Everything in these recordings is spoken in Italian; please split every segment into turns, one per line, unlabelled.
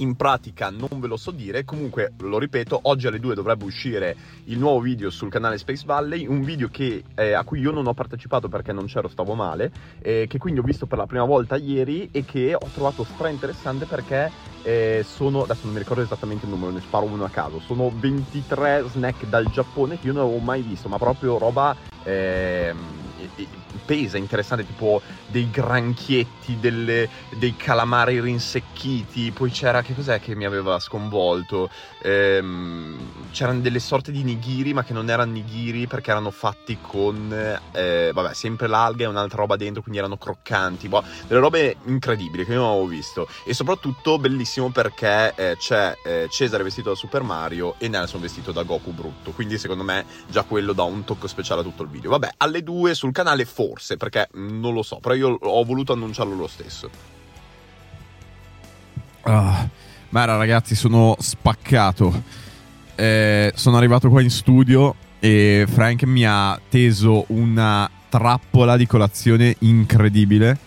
In pratica non ve lo so dire, comunque lo ripeto, oggi alle 2 dovrebbe uscire il nuovo video sul canale Space Valley, un video che, eh, a cui io non ho partecipato perché non c'ero, stavo male, eh, che quindi ho visto per la prima volta ieri e che ho trovato stra interessante perché eh, sono, adesso non mi ricordo esattamente il numero, ne sparo uno a caso, sono 23 snack dal Giappone che io non avevo mai visto, ma proprio roba... ehm, pesa interessante tipo dei granchietti delle- dei calamari rinsecchiti poi c'era che cos'è che mi aveva sconvolto Ehm, c'erano delle sorte di nigiri ma che non erano nigiri perché erano fatti con eh, vabbè sempre l'alga e un'altra roba dentro quindi erano croccanti boh, delle robe incredibili che io non avevo visto e soprattutto bellissimo perché eh, c'è eh, Cesare vestito da Super Mario e Nelson vestito da Goku brutto quindi secondo me già quello dà un tocco speciale a tutto il video. Vabbè, alle 2 sul canale forse, perché mm, non lo so, però io ho voluto annunciarlo lo stesso.
Ah, Mara, ragazzi, sono spaccato. Eh, sono arrivato qua in studio e Frank mi ha teso una trappola di colazione incredibile.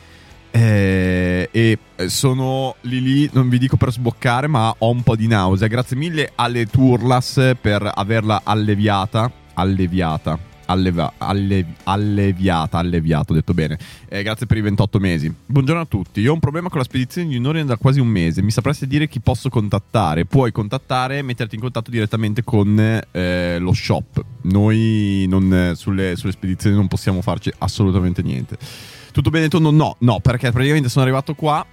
Eh, e sono lì lì, non vi dico per sboccare, ma ho un po' di nausea. Grazie mille alle Turlas per averla alleviata. Alleviata. Alleva, alle- alleviata, alleviato, ho detto bene. Eh, grazie per i 28 mesi. Buongiorno a tutti. Io ho un problema con la spedizione di Un'Orient da quasi un mese. Mi sapreste dire chi posso contattare? Puoi contattare, metterti in contatto direttamente con eh, lo shop. Noi non, eh, sulle, sulle spedizioni non possiamo farci assolutamente niente. Tutto bene, tu? No, no, perché praticamente sono arrivato qua.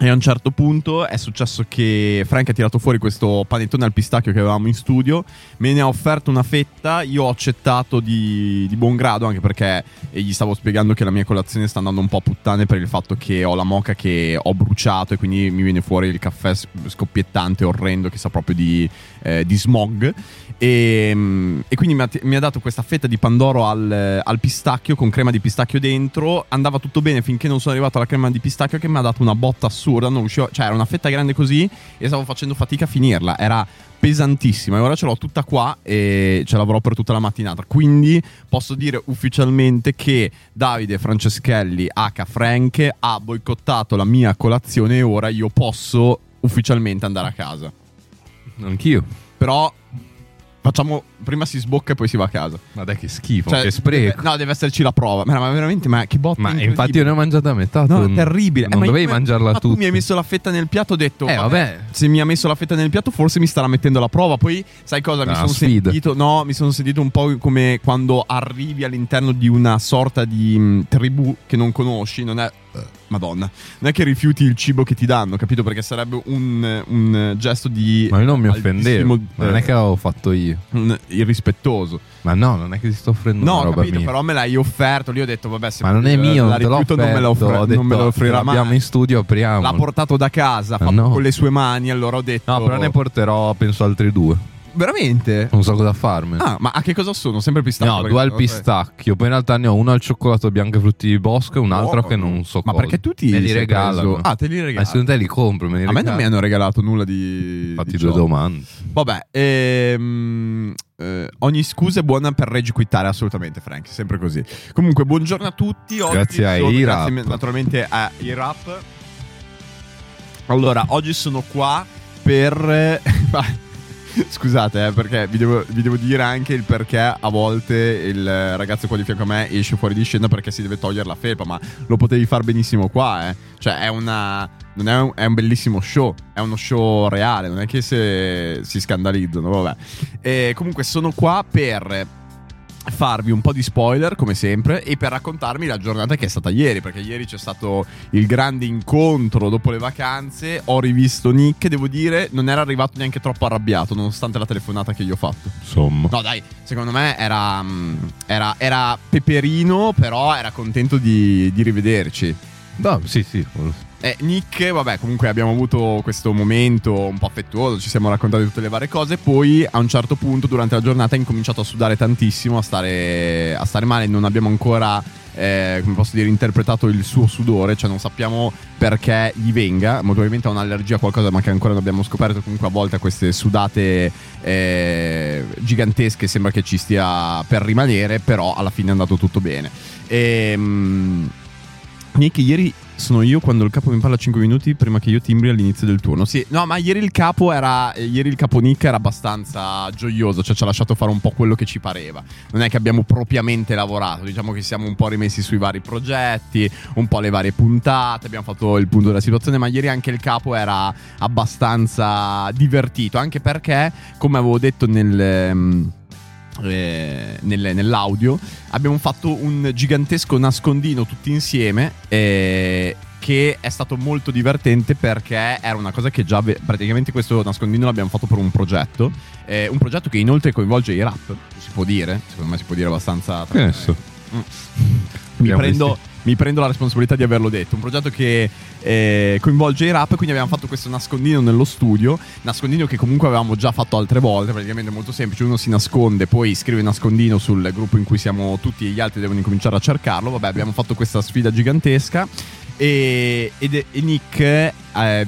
E a un certo punto è successo che Frank ha tirato fuori questo panettone al pistacchio che avevamo in studio, me ne ha offerto una fetta, io ho accettato di, di buon grado anche perché e gli stavo spiegando che la mia colazione sta andando un po' a puttane per il fatto che ho la moca che ho bruciato e quindi mi viene fuori il caffè s- scoppiettante, orrendo, che sa proprio di, eh, di smog. E, mm, e quindi mi ha, mi ha dato questa fetta di pandoro al, eh, al pistacchio con crema di pistacchio dentro. Andava tutto bene finché non sono arrivato alla crema di pistacchio che mi ha dato una botta assurda. Non riuscivo, cioè, era una fetta grande così e stavo facendo fatica a finirla. Era pesantissima e ora ce l'ho tutta qua e ce l'avrò per tutta la mattinata. Quindi posso dire ufficialmente che Davide Franceschelli H. Frank ha boicottato la mia colazione e ora io posso ufficialmente andare a casa.
Anch'io.
Però facciamo prima si sbocca e poi si va a casa.
Ma dai, che schifo,
Cioè,
Oh, che
deve-
spreco.
no, deve esserci la prova. Ma, ma veramente, ma che botta.
ma
incredibile.
infatti io ne ho mangiata a metà.
No,
tu-
è terribile. Eh,
Non
ma io
dovevi
come-
mangiarla
ma
tutta.
Tu mi hai messo la fetta nel piatto, ho detto.
Eh, vabbè.
Se mi ha messo la fetta nel piatto, forse mi starà mettendo alla prova. Poi, sai cosa? Mi
Ah,
sono
sfida.
sentito. No, mi sono sentito un po' come quando arrivi all'interno di una sorta di mh, tribù che non conosci. Non è. eh, Madonna, non è che rifiuti il cibo che ti danno, capito? Perché sarebbe un, un gesto di
Ma io non mi
altissimo-
offendevo. Ma non è che l'avevo fatto io.
un- irrispettoso.
Ma no, non è che ti sto offrendo
No,
una
ho
roba
capito,
mia.
però me l'hai offerto. Lì ho detto, vabbè, se
Ma non è
eh,
mio,
la
non te l'ho
rifiuto, non me,
offerto.
lo offrirà-
ho detto,
non me lo offrirà mai.
Abbiamo in studio, apriamo.
L'ha portato da casa,
Ma
fatto
no.
con le sue mani, allora ho detto...
No, però ne porterò, penso, altri due.
Veramente?
Non so cosa farmi.
Ah, ma a che cosa sono? Sempre pistacchio?
No,
perché-
due al
ok.
pistacchio. Poi in realtà ne ho uno al cioccolato bianco e frutti di bosco e un altro
Buono.
che non so
Ma
cosa.
perché tu ti
Me li
sei
regalano.
preso- Ah, te li
Ma
regalano.
secondo te li compro? Me li
A me non
regalano?
mi hanno regalato nulla di...
Fatti
di
due
ciò.
domande.
Vabbè, ehm, eh, ogni scusa è buona per regiquitare, assolutamente, Frank, sempre così. Comunque, buongiorno a tutti. Oggi
Grazie a
sono-
IRAP.
Grazie naturalmente a IRAP. Allora, oggi sono qua per... ma- Scusate, eh, perché vi devo, vi devo dire anche il perché a volte il eh, ragazzo qua di fianco a me esce fuori di scena perché si deve togliere la felpa, ma lo potevi far benissimo qua, eh. Cioè, è una... non è, un, è un bellissimo show, è uno show reale, non è che se si scandalizzano, vabbè. E comunque sono qua per farvi un po' di spoiler come sempre e per raccontarmi la giornata che è stata ieri perché ieri c'è stato il grande incontro dopo le vacanze ho rivisto Nick devo dire non era arrivato neanche troppo arrabbiato nonostante la telefonata che gli ho fatto
Insomma.
No, dai, secondo me era, mm, era, era peperino, però era contento di, di rivederci.
No, sì, sì.
Eh, Nick, vabbè, comunque abbiamo avuto questo momento un po' affettuoso, ci siamo raccontati tutte le varie cose, poi a un certo punto durante la giornata ha incominciato a sudare tantissimo, a stare, a stare male, non abbiamo ancora, eh, come posso dire, interpretato il suo sudore, cioè non sappiamo perché gli venga, molto probabilmente ha un'allergia a qualcosa ma che ancora non abbiamo scoperto, comunque a volte ha queste sudate eh, gigantesche sembra che ci stia per rimanere, però alla fine è andato tutto bene. Ehm... Nick, ieri sono io quando il capo mi parla 5 minuti prima che io timbri all'inizio del turno. Sì, no, ma ieri il capo era. eh, Ieri il capo Nick era abbastanza gioioso, cioè ci ha lasciato fare un po' quello che ci pareva. Non è che abbiamo propriamente lavorato, diciamo che siamo un po' rimessi sui vari progetti, un po' le varie puntate, abbiamo fatto il punto della situazione, ma ieri anche il capo era abbastanza divertito, anche perché, come avevo detto nel, ehm, eh, nel- nell'audio, abbiamo fatto un gigantesco nascondino tutti insieme. eh, che è stato molto divertente perché era una cosa che già ave- praticamente questo nascondino l'abbiamo fatto per un progetto. eh, un progetto che inoltre coinvolge i rap, si può dire, secondo me si può dire abbastanza.
Che ne so.
Mm. Mi
Abbiamo
prendo, mi prendo la responsabilità di averlo detto. Un progetto che eh, coinvolge i rap, quindi abbiamo fatto questo nascondino nello studio. Nascondino che comunque avevamo già fatto altre volte, praticamente è molto semplice. Uno si nasconde, poi scrive nascondino sul gruppo in cui siamo tutti e gli altri devono incominciare a cercarlo. Vabbè, abbiamo fatto questa sfida gigantesca. E, ed- e Nick, eh,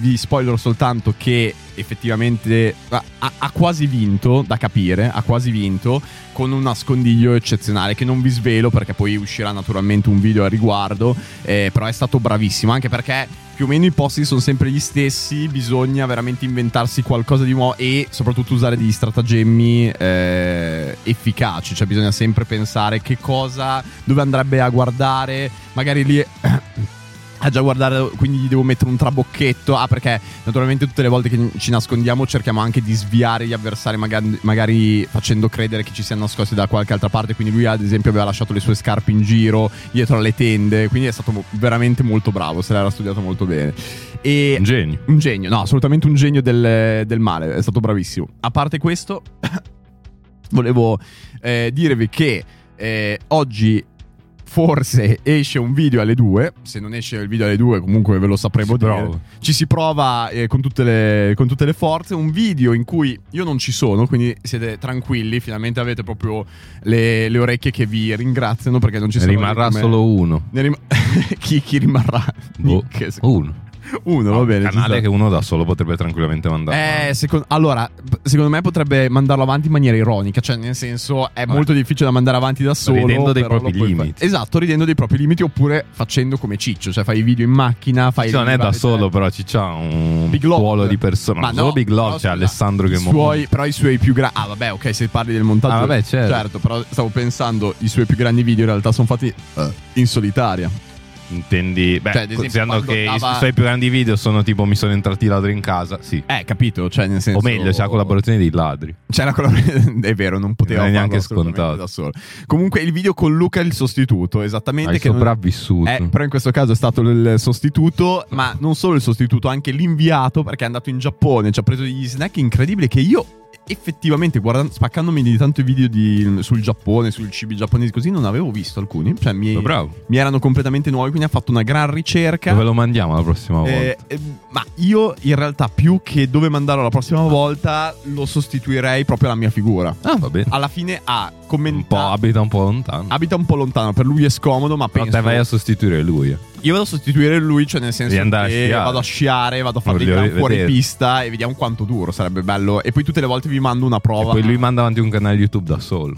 vi spoilerò soltanto che effettivamente ha- ha- ha quasi vinto, da capire, ha quasi vinto con un nascondiglio eccezionale che non vi svelo perché poi uscirà naturalmente un video a riguardo, eh, però è stato bravissimo anche perché più o meno i posti sono sempre gli stessi, bisogna veramente inventarsi qualcosa di nuovo e soprattutto usare degli stratagemmi eh, efficaci, cioè bisogna sempre pensare che cosa, dove andrebbe a guardare, magari lì... A già guardare, quindi gli devo mettere un trabocchetto. Ah, perché naturalmente tutte le volte che ci nascondiamo cerchiamo anche di sviare gli avversari, magari, magari facendo credere che ci siano nascosti da qualche altra parte. Quindi lui, ad esempio, aveva lasciato le sue scarpe in giro, dietro alle tende. Quindi è stato mo- veramente molto bravo, se l'era studiato molto bene. E Eh,
Un genio.
un genio, no, assolutamente un genio del, del male, è stato bravissimo. A parte questo, volevo eh, dirvi che eh, oggi forse esce un video alle 2, se non esce il video alle 2 comunque ve lo sapremo
Si
dire.
prova.
Ci si prova eh, con, tutte le, con tutte le forze, un video in cui io non ci sono, quindi siete tranquilli, finalmente avete proprio le, le orecchie che vi ringraziano perché non ci sono.
Rimarrà
come-
solo uno.
Ne rim- chi, chi rimarrà?
Boh,
Nick, secondo-
Uno.
Uno, va bene.
Un
ci sta.
canale che uno da solo potrebbe tranquillamente mandare.
Eh, secondo- allora, p- secondo me potrebbe mandarlo avanti in maniera ironica, cioè nel senso è
Eh.
molto difficile da mandare avanti da solo.
Ridendo dei
però lo
propri
puoi fare.
limiti.
Esatto, ridendo dei propri limiti oppure facendo come Ciccio, cioè fai i video in macchina, fai...
Ciccio non è
vabbè,
da solo,
cioè-
però ci c'ha un
Big Love.
ruolo di persone. Ma
Ma
non
no,
solo Big Love,
no,
c'è
scusa.
Alessandro che
I suoi- però i suoi più grandi... Ah vabbè, ok, se parli del montaggio...
Ah, vabbè, certo.
però stavo pensando, i suoi più grandi video in realtà sono fatti eh, in solitaria.
Intendi, beh,
Cioè, ad esempio,
considerando
quando
che
andava-
i suoi più grandi video sono tipo mi sono entrati i ladri in casa, sì.
Eh, capito, cioè nel senso...
O meglio, c'è la collaborazione dei ladri.
C'è la collaborazione, è vero, non poteva
Non è
farlo
neanche
assolutamente
scontato.
da solo. Comunque il video con Luca il sostituto, esattamente
Hai
che non-
sopravvissuto.
Eh, però in questo caso è stato il sostituto, ma non solo il sostituto, anche l'inviato perché è andato in Giappone, ci ha preso degli snack incredibili che io effettivamente guardando, spaccandomi di tanto i video di- sul Giappone, sul cibi giapponese così non avevo visto alcuni, cioè mi,
Bravo.
mi erano completamente nuovi, quindi ha fatto una gran ricerca.
Dove lo mandiamo la prossima volta?
Eh, eh, ma io in realtà più che dove mandarlo la prossima volta lo sostituirei proprio alla mia figura.
ah, va bene.
Alla fine ha
Un po',
commentato.
abita un po' lontano.
Abita un po' lontano, per lui è scomodo, ma
Però
penso
te vai a sostituire lui. eh.
io vado a sostituire lui, cioè nel senso
Devi andare a
che
sciare.
vado a sciare, vado a fare dei
Voglio
gran fuori
vedere.
pista e vediamo quanto duro, sarebbe bello. E poi tutte le volte vi mando una
E
prova.
poi lui manda avanti un canale YouTube da solo.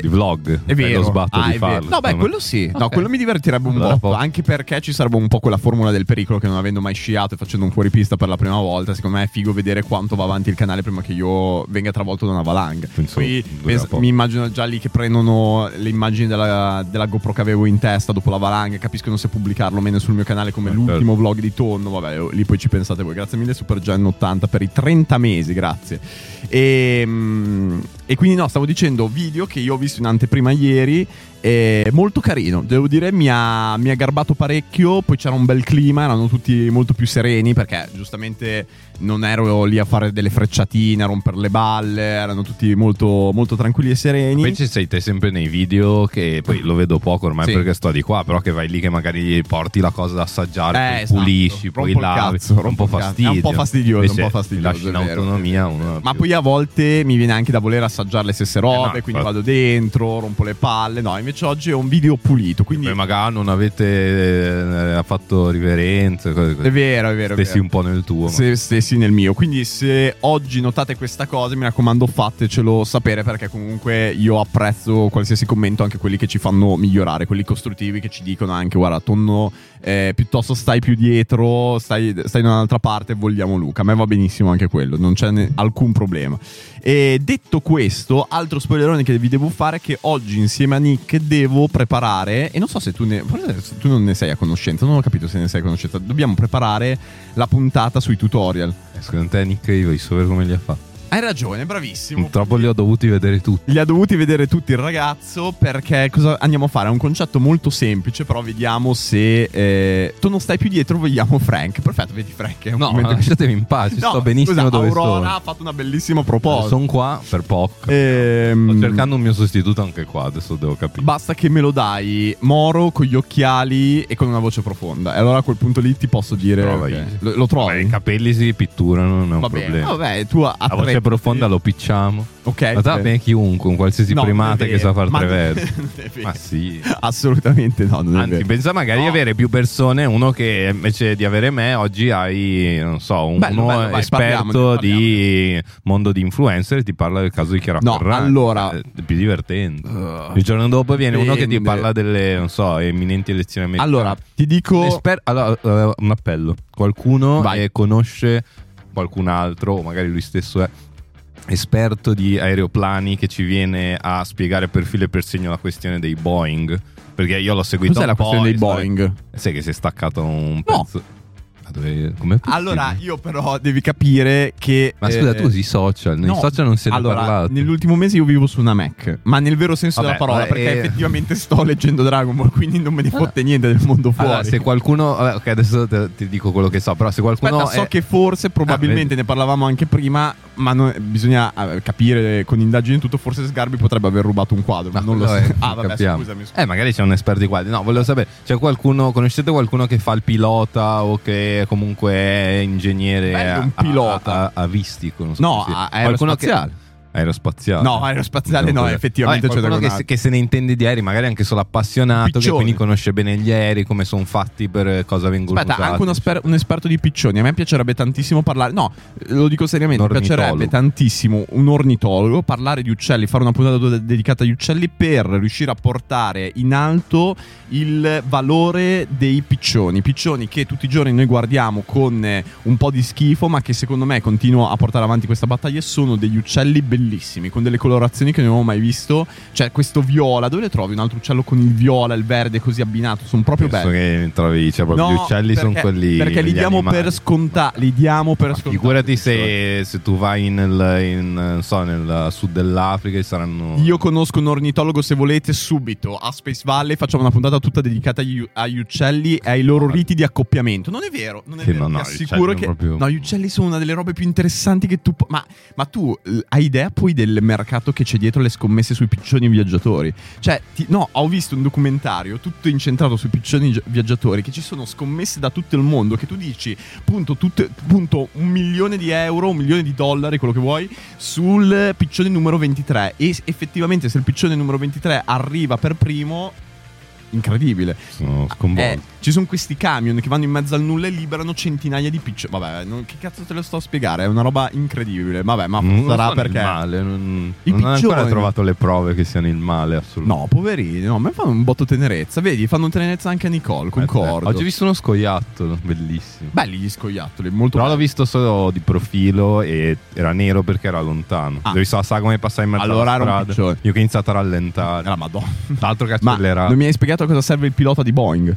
di vlog.
È vero.
Eh, Lo sbatto
Ah,
di
è vero.
farlo.
No, beh,
insomma.
quello sì. No,
Ok.
quello mi divertirebbe un
Allora,
po'.
poco.
Anche perché ci sarebbe un po' quella formula del pericolo che non avendo mai sciato e facendo un fuoripista per la prima volta, secondo me è figo vedere quanto va avanti il canale prima che io venga travolto da una valanga.
Penso
Poi
durerà
pens-
poco.
mi immagino già lì che prendono le immagini della, della GoPro che avevo in testa dopo la valanga, capiscono se pubblicarlo o meno sul mio canale come
Eh,
l'ultimo
certo.
vlog di tonno. Vabbè, oh, lì poi ci pensate voi. Grazie mille, SuperGen80 per i 30 mesi, grazie. E, mm, e quindi no, stavo dicendo video che io ho visto in anteprima ieri. eh, molto carino, devo dire, mi ha, mi ha garbato parecchio. Poi c'era un bel clima, erano tutti molto più sereni perché giustamente non ero lì a fare delle frecciatine, a rompere le balle, erano tutti molto, molto tranquilli e sereni.
Poi ci sei te sempre nei video che poi lo vedo poco ormai
Sì.
perché sto di qua, però che vai lì che magari porti la cosa da assaggiare,
Eh,
poi
esatto.
pulisci, poi
Rompo il
lavi,
cazzo,
un
rompo
po'
il cazzo.
fastidio.
È un po' fastidioso,
Invece
un po' fastidioso,
Lasci in
è vero.
autonomia uno
Ma
più-
poi a volte mi viene anche da voler assaggiare le stesse robe,
no,
quindi
infatti.
vado dentro, rompo le palle. No, invece oggi è un video pulito, quindi
Poi magari non avete eh, fatto riverenze, cose così.
è vero, è vero. è
Stessi
vero.
un po' nel tuo. ma-
Se stessi nel mio. Quindi se oggi notate questa cosa, mi raccomando, fatecelo sapere perché comunque io apprezzo qualsiasi commento, anche quelli che ci fanno migliorare, quelli costruttivi che ci dicono anche guarda, tonno eh, piuttosto stai più dietro, stai, stai da un'altra parte, vogliamo Luca. A me va benissimo anche quello, non c'è ne- alcun problema. E detto questo, altro spoilerone che vi devo fare è che oggi insieme a Nick devo preparare, e non so se tu ne, forse tu non ne sei a conoscenza, non ho capito se ne sei a conoscenza, dobbiamo preparare la puntata sui tutorial.
Secondo te Nick e i Sover come li ha fatti?
Hai ragione, bravissimo.
Purtroppo li ho dovuti vedere tutti.
Li ha dovuti vedere tutti il ragazzo perché cosa andiamo a fare? È un concetto molto semplice, però vediamo se... eh, tu non stai più dietro, vogliamo Frank. Perfetto, vedi Frank. È un
No, eh. ma
momento più-
lasciatemi in pace,
No,
sto benissimo
scusa,
dove
Aurora ha
sono.
fatto una bellissima proposta.
Sono qua per poco.
Ehm,
Sto cercando un mio sostituto anche qua, adesso devo capire.
Basta che me lo dai moro con gli occhiali e con una voce profonda. E allora a quel punto lì ti posso dire.
Trova
ok,
easy.
Lo, lo
Vabbè,
trovi.
I capelli si pitturano, non è un
Va bene.
problema.
Vabbè, tu a, a
La voce
tre-
profonda lo picciamo.
Ok.
Ma va
ok.
bene chiunque, un qualsiasi
eh. No, non è
primate che
vero.
sa far
Ma-
tre versi.
non è vero.
Ma sì.
Assolutamente no. Non è
Anzi,
vero.
pensa magari di
No.
avere più persone, uno che invece di avere me oggi hai, non so, uno
Bello, bello, vai,
esperto
parliamone,
di mondo di influencer e ti parla del caso di Chiara
No,
Ferragni.
allora-
Eh, È più divertente.
Uh,
Il giorno dopo viene uno che ti
Ah. dipende.
parla delle, non so, eminenti elezioni americane.
Allora, ti dico.
L'esper- allora, eh, un appello. Qualcuno
Vai.
eh, conosce qualcun altro, o magari lui stesso è esperto di aeroplani che ci viene a spiegare per filo e per segno la questione dei Boeing. Perché io l'ho seguito
Cos'è
un
la
po',
questione dei
e sto-
Boeing?
Sai che si è staccato un pezzo. Ma dove- com'è possibile?
Allora, io però devi capire che.
Ma
eh,
scusa, tu sui social, nei
no.
social non se ne
allora,
è parlato.
Nell'ultimo mese io vivo su una Mac, ma nel vero senso
Vabbè,
della parola,
ma-
perché
eh.
effettivamente sto leggendo Dragon Ball, quindi non me ne fotte niente del mondo fuori.
Allora, se qualcuno... vabbè, ok, adesso te- ti dico quello che so, però se qualcuno...
Aspetta, so
è- Ah,
che forse, probabilmente
vedi.
ne parlavamo anche prima, ma non- bisogna eh, capire con indagini e tutto, forse Sgarbi potrebbe aver rubato un quadro, ma
No,
non lo so.
quello è-
ah, vabbè,
capiamo.
scusami. scusami.
Eh, magari c'è un esperto di quadri. No, volevo sapere, c'è qualcuno, conoscete qualcuno che fa il pilota o che comunque è ingegnere
Bello, un
a-
pilota.
a- a- avistico? Non so
No,
come si-
a-
Qualcuno che-
aerospaziale.
Aerospaziale.
No, aerospaziale no,
Qualcuno-
effettivamente
Vabbè,
c'è da
qualcuno che,
guardare.
se- che se ne intende di aerei, magari anche solo appassionato,
Piccioni.
che quindi conosce bene gli aerei, come sono fatti, per cosa vengono
Aspetta,
usati.
anche un, esper- un esperto di piccioni. A me piacerebbe tantissimo parlare. No, lo dico seriamente:
Un
mi piacerebbe
ornitologo.
tantissimo un ornitologo parlare di uccelli, fare una puntata de- dedicata agli uccelli per riuscire a portare in alto il valore dei piccioni. Piccioni che tutti i giorni noi guardiamo con eh, un po' di schifo, ma che secondo me continuo a portare avanti questa battaglia. e Sono degli uccelli bellissimi, con delle colorazioni che non avevo mai visto. Cioè, questo viola, dove le trovi? Un altro uccello con il viola, il verde così abbinato. Sono proprio
Penso
belli.
che trovi, cioè, proprio gli uccelli
perché-
sono quelli.
Perché li
gli
diamo
animali.
per scontati. Li diamo per
Ma
scontati.
Figurati se, se tu vai nel, in, non so, nel sud dell'Africa e saranno.
Io conosco un ornitologo, se volete, subito a Space Valley. Facciamo una puntata tutta dedicata agli, agli uccelli e ai loro riti di accoppiamento. Non è vero, non è
Sì,
vero.
no, no,
ti assicuro
gli uccelli
che.
sono proprio-
No, gli uccelli sono una delle robe più interessanti che tu. po- Ma, ma tu l- hai idea poi del mercato che c'è dietro le scommesse sui piccioni viaggiatori? Cioè, ti- no, ho visto un documentario tutto incentrato sui piccioni gi- viaggiatori che ci sono scommesse da tutto il mondo. Che tu dici, punto, tutte- punto un milione di euro, un milione di dollari, quello che vuoi, sul piccione numero 23. E s- effettivamente, se il piccione numero 23 arriva per primo, incredibile.
Sono
Eh,
sconvolto.
Ci sono questi camion che vanno in mezzo al nulla e liberano centinaia di piccioni. Vabbè, non- che cazzo te lo sto a spiegare? È una roba incredibile. Vabbè, ma
Mm, Non
sarà
sono il
perché.
male, non,
I
non ho ancora
piccioni.
trovato le prove che siano il male, assolutamente.
No, poverini, no, a me fanno un botto tenerezza. Vedi, fanno tenerezza anche a Nicole, concordo.
Eh, Oggi ho visto uno scoiattolo, bellissimo.
Belli gli scoiattoli, molto
Però l'ho
belli.
visto solo di profilo e era nero perché era lontano.
Ah.
Ho visto la saga come passava in mezzo
Allora
alla
era un
strada.
piccione.
Io che ho iniziato a rallentare.
Eh, La madonna.
L'altro che
Ma
accelerava.
non mi hai spiegato a cosa serve il pilota di Boeing.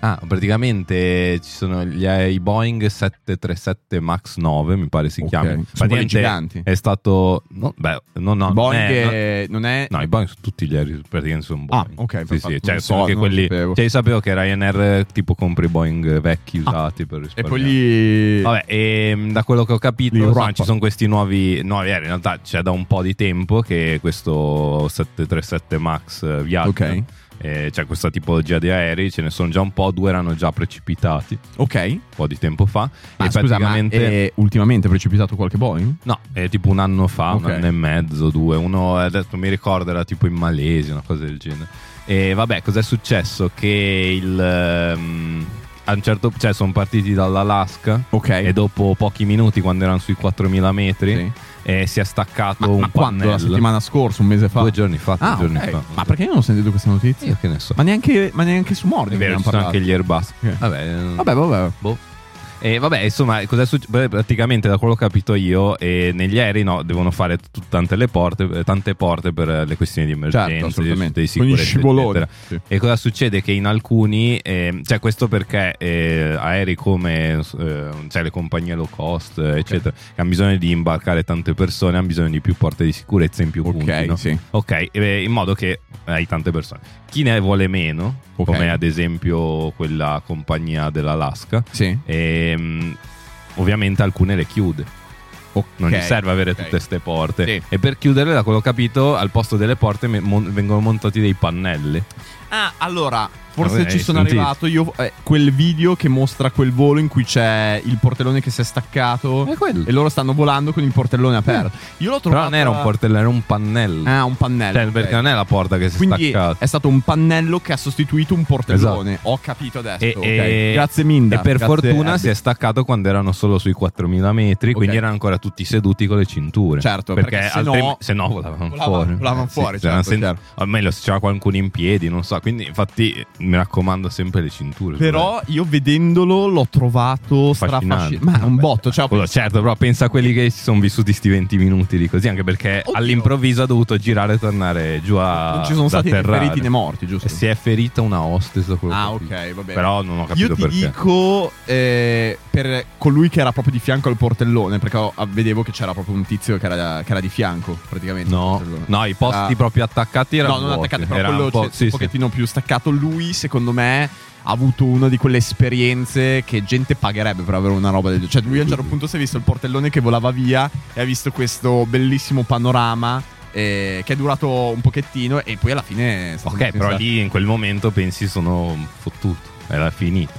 Ah, praticamente ci sono gli, eh, i Boeing 737 MAX 9, mi pare si
Ok,
chiami.
sono quelli giganti.
È stato... no, beh, no, no,
Boeing
eh, no.
è- non è...
No, i Boeing sono tutti gli aerei praticamente sono
Ah,
Boeing.
ok,
Sì,
perfetto,
sì,
non
cioè,
lo
sono
so,
anche
non
quelli.
lo sapevo.
Cioè, io sapevo che Ryanair tipo compra i Boeing vecchi
Ah,
usati per
E
risparmiare.
poi lì...
Vabbè, e da quello che ho capito,
Li
insomma,
wrap.
ci sono questi nuovi, nuovi aerei. In realtà c'è da un po' di tempo che questo 737 Max viaggia.
Ok.
Eh, c'è questa tipologia di aerei, ce ne sono già un po', due erano già precipitati un
Ok.
po' di tempo fa.
Ma eh,
e
scusa,
praticamente.
ma è ultimamente precipitato qualche Boeing?
No, è tipo un anno fa,
Ok.
un anno e mezzo, due. Uno adesso mi ricordo era tipo in Malesia, una cosa del genere. E vabbè, cos'è successo? Che il. ehm, a un certo cioè sono partiti dall'Alaska
Ok.
e dopo pochi minuti, quando erano sui 4000 metri,
Sì.
eh, si è staccato
Ma,
un
ma quando?
pannello.
La settimana scorsa, un mese fa?
Due giorni fa,
Ah,
tre giorni
ok.
fa.
Ma perché io non ho sentito questa notizia?
Io che ne so.
Ma neanche, ma neanche su Morning
è vero,
abbiamo
ci sono
parlato.
anche gli Airbus.
Ok.
Vabbè,
Vabbè, vabbè.
Boh. E vabbè, insomma, cos'è successo? Praticamente, da quello che ho capito io, eh, negli aerei no, devono fare tut- tante, le porte, eh, tante porte per eh, le questioni di
Certo,
emergenza, di,
assolutamente.
di
Con gli
sicurezza,
scivoloni.
eccetera.
Sì.
E cosa succede? Che in alcuni, ehm, cioè questo perché eh, aerei come eh, cioè le compagnie low cost, eh, eccetera, che hanno bisogno di imbarcare tante persone, hanno bisogno di più porte di sicurezza in più punti. no?
Ok, sì.
Ok, eh, in modo che hai tante persone. Chi ne vuole meno,
Ok.
come ad esempio quella compagnia dell'Alaska,
Sì.
ehm, ovviamente alcune le chiude. Oh, Non
Ok,
gli serve avere
ok.
tutte queste porte.
Sì.
E per chiuderle, da quello che ho capito, al posto delle porte me- mon- vengono montati dei pannelli.
Ah, allora, forse
Vabbè,
ci
hai
sono
sentito.
arrivato io. eh, quel video che mostra quel volo in cui c'è il portellone che si è staccato.
È quello.
E loro stanno volando con il portellone aperto. Io l'ho
Però
trovato.
non era un portellone, era un pannello.
Ah, un pannello.
Cioè,
ok.
Perché non è la porta che si è
Quindi
staccata.
è stato un pannello che ha sostituito un portellone. Ho capito adesso.
Esatto. E-
ok.
e-
Grazie Minda.
E per
Grazie,
fortuna
Abby.
si è staccato quando erano solo sui 4000 metri,
eh, Ok.
quindi erano ancora tutti seduti con le cinture.
Certo,
perché,
perché se
altrim-
no-
se no volavano
Volavano-
fuori.
volavano
Eh, sì,
fuori,
c'erano
certo, chiaro.
o meglio se c'era qualcuno in piedi, non so. Quindi infatti eh, mi raccomando sempre le cinture.
Però io vedendolo l'ho trovato strafascinante.
Affascinante.
Ma è un
Vabbè,
botto. Cioè, ho
Quello, certo, però pensa a quelli che si sono vissuti sti 20 minuti di così, anche perché
Oddio.
all'improvviso ha dovuto girare e tornare giù a
Non ci sono
ad
stati né
atterrare.
feriti né morti, giusto?
E Si Eh è ferita una hostess. da quello che
Ah,
ho capito.
ok, va bene.
Però non ho capito
Io ti
perché.
dico eh, per colui che era proprio di fianco al portellone, perché ho- vedevo che c'era proprio un tizio che era, che era di fianco, praticamente. al
No,
portellone.
no, i posti
Ah.
proprio attaccati erano
No, non
vuoti.
attaccate, però
Era
quello
un po'-
c'è-
sì,
un
sì.
pochettino più staccato. Lui, secondo me, ha avuto una di quelle esperienze che gente pagherebbe per avere una roba del genere. Cioè, lui a un certo punto si è visto il portellone che volava via e ha visto questo bellissimo panorama eh, che è durato un pochettino e poi alla fine... è stato
Ok,
molto
però
sensato.
lì in quel momento pensi sono fottuto, è la finita,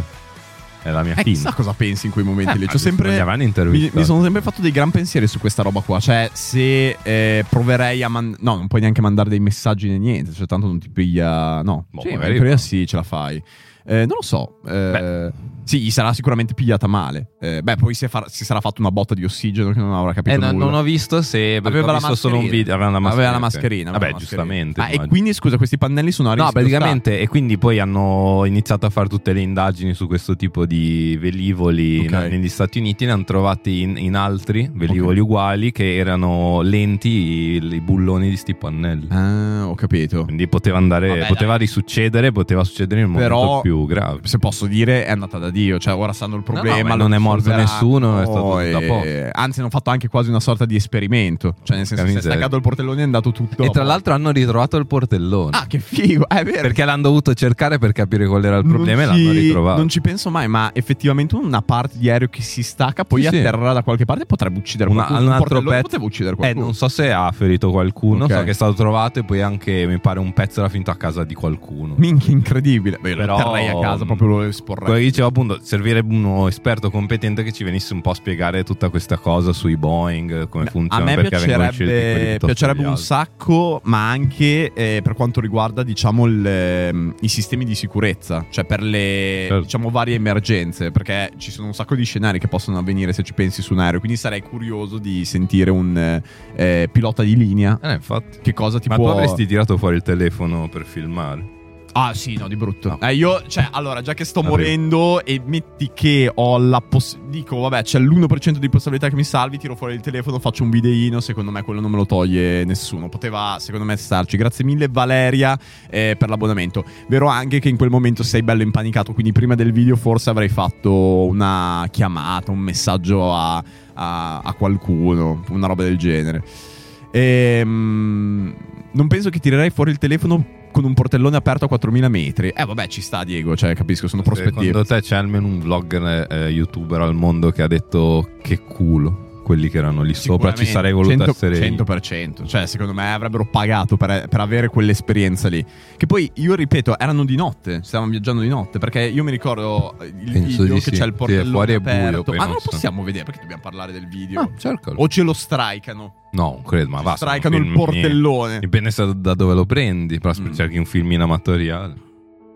è la mia
Eh,
fine.
chissà cosa pensi in quei momenti
Eh,
lì.
ma
C'ho sempre...
non li avranno
Mi,
intervistato.
mi sono sempre fatto dei gran pensieri su questa roba qua. Cioè, se eh, proverei a man- No, non puoi neanche mandare dei messaggi né niente. Cioè, tanto non ti piglia. No,
Boh,
sì,
magari
in teoria
no.
sì, ce la fai. Eh, non lo so. eh, sì, gli sarà sicuramente pigliata male. Eh, beh, poi si, è far- si sarà fatta una botta di ossigeno che non avrà capito
Eh, no,
nulla.
non ho visto se
Aveva
ho
la
visto solo un
mascherina.
video, aveva la mascherina.
Aveva la
ok.
mascherina. aveva
Vabbè,
la mascherina.
giustamente.
Ah, e
immagino.
quindi, scusa, questi pannelli sono a rischio.
No, praticamente, e quindi poi hanno iniziato a fare tutte le indagini su questo tipo di velivoli in-
Ok.
negli Stati Uniti, ne hanno trovati in, in altri velivoli uguali che erano lenti i, i bulloni di sti pannelli.
sta- Ah, ho capito.
Quindi poteva andare,
Vabbè,
poteva risuccedere, poteva succedere in un
Però-
momento più grave.
Eh, se posso dire, è andata da Dio. Cioè, ora sanno il
No, no,
problema.
ma
lo
non è morto
risolveranno,
nessuno, è stato
e-
da poco.
Anzi, hanno fatto anche quasi una sorta di esperimento. Cioè, nel senso,
Porca
si è
miseria.
staccato il portellone e è andato tutto.
E tra l'altro hanno ritrovato il portellone.
Ah, che figo! eh, È vero.
perché l'hanno dovuto cercare per capire qual era il
Non
problema e
ci-
l'hanno ritrovato.
Non ci penso mai, ma effettivamente una parte di aereo che si stacca, poi
Sì, sì.
atterrerà da qualche parte e potrebbe uccidere
Una-
qualcuno.
un
Un
altro
portellone
pezzo-
poteva uccidere
Eh,
qualcuno.
non so se ha ferito qualcuno,
Ok.
so che è stato trovato e poi anche mi pare un pezzo era finito a casa di qualcuno.
Minchia, incredibile. Beh,
Però-
Però... fai a casa, proprio lo esporrai.
Quello che dicevo appunto, servirebbe uno esperto competente che ci venisse un po' a spiegare tutta questa cosa sui Boeing, come
A
funziona.
me
perché vengono scelti quelli
piacerebbe,
piuttosto
piacerebbe
che gli
un
altri.
sacco, ma anche eh, per quanto riguarda, diciamo, il, ehm, i sistemi di sicurezza, cioè per le
Certo.
diciamo, varie emergenze, perché ci sono un sacco di scenari che possono avvenire se ci pensi su un aereo. Quindi sarei curioso di sentire un eh, pilota di linea.
Eh, infatti.
Che cosa ti
Ma
può
tu avresti tirato fuori il telefono per filmare?
Ah, sì, no, di brutto.
No.
Eh, io, cioè, allora, già che sto
Arrivo.
morendo e metti che ho la possibilità. Dico, vabbè, c'è l'1% di possibilità che mi salvi, tiro fuori il telefono, faccio un videino. Secondo me quello non me lo toglie nessuno. Poteva, secondo me, starci. Grazie mille, Valeria, eh, per l'abbonamento. Vero anche che in quel momento sei bello impanicato, quindi prima del video forse avrei fatto una chiamata, un messaggio a, a- a qualcuno, una roba del genere. Ehm, non penso che tirerei fuori il telefono con un portellone aperto a 4000 metri. Eh, vabbè, ci sta, Diego. Cioè, capisco, sono prospettive.
Secondo te c'è almeno un vlogger eh, youtuber al mondo che ha detto che culo quelli che erano lì sopra, ci sarei voluto essere io".
100%. Cioè, secondo me avrebbero pagato per, per avere quell'esperienza lì. Che poi, io ripeto, erano di notte. Stavamo viaggiando di notte. Perché io mi ricordo eh, il
Penso
video
di
che
sì.
c'è il
Sì,
portellone
fuori è buio,
aperto.
poi
Ma
non
non lo
so.
possiamo vedere perché dobbiamo parlare del video.
Ah, cercalo.
o ce lo stricano.
No, non credo, ma
Ci
va. sono
stricano il
film-
portellone.
Dipende da, da dove lo prendi, però se
Mm.
cerchi un film in amatoriale.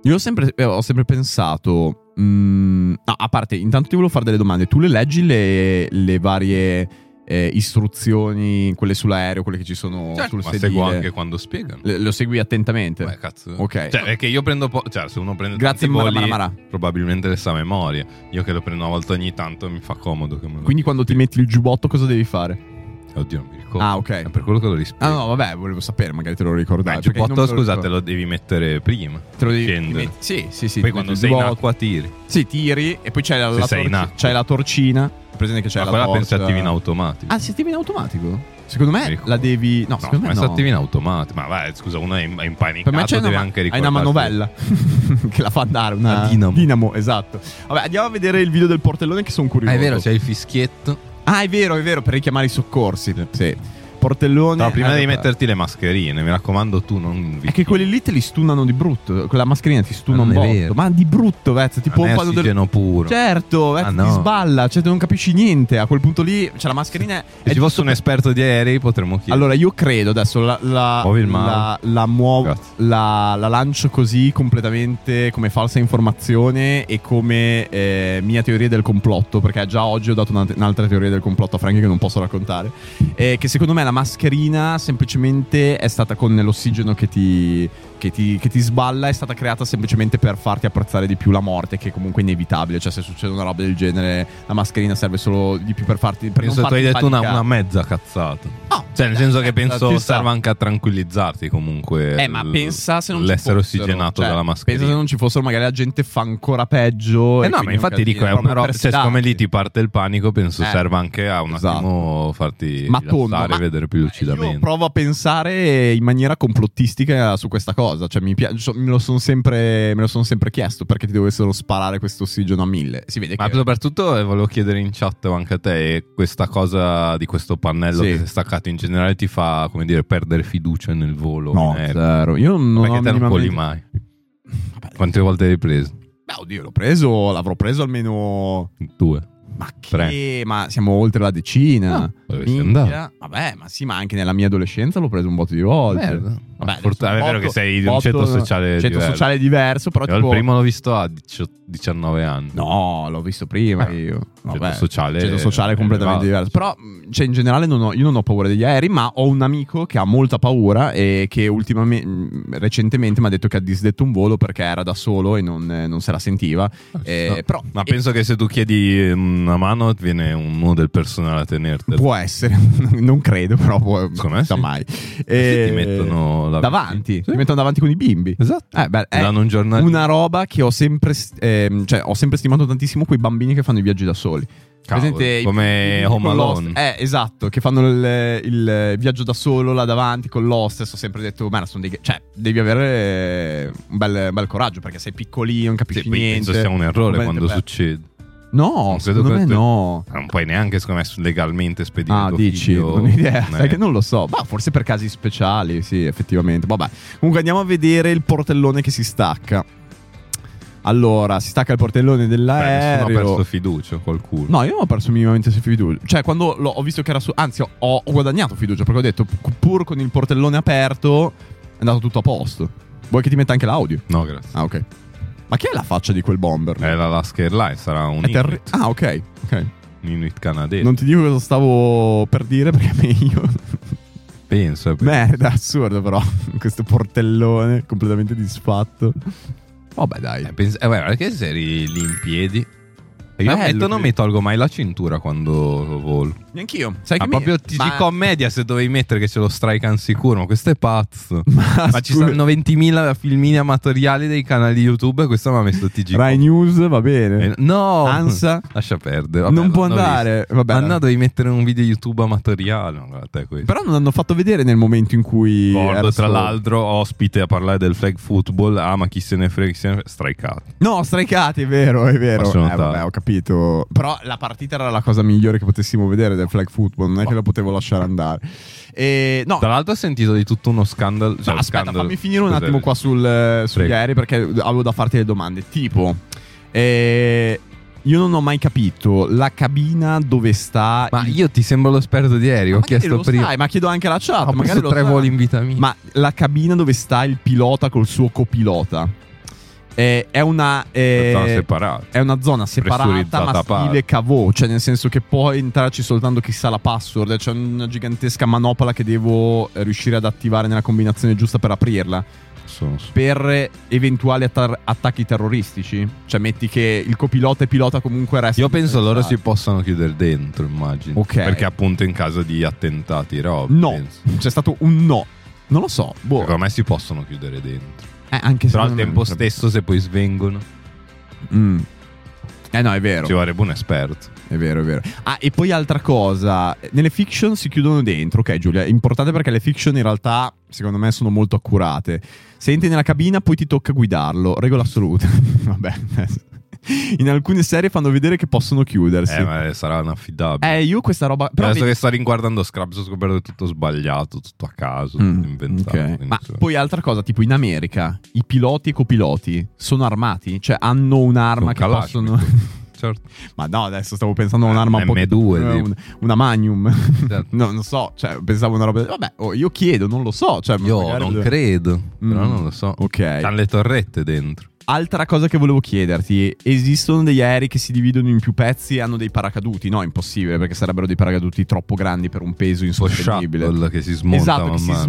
Io ho sempre, eh, ho sempre pensato. mm, no, a parte, intanto ti volevo fare delle domande. Tu le leggi le, le varie eh, istruzioni, quelle sull'aereo, quelle che ci sono
Certo,
sul
ma
sedile?
seguo anche quando spiegano.
Le- lo segui attentamente.
Beh, cazzo.
Ok.
Cioè, perché io prendo po- cioè, se uno prende
Grazie,
tanti
Mara,
voli,
Mara, Mara.
probabilmente le sa a memoria. Io che lo prendo una volta ogni tanto mi fa comodo che me lo-
Quindi quando ti metti il giubbotto cosa devi fare?
Oddio, non mi ricordo.
Ah, ok.
È per quello che lo rispiego.
Ah no, vabbè, volevo sapere, magari te lo ricordavi.
il
perché non
giubbotto,
me lo ricordo.
scusate, lo devi mettere prima.
Te lo devi
scendo.
ti metti- Sì, sì, sì.
Poi
ti metti
quando
il
sei in
giubbotto.
acqua tiri.
Sì, tiri e poi c'è la,
Se
la
sei in
torci-
acqua.
c'è la torcina. Presente che c'è
ma
la
quella
torcia.
penso attivi in automatico.
Ah, si attiva in automatico? Secondo
Mi
me
ricordo.
la devi... Ah, No,
No,
secondo me
ma se
no.
attivi in automatico. Ma vai, scusa, uno è in- è impanicato,
Per me c'è una,
deve
ma-
anche
hai
ricordare.
una manovella che la fa andare, una
La dinamo.
esatto. Vabbè, andiamo a vedere il video del portellone che sono curioso.
è vero, c'è il fischietto.
Ah, è vero, è vero, per richiamare i soccorsi. Sì. Portellone.
No, prima
Ah,
devi
vabbè.
metterti le mascherine, mi raccomando tu non vi...
È che quelli lì te li stunano di brutto. Quella mascherina ti stuna
Ma
un
non è
botto.
vero.
Ma di brutto, Vezza. Tipo
non è
quando del-
ossigeno puro.
Certo, Vezza,
Ah, no.
ti sballa. Cioè, tu non capisci niente. A quel punto lì, cioè, la mascherina è.
Se ci fosse un esperto di aerei potremmo chiedere.
Allora, io credo adesso la, la,
Muovi il
la,
mouse.
la muovo,
Grazie.
la, la lancio così completamente come falsa informazione e come eh, mia teoria del complotto, perché già oggi ho dato una- un'altra teoria del complotto a Franchi che non posso raccontare, eh, che secondo me la mascherina semplicemente è stata con l'ossigeno che ti, che, ti, che ti sballa, è stata creata semplicemente per farti apprezzare di più la morte, che comunque è inevitabile, cioè se succede una roba del genere la mascherina serve solo di più per farti... Per
penso
non
tu hai
farti
detto una,
impanicare.
una mezza cazzata.
No,
Cioè, nel senso che
eh,
penso
ci sta.
serva anche a tranquillizzarti comunque.
Eh, ma
l-
pensa se non ci
L'essere
fossero.
ossigenato
Cioè,
dalla mascherina.
Pensa se non ci fossero, magari la gente fa ancora peggio.
Eh
e quindi
no, ma
un casino,
infatti dico, è
proprio
una roba.
per
Se siccome
sedarti.
lì ti parte il panico, penso
Eh,
serva anche a un
esatto.
attimo farti
Ma tondo,
rilassare
ma-
e vedere più
Eh, Io
lucidamente.
provo a pensare in maniera complottistica su questa cosa. Cioè, mi piace, me lo sono sempre, me lo son sempre chiesto perché ti dovessero sparare questo ossigeno a mille. Si vede
Ma
che.
soprattutto eh, volevo chiedere in chat anche a te eh, questa cosa di questo pannello
Sì.
che si è staccato in generale ti fa, come dire, perdere fiducia nel volo.
No,
in aereo?
zero. Io non ho
Perché Eh, te non
minimamente-
voli mai.
Vabbè,
Quante volte l'hai preso?
beh, oddio, l'ho preso, l'avrò preso almeno.
Due.
Ma che?
Tre.
Ma siamo oltre la decina.
Ah, dovresti
Minchia.
andare.
Vabbè, ma sì, ma anche nella mia adolescenza l'ho preso un botto di volte.
Merda.
Vabbè,
Fortuna-
adesso
è vero
botto-
che sei di un
botto-
ceto sociale
Ceto
diverso.
sociale diverso, però
Io
tipo...
il primo l'ho visto a 18 19 anni.
No, l'ho visto prima
Eh,
io.
Ceto
Vabbè,
sociale-
ceto sociale
eh,
completamente
elevato.
diverso. Però, mh, cioè, in generale, non ho- io non ho paura degli aerei, ma ho un amico che ha molta paura e che ultimamente, mh, recentemente mi ha detto che ha disdetto un volo perché era da solo e non, eh, non se la sentiva. Eh,
No.
però,
Ah, Ma
eh,
penso che se tu chiedi una mano, ti viene uno del personale a tenerti.
Può essere, non credo, però può,
Secondo me
sa
sì.
mai.
Sì,
Eh,
ti mettono la-
davanti,
Sì.
ti mettono davanti con i bimbi.
Esatto.
Eh, beh, è
Danno un giornalino.
una roba che ho sempre, st- ehm, cioè, ho sempre stimato tantissimo quei bambini che fanno i viaggi da soli.
Cavolo,
i-
come
i-
Home
con l'host-
Alone.
Eh, esatto, che fanno il, il viaggio da solo là davanti con l'hostess. Ho sempre detto, ma sono dei- cioè, devi avere eh, un bel, bel coraggio perché sei piccolino, non
Sì,
capisci
poi
niente.
penso sia un errore
Veramente,
quando
beh,
succede.
No,
Non credo
secondo me
che-
no.
Ma Non puoi neanche, secondo me, legalmente spedire
Ah,
tuo
dici?
figlio.
Non ho idea,
Eh,
sai che non lo so. Ma forse per casi speciali, sì, effettivamente. Vabbè. Comunque andiamo a vedere il portellone che si stacca. Allora, si stacca il portellone
Beh, nessuno ha
dell'aereo.
perso fiducia qualcuno.
No, io non ho perso minimamente fiducia. Cioè, quando l'ho- ho visto che era su. Anzi, ho, ho guadagnato fiducia perché ho detto, pu- pur con il portellone aperto, è andato tutto a posto. Vuoi che ti metta anche l'audio?
No, grazie. Eh,
Ah, ok. Ma chi è la faccia di quel bomber?
È l'Alaska Airlines, sarà un
È
Inuit,
terri- ah, ok. ok.
un Inuit canadese.
Non ti dico cosa stavo per dire perché è meglio.
Penso. eh, perché-
Merda, assurdo però. Questo portellone completamente disfatto. Vabbè, dai.
eh, penso- eh, guarda che sei lì in piedi. E Io
Bello,
metto- non
quindi.
mi tolgo mai la cintura quando volo.
Neanch'io. Sai
Ma
che
Ah, proprio TG Commedia se dovevi mettere che c'è lo strike an sicuro, ma questo è pazzo.
Ma,
Ma ci stanno 20.000 filmini amatoriali dei canali YouTube e questo mi ha messo TG
Rai News, va bene.
Eh, No,
Ansa.
lascia perdere. vabbè,
non può
l'hanno
andare. Vabbè.
visto. Ma no, devi mettere un video YouTube amatoriale. no, guarda te questo.
Però non hanno fatto vedere nel momento in cui.
Ricordo,
era
tra
solo-
l'altro, ospite a parlare del flag football. Ah, ma chi se ne frega, chi se ne frega. Strikeout.
No, strikati, è vero, è vero.
Faccio
Eh,
notare.
vabbè, ho capito. Però la partita era la cosa migliore che potessimo vedere del flag football. Non è che la potevo lasciare andare. E, no,
Tra l'altro, ho sentito di tutto uno scandalo. cioè,
No, aspetta,
scandalo-
fammi finire un
Cos'è?
attimo qua sul, eh, sugli
Prego.
aerei perché avevo da farti le domande. Tipo, eh, io non ho mai capito la cabina dove sta.
Ma
il-
io ti sembro l'esperto di aereo. Ho
magari
chiesto
lo
prima.
sai, ma chiedo anche alla chat.
ho
magari
preso
lo
tre
sa.
voli in vita mia.
Ma la cabina dove sta il pilota col suo copilota Eh, è una. eh,
Sono separati.
è una zona separata
Pressurizzata
ma
a parte.
stile cavò, cioè nel senso che può entrarci soltanto chi sa la password, c'è una gigantesca manopola che devo eh, riuscire ad attivare nella combinazione giusta per aprirla
Sono su-
per eventuali attar- attacchi terroristici? Cioè, metti che il copilota e pilota comunque restano.
Io penso loro si possano chiudere dentro, immagino.
Ok.
Perché appunto in caso di attentati, roba.
No.
penso.
C'è stato un no. Non lo so. Boh.
Secondo me si possono chiudere dentro.
Eh, anche
Però al
secondo
tempo
me-
stesso, se poi svengono,
Mm. Eh no, è vero.
ci vorrebbe un esperto.
È vero, è vero. Ah, e poi altra cosa. Nelle fiction si chiudono dentro. Ok, Giulia, è importante perché le fiction in realtà, secondo me, sono molto accurate. Se entri nella cabina, poi ti tocca guidarlo. Regola assoluta. Vabbè. In alcune serie fanno vedere che possono chiudersi.
Eh, ma sarà inaffidabile.
Eh, io questa roba. Però
Adesso
vedi-
che sto riguardando Scraps ho scoperto che è tutto sbagliato, tutto a caso,
Mm,
tutto inventato.
ok.
quindi
Ma
so-
poi altra cosa, tipo in America i piloti e i copiloti sono armati, cioè hanno un'arma
Con
che
Kalashnikov.
possono.
Certo.
Ma no, adesso stavo pensando a
Ah,
un'arma un po' più-
M2,
eh,
tipo.
un- una Magnum.
Certo.
No, non so, cioè pensavo una roba. Vabbè, oh, io chiedo, non lo so, cioè
Io
magari-
non credo, però
Mm.
non lo so.
Ok.
C'hanno le torrette dentro.
Altra cosa che volevo chiederti, esistono degli aerei che si dividono in più pezzi e hanno dei paracaduti? No, impossibile perché sarebbero dei paracaduti troppo grandi per un peso
Tipo
insostenibile.
shuttle che si smonta.
esatto,
man
che si
mano. Io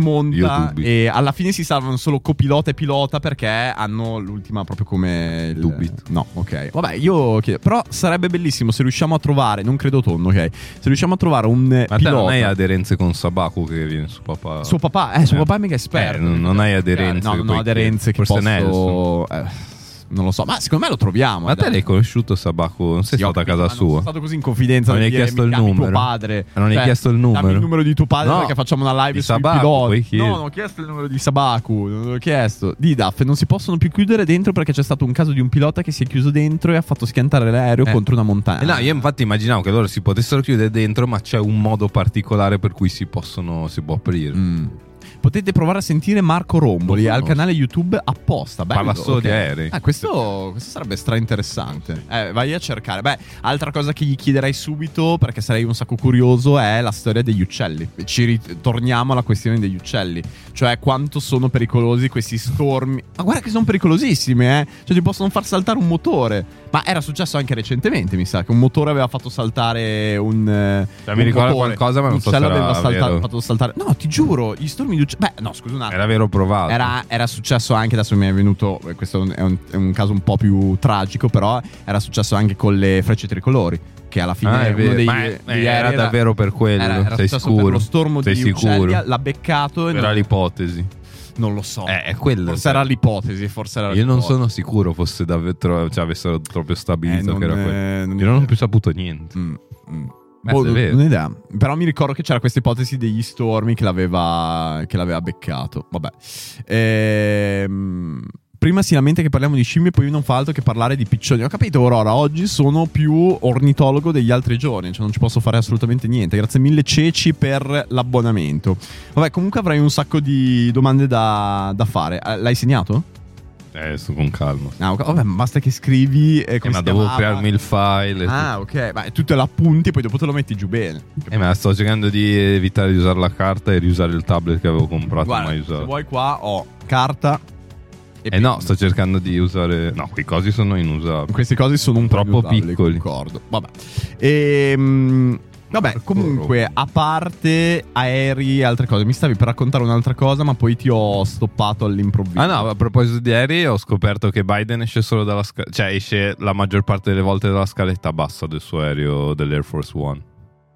smonta
dubito.
e alla fine si salvano solo copilota e pilota perché hanno l'ultima proprio come il-
Dubito.
No, ok. Vabbè, io chiedo, però sarebbe bellissimo se riusciamo a trovare, non credo tonno, ok. Se riusciamo a trovare un eh,
Ma te
pilota
non hai aderenze con Sabaku che viene su papà.
suo papà, eh, suo
Eh.
papà è mica esperto.
Eh, non- non hai aderenze
No,
che
non ho
puoi
aderenze che
chiedere. Forse
posso eh, non lo so, ma secondo me lo troviamo.
Ma
dai.
te l'hai conosciuto Sabaku? Non sei
Sì, ho
stato a
capito,
casa
ma non
sua.
Sono stato così in confidenza.
Non
nel
gli hai
dire,
chiesto
mi
il
chiami
numero?
Tuo padre. Cioè,
Ma non gli hai chiesto il
dammi
numero?
il numero di tuo padre
No,
perché facciamo una live
di
sui
Sabaku,
piloti.
puoi
No,
chiedere.
non ho chiesto il numero di Sabaku. Non l'ho chiesto. Di Daff, non si possono più chiudere dentro perché c'è stato un caso di un pilota che si è chiuso dentro e ha fatto schiantare l'aereo
Eh.
contro una montagna.
Eh no, io infatti immaginavo che loro si potessero chiudere dentro, ma c'è un modo particolare per cui si possono si può aprire.
Mm. Potete provare a sentire Marco Romboli
Lo
al
conosco.
canale YouTube apposta. Bello,
Parla solo
ok.
di aerei.
Ah, questo, questo sarebbe stra interessante. Eh, vai a cercare. Beh, altra cosa che gli chiederai subito, perché sarei un sacco curioso, è la storia degli uccelli. Ci ritorniamo alla questione degli uccelli. Cioè, quanto sono pericolosi questi stormi. Ma guarda che sono pericolosissimi, eh. Cioè, ti possono far saltare un motore. Ma era successo anche recentemente, mi sa, che un motore aveva fatto saltare un. eh,
Cioè, mi
un
ricorda
motore.
qualcosa, ma non
Un
so
uccello
se era
aveva saltato-
vero.
fatto saltare. No, ti giuro, gli stormi di uccelli. Beh, no, scusa un attimo.
Era vero provato. Ah,
Era, era successo anche, adesso mi è venuto, eh, questo è un, è un caso un po' più tragico, però era successo anche con le frecce tricolori, che alla fine
Ah, è
uno
vero.
dei-
Ma è-
degli
eh, era
aerei
davvero per quello,
era- era
sei
successo
sicuro?
per lo stormo
Sei
di
sicuro?
Uccelli, l'ha beccato e
Era
non,
l'ipotesi.
non lo so.
Eh, è quello.
forse
cioè.
era l'ipotesi, forse era
Io non
l'ipotesi.
sono sicuro fosse davvero, cioè avessero proprio
Eh,
stabilito
non,
che era quello.
eh, non-
Io non ho più saputo niente.
Mm, mm.
Eh,
Boh,
se è vero.
non ho idea. Però mi ricordo che c'era questa ipotesi degli stormi che l'aveva, che l'aveva beccato. Vabbè. Ehm, prima si lamenta che parliamo di scimmie, poi non fa altro che parlare di piccioni. Ho capito, Aurora. Oggi sono più ornitologo degli altri giorni, cioè non ci posso fare assolutamente niente. Grazie mille, Ceci, per l'abbonamento. Vabbè, comunque avrei un sacco di domande da, da fare. Eh, L'hai segnato?
Eh, sto con calma.
Ah, ok. Vabbè, basta che scrivi. Eh,
Eh,
come
ma
si
devo
chiamava?
crearmi il file. e
Ah, ok. Ma tu te l'appunti e poi dopo te lo metti giù bene.
tutto. Eh, ma sto cercando di evitare di usare la carta e riusare il tablet che avevo comprato e
Guarda,
mai
se
usato.
vuoi qua ho carta. E
Eh no, sto cercando di usare. No, quei cosi sono inusabili.
Queste cose sono un po'
Troppo
inusabili,
piccoli.
Concordo. Vabbè. Ehm, vabbè,
Marco
comunque, a parte aerei e altre cose, mi stavi per raccontare un'altra cosa, ma poi ti ho stoppato all'improvviso.
Ah no, a proposito di aerei, ho scoperto che Biden esce solo dalla scaletta. Cioè, esce la maggior parte delle volte dalla scaletta bassa del suo aereo dell'Air Force One.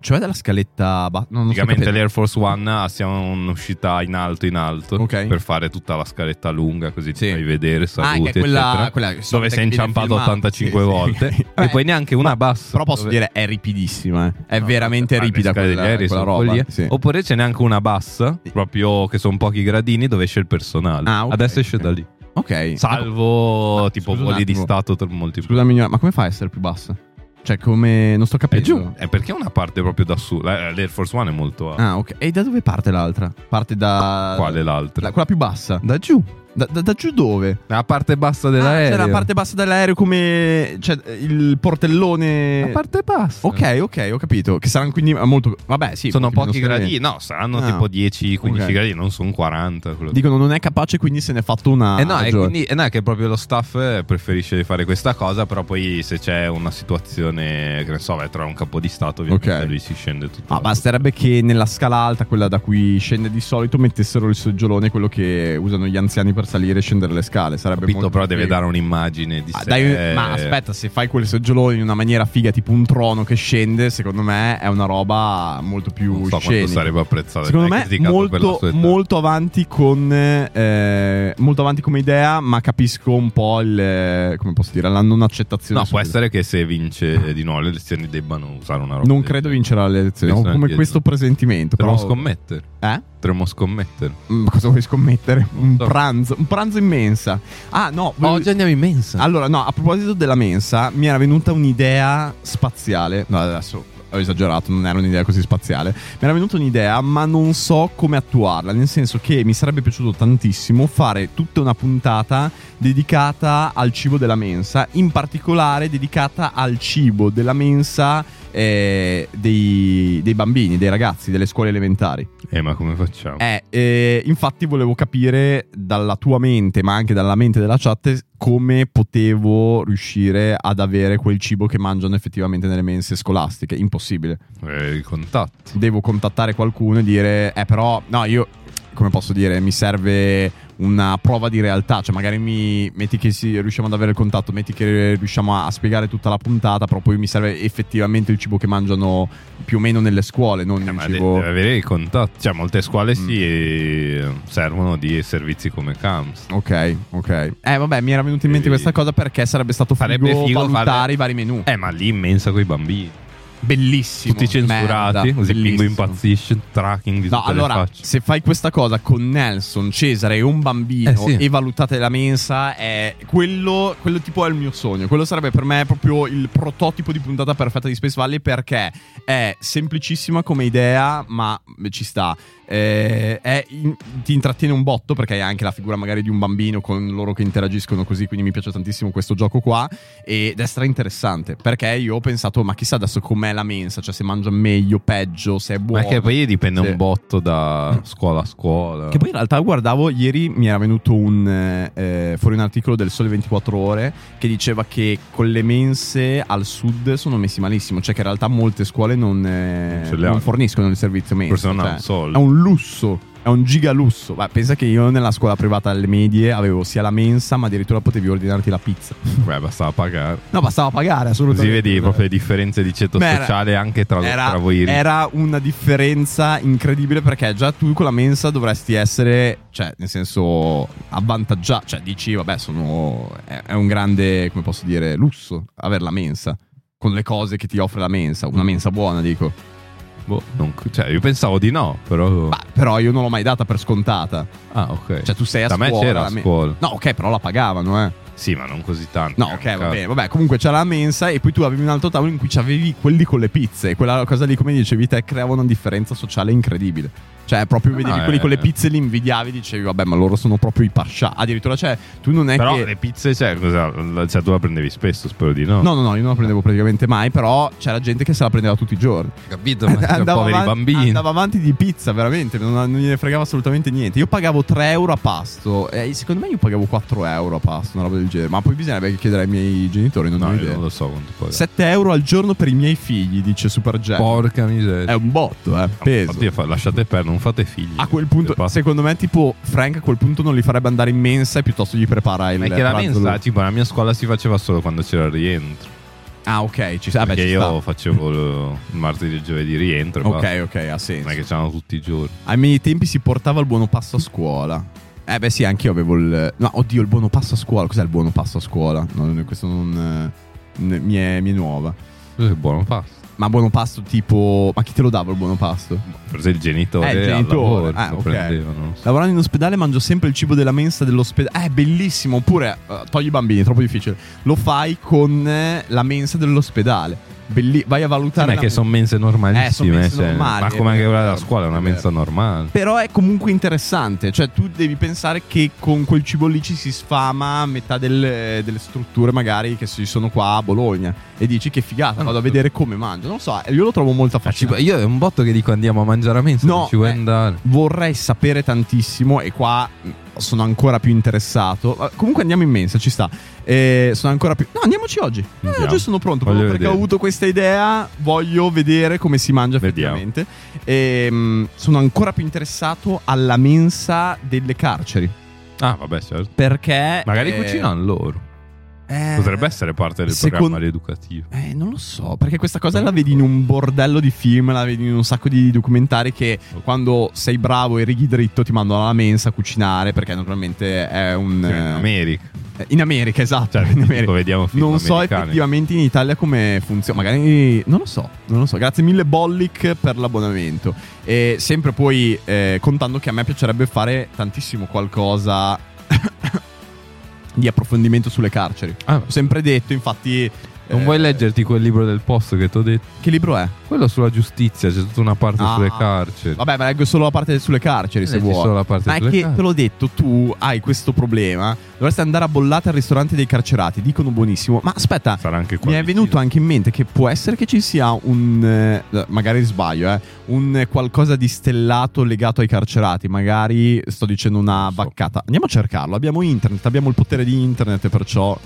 Cioè della scaletta... ba- non, non sto
Praticamente
capendo.
l'Air Force One ha sia un'uscita in alto in alto
Ok.
per fare tutta la scaletta lunga così
Sì.
ti fai vedere,
Ah,
saluti,
che è quella,
eccetera.
quella
dove sei inciampato 85 volte e
Vabbè,
poi neanche una bassa.
Eh, Però posso
Dove-
dire è ripidissima, eh. è
No,
veramente
vabbè,
ripida
le scale
quella,
degli aerei
quella
sono
roba.
follie.
sì.
Oppure ce n'è anche una bassa,
Sì.
proprio che sono pochi gradini, dove esce il personale.
Ah, ok,
Adesso esce
ok.
da lì.
Ok.
Salvo
Ma-
tipo
scusa un
voli di
attimo.
stato tra molti.
Scusami, ma come fa a essere più bassa? Cioè, come. Non sto
È
capendo.
giù. È perché una parte proprio da su. La- L'Air Force One è molto alta.
Ah, ok. E da dove parte l'altra? Parte da.
Quale l'altra?
Ah, La- quella più bassa? Da giù. Da, da- da giù dove?
La parte bassa
Ah,
dell'aereo.
cioè la parte bassa dell'aereo come. Cioè, il portellone.
La parte bassa.
Ok, ok, ho capito. Che saranno quindi molto. Vabbè, sì.
sono
molto
pochi
meno scalini.
gradini. No, saranno
Ah.
tipo 10-15
Ok.
gradini, non sono 40. quello che-
Dicono non è capace, quindi se ne è fatto una.
Eh no, e
giù.
quindi eh no, è che proprio lo staff eh, preferisce fare questa cosa, però poi se c'è una situazione, che ne so, vai tra un capo di stato, ovviamente
Ok.
lui si scende tutto.
Ah, basterebbe che nella scala alta, quella da cui scende di solito, mettessero il seggiolone, quello che usano gli anziani per salire e scendere le scale. Sarebbe
Capito,
molto
però deve
figo.
dare un'immagine di
Ah,
sé.
dai, ma aspetta, se fai quel seggiolone in una maniera figa, tipo un trono che scende, secondo me è una roba molto più
non so quanto
scenica.
sarebbe apprezzato.
Secondo
è
me
criticato per la
molto,
sua età.
molto avanti con eh, molto avanti come idea, ma capisco un po' il eh, come posso dire, la non accettazione.
No,
su
può
questo.
essere che se vince di nuovo le elezioni debbano usare una roba.
Non
del
credo
genere.
vincerà le elezioni,
Questo
ho come
anche-
questo presentimento, però
Potremmo scommettere.
Eh?
Potremmo scommettere.
Mm, Cosa vuoi scommettere? Un
so.
pranzo, un pranzo in mensa. Ah, no, voglio-
Oggi andiamo in mensa.
Allora, no, a proposito della mensa, mi era venuta un'idea spaziale. No, adesso ho esagerato, non era un'idea così spaziale. Mi era venuta un'idea, ma non so come attuarla. Nel senso che mi sarebbe piaciuto tantissimo fare tutta una puntata dedicata al cibo della mensa, in particolare dedicata al cibo della mensa eh, dei, dei bambini, dei ragazzi, delle scuole elementari.
Eh, ma come facciamo?
Eh, eh, infatti volevo capire dalla tua mente, ma anche dalla mente della chat, come potevo riuscire ad avere quel cibo che mangiano effettivamente nelle mense scolastiche. Impossibile.
Eh, il contatto.
Devo contattare qualcuno e dire, eh però, no, io, come posso dire, mi serve una prova di realtà, cioè magari mi metti che sì, riusciamo ad avere il contatto, metti che riusciamo a, a spiegare tutta la puntata, però poi mi serve effettivamente il cibo che mangiano più o meno nelle scuole, non
Eh,
il
ma de-
cibo...
deve avere il contatto. Cioè, molte scuole si eh, servono di servizi come CAMS.
Ok, ok. Eh, vabbè, mi era venuta in mente
Devi-
questa cosa perché sarebbe stato
Sarebbe
figo,
figo
valutare
fare-
i vari menu.
Eh, ma lì in mensa con i bambini.
bellissimo.
Tutti censurati,
Merda,
così il
bellissimo.
Pingu impazzisce, tracking di
No,
tutte le
allora,
facce.
se fai questa cosa con Nelson, Cesare e un bambino
Eh, sì.
e valutate la mensa, è quello, quello tipo è il mio sogno. Quello sarebbe per me proprio il prototipo di puntata perfetta di Space Valley perché è semplicissima come idea, ma ci sta. Eh, è in- ti intrattiene un botto perché hai anche la figura magari di un bambino con loro che interagiscono così, quindi mi piace tantissimo questo gioco qua ed è stra interessante perché io ho pensato ma chissà adesso com'è la mensa, cioè se mangia meglio, peggio, se è buono.
Ma che poi dipende
Sì. Mm.
un botto da scuola a scuola.
Che poi in realtà guardavo ieri mi era venuto un eh, fuori un articolo del Sole 24 Ore che diceva che con le mense al sud sono messi malissimo, cioè che in realtà molte scuole non, eh,
Non ce le
non
hanno.
forniscono il servizio mensa.
Forse non
cioè,
ha un soldo.
è un lusso, è un gigalusso. Ma pensa che io nella scuola privata alle medie avevo sia la mensa, ma addirittura potevi ordinarti la pizza.
Beh, bastava pagare.
No, bastava pagare
Così
assolutamente.
vedi proprio le differenze di ceto
Beh, era-
sociale Esatto, anche tra,
Era,
tra voi.
era una differenza incredibile perché già tu con la mensa dovresti essere, cioè, nel senso, avvantaggiato. Cioè, dici, vabbè, sono, è, è un grande, come posso dire, lusso avere la mensa. Con le cose che ti offre la mensa, una mensa buona, dico.
Boh, non- cioè, io pensavo di no, però...
Ma, però io non l'ho mai data per scontata.
ah, ok.
Cioè, tu sei a
da me
scuola.
c'era
la
a
men-
scuola.
No, ok, però la pagavano, eh.
Sì, ma non così tanto.
No,
era
ok,
un
va
cazzo.
bene, vabbè, comunque c'era la mensa e poi tu avevi un altro tavolo in cui c'avevi quelli con le pizze e quella cosa lì, come dicevi te, creava una differenza sociale incredibile. Cioè, proprio
Ah,
vedevi
eh.
quelli con le pizze li invidiavi, dicevi, vabbè, ma loro sono proprio i pascià. Addirittura, cioè, tu non è
Però
che.
le pizze, cioè, cosa, la- cioè, tu la prendevi spesso, spero di no.
No, no, no, io non la prendevo praticamente mai, però c'era gente che se la prendeva tutti i giorni.
capito? Ma cioè,
Andava
poveri
avanti-
bambini.
Andava avanti di pizza, veramente, non, non gliene fregava assolutamente niente. Io pagavo 3 euro a pasto, e secondo me io pagavo 4 euro a pasto, una roba del genere. Ma poi bisognerebbe chiedere ai miei genitori, non
No,
ho
io
idea.
non lo so quanto poi.
7 euro al giorno per i miei figli, dice Superjet.
Porca
È
miseria.
un botto, eh. Peso.
Infatti, fa- lasciate perdere, non fate figli. Cioè,
A quel punto,
Basta.
secondo me, tipo, Frank a quel punto non li farebbe andare in mensa e piuttosto gli prepara il
Ma è che la
pranzo
mensa,
lui.
tipo, la mia scuola si faceva solo quando c'era il rientro.
Ah, ok, ci sta. Vabbè,
perché
ci
io facevo lo- il martedì e il giovedì rientro.
sta.
e basta.
Ok, ok, ha senso.
Non è che c'erano tutti i giorni.
Ai miei tempi si portava il buono pasto a scuola. Eh beh sì, anche io avevo il... No, oddio, il buono pasto a scuola. Cos'è il buono pasto a scuola? No, no, questo non... eh, ne- mi, è, mi è nuova.
Questo è buono pasto.
Ma buono pasto tipo... Ma chi te lo dava il buono pasto?
Forse il genitore.
Eh, il
al
genitore.
lavoro
Ah,
lo
ok.
prendevano, non so.
Lavorando in ospedale mangio sempre il cibo della mensa dell'ospedale. Eh, bellissimo. Oppure, eh, togli i bambini, è troppo difficile. Lo fai con eh, la mensa dell'ospedale. Belli- vai a valutare...
Non è
la
che
mensa.
sono mense normalissime.
Eh, son mense
cioè,
normali, eh,
ma
è
come anche
vero,
quella della scuola, è una
è vero.
mensa normale.
Però è comunque interessante, cioè tu devi pensare che con quel cibo lì ci si sfama metà del- delle strutture magari che ci sono qua a Bologna e dici che figata, vado a
Esatto.
vedere come mangio, non lo so, eh, io lo trovo molto
Ma ci-
affascinante.
io è un botto che dico andiamo a mangiare a mensa.
No,
non ci vuoi
eh.
andare?
Vorrei sapere tantissimo e qua mh, sono ancora più interessato. Ma Comunque andiamo in mensa, ci sta. Eh, sono ancora più... No, andiamoci oggi. Eh,
Andiamo.
oggi sono pronto,
Voglio
proprio perché ho
vedere.
avuto questa idea, voglio vedere come si mangia
Vediamo.
effettivamente. E, mh, sono ancora più interessato alla mensa delle carceri.
Ah, vabbè, certo.
Perché
Magari
eh,
cucinano loro.
eh,
Potrebbe essere parte del
secondo-
programma rieducativo.
Eh, non lo so, perché questa cosa la vedi in un bordello di film, la vedi in un sacco di documentari che quando sei bravo e righi dritto ti mandano alla mensa a cucinare perché naturalmente è un...
Cioè, in
eh,
America.
eh, in America, esatto.
Cioè,
in America.
tipo, vediamo film
Non so
americani.
effettivamente in Italia come funziona, magari non lo so, non lo so. Grazie mille Bollic per l'abbonamento. E sempre poi eh, contando che a me piacerebbe fare tantissimo qualcosa di approfondimento sulle carceri.
Ah,
Ho sempre detto, infatti...
non
eh,
vuoi leggerti quel libro del posto che ti ho detto?
Che libro è?
Quello sulla giustizia, c'è tutta una parte
Ah.
sulle carceri.
Vabbè, ma leggo solo la parte sulle carceri se
Leggi
vuoi.
solo la parte
Ma è
sulle
che
carceri.
te l'ho detto, tu hai questo problema. Dovresti andare a bollata al ristorante dei carcerati. Dicono buonissimo. Ma aspetta,
Sarà anche qua.
mi è
vicino.
venuto anche in mente che può essere che ci sia un. eh, magari sbaglio, eh. Un eh, qualcosa di stellato legato ai carcerati. Magari sto dicendo una
Non so.
vaccata. Andiamo a cercarlo. Abbiamo internet, abbiamo il potere di internet, e perciò.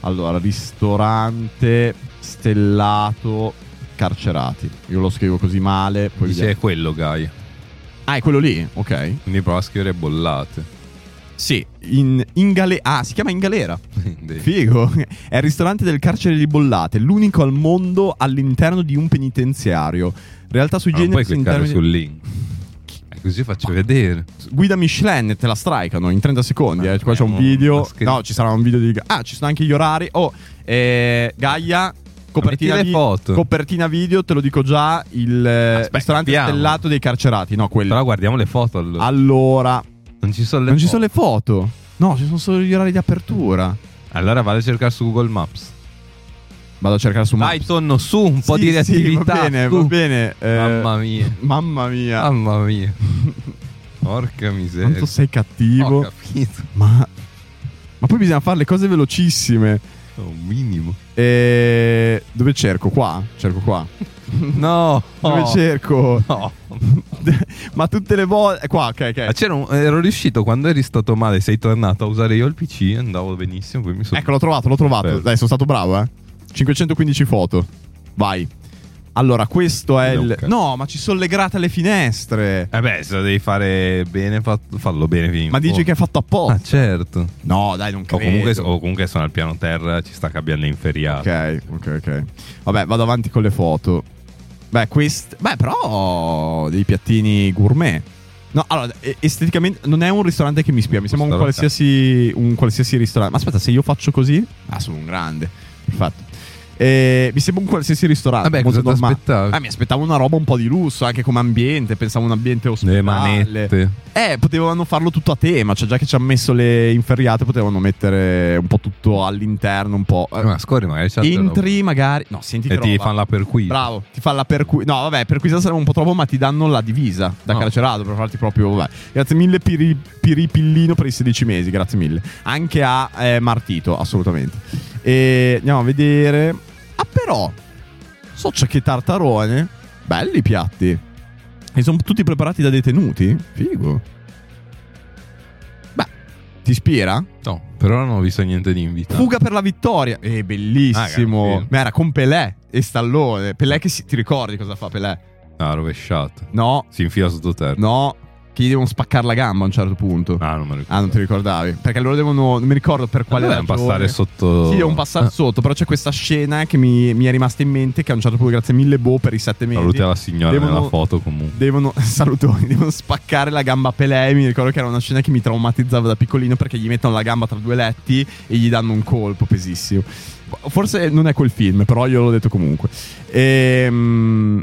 Allora, ristorante stellato carcerati. Io lo scrivo così male. Poi
Dice
vediamo.
è quello, Gaia.
Ah, è quello lì? Ok.
Quindi prova a scrivere bollate.
Sì. In, in galera. Ah, si chiama in galera.
Quindi-
Figo. È il ristorante del carcere di Bollate, l'unico al mondo all'interno di un penitenziario. Realtà sui
Ma Ah, non puoi
generi in
cliccare
termini-
sul link. Eh, Così faccio vedere.
Guida Michelin te la strikano in 30 secondi. eh. Qua c'è un
Abbiamo una
video.
scherza.
No, ci sarà un video di. Ah, ci sono anche gli orari. Oh, eh, Gaia. Copertina,
metti le
vi-
foto.
copertina video, te lo dico già, il eh,
Aspetta,
ristorante
abbiamo.
stellato dei carcerati. No, quello.
Però guardiamo le foto allora.
Allora,
Non ci sono le
Ah. non ci
foto.
sono le foto. No, ci sono solo gli orari di apertura.
Allora vado a cercare su Google Maps.
Vado a cercare su
Dai,
Maps.
tonno su un po'
Sì,
di
sì,
reattività.
va bene,
su.
va bene. eh,
Mamma mia.
Mamma mia.
Mamma mia. Porca miseria.
Quanto sei
Ho
cattivo.
capito.
Ma... ma poi bisogna fare le cose velocissime.
Oh, Un minimo.
E... Dove cerco? Qua? Cerco qua.
No.
Dove cerco?
No.
ma tutte le volte... Qua, ok,
Ma
ok.
c'era un- ero riuscito quando eri stato male, sei tornato a usare io il PC, andavo benissimo, poi mi sono
Ecco, l'ho trovato, l'ho trovato.
Bello.
Dai, sono stato bravo, eh. 515 foto. Vai. Allora, questo è il...
Luca.
No, ma ci sono legate alle finestre.
Eh beh, se lo devi fare bene, fa- fallo bene fino in
Ma dici
fondo.
che è fatto
Ah,
apposta?
certo.
No, dai, non
O
credo.
comunque, o comunque sono al piano terra, ci sta cambiando inferiato.
Ok, ok, ok. Vabbè, vado avanti con le foto. Beh, quest... Beh, però dei piattini gourmet. No, allora, e- esteticamente non è un ristorante che mi spia, mi sembra un
Questa roba.
qualsiasi, un qualsiasi ristorante. Ma aspetta, se io faccio così... Ah, sono un grande. Perfetto. Eh, mi sembra un qualsiasi ristorante.
Vabbè,
molto
cosa ti
normale.
aspettavi?
Ah, mi aspettavo una roba un po' di lusso, anche come ambiente. Pensavo un ambiente ospedale.
Le manette.
Eh, potevano farlo tutto a tema. Cioè, già che ci hanno messo le inferriate, potevano mettere un po' tutto all'interno, un po'. eh,
Ma scorri, magari c'è altra roba.
Entri magari. No, senti
e ti fanno la per cui.
Bravo, ti fa la perquisita. No, vabbè, perquisita sarebbe un po' troppo, ma ti danno la divisa da
No.
carcerato per farti proprio. vabbè. Grazie mille, Piri- Piripillino, per i 16 mesi. Grazie mille. Anche a eh, Martito, assolutamente. E andiamo a vedere. Ah, però, soccia che tartarone. Belli i piatti. E sono tutti preparati da detenuti. Figo. Beh, ti ispira?
No, per ora non ho visto niente di invitato.
Fuga per la vittoria. Eh,
Esatto. Ah,
bellissimo.
gran film.
Ma era con Pelé e Stallone. Pelé che si... ti ricordi cosa fa Pelé?
Ah, rovesciato.
No,
Si infila sottoterra.
no, che gli devono spaccare la gamba a un certo punto.
Ah, non me lo ricordo.
Ah, non ti ricordavi? Perché loro devono. Non mi ricordo per quale.
Qual è un
ragione.
passare sotto. Ah.
Sì, è un passare sotto. Però c'è questa scena che mi, mi è rimasta in mente. Che a un certo punto, grazie mille, Bo, per i sette mesi.
Saluti alla signora
Devono-
nella foto comunque.
Devono, salutoni, devono spaccare la gamba a Pelé. Mi ricordo che era una scena che mi traumatizzava da piccolino perché gli mettono la gamba tra due letti e gli danno un colpo pesissimo. Forse non è quel film, però io l'ho detto comunque. Ehm,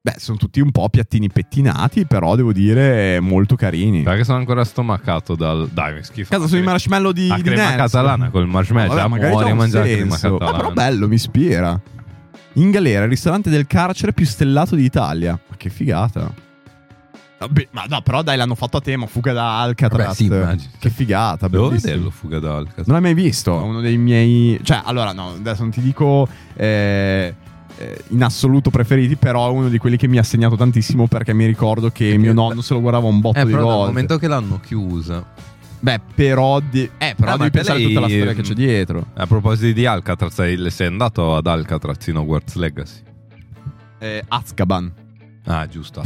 Beh, sono tutti un po' piattini pettinati, però devo dire molto carini.
Guarda che sono ancora stomacato dal. Dai, mi schifo.
Casa sono i marshmallow di,
La
di
crema
Nerz.
catalana col marshmallow,
Vabbè,
già
magari
muori
c'ha
a
un
mangiare la
senso.
crema catalana.
Eh, però bello, mi ispira. In galera, il ristorante del carcere più stellato d'Italia. Ma che figata. Vabbè, ma no, però dai, l'hanno fatto a tema, fuga da Alcatraz.
Vabbè, sì, immagino.
che figata,
Devo
bellissimo.
vederlo, fuga da Alcatraz.
Non l'hai mai visto? È uno dei miei. Cioè, allora, no, adesso non ti dico. eh, eh, in assoluto preferiti, però è uno di quelli che mi ha segnato tantissimo perché mi ricordo che mio nonno se lo guardava un botto
Eh,
di
però dal
volte.
momento che l'hanno chiusa.
Beh, però, di- eh, però
Ah, ma
devi
per
pensare a
lei-
tutta la storia che c'è dietro.
A proposito di Alcatraz, sei sei andato ad Alcatraz in Hogwarts Legacy?
Eh, Azkaban.
Ah, giusto.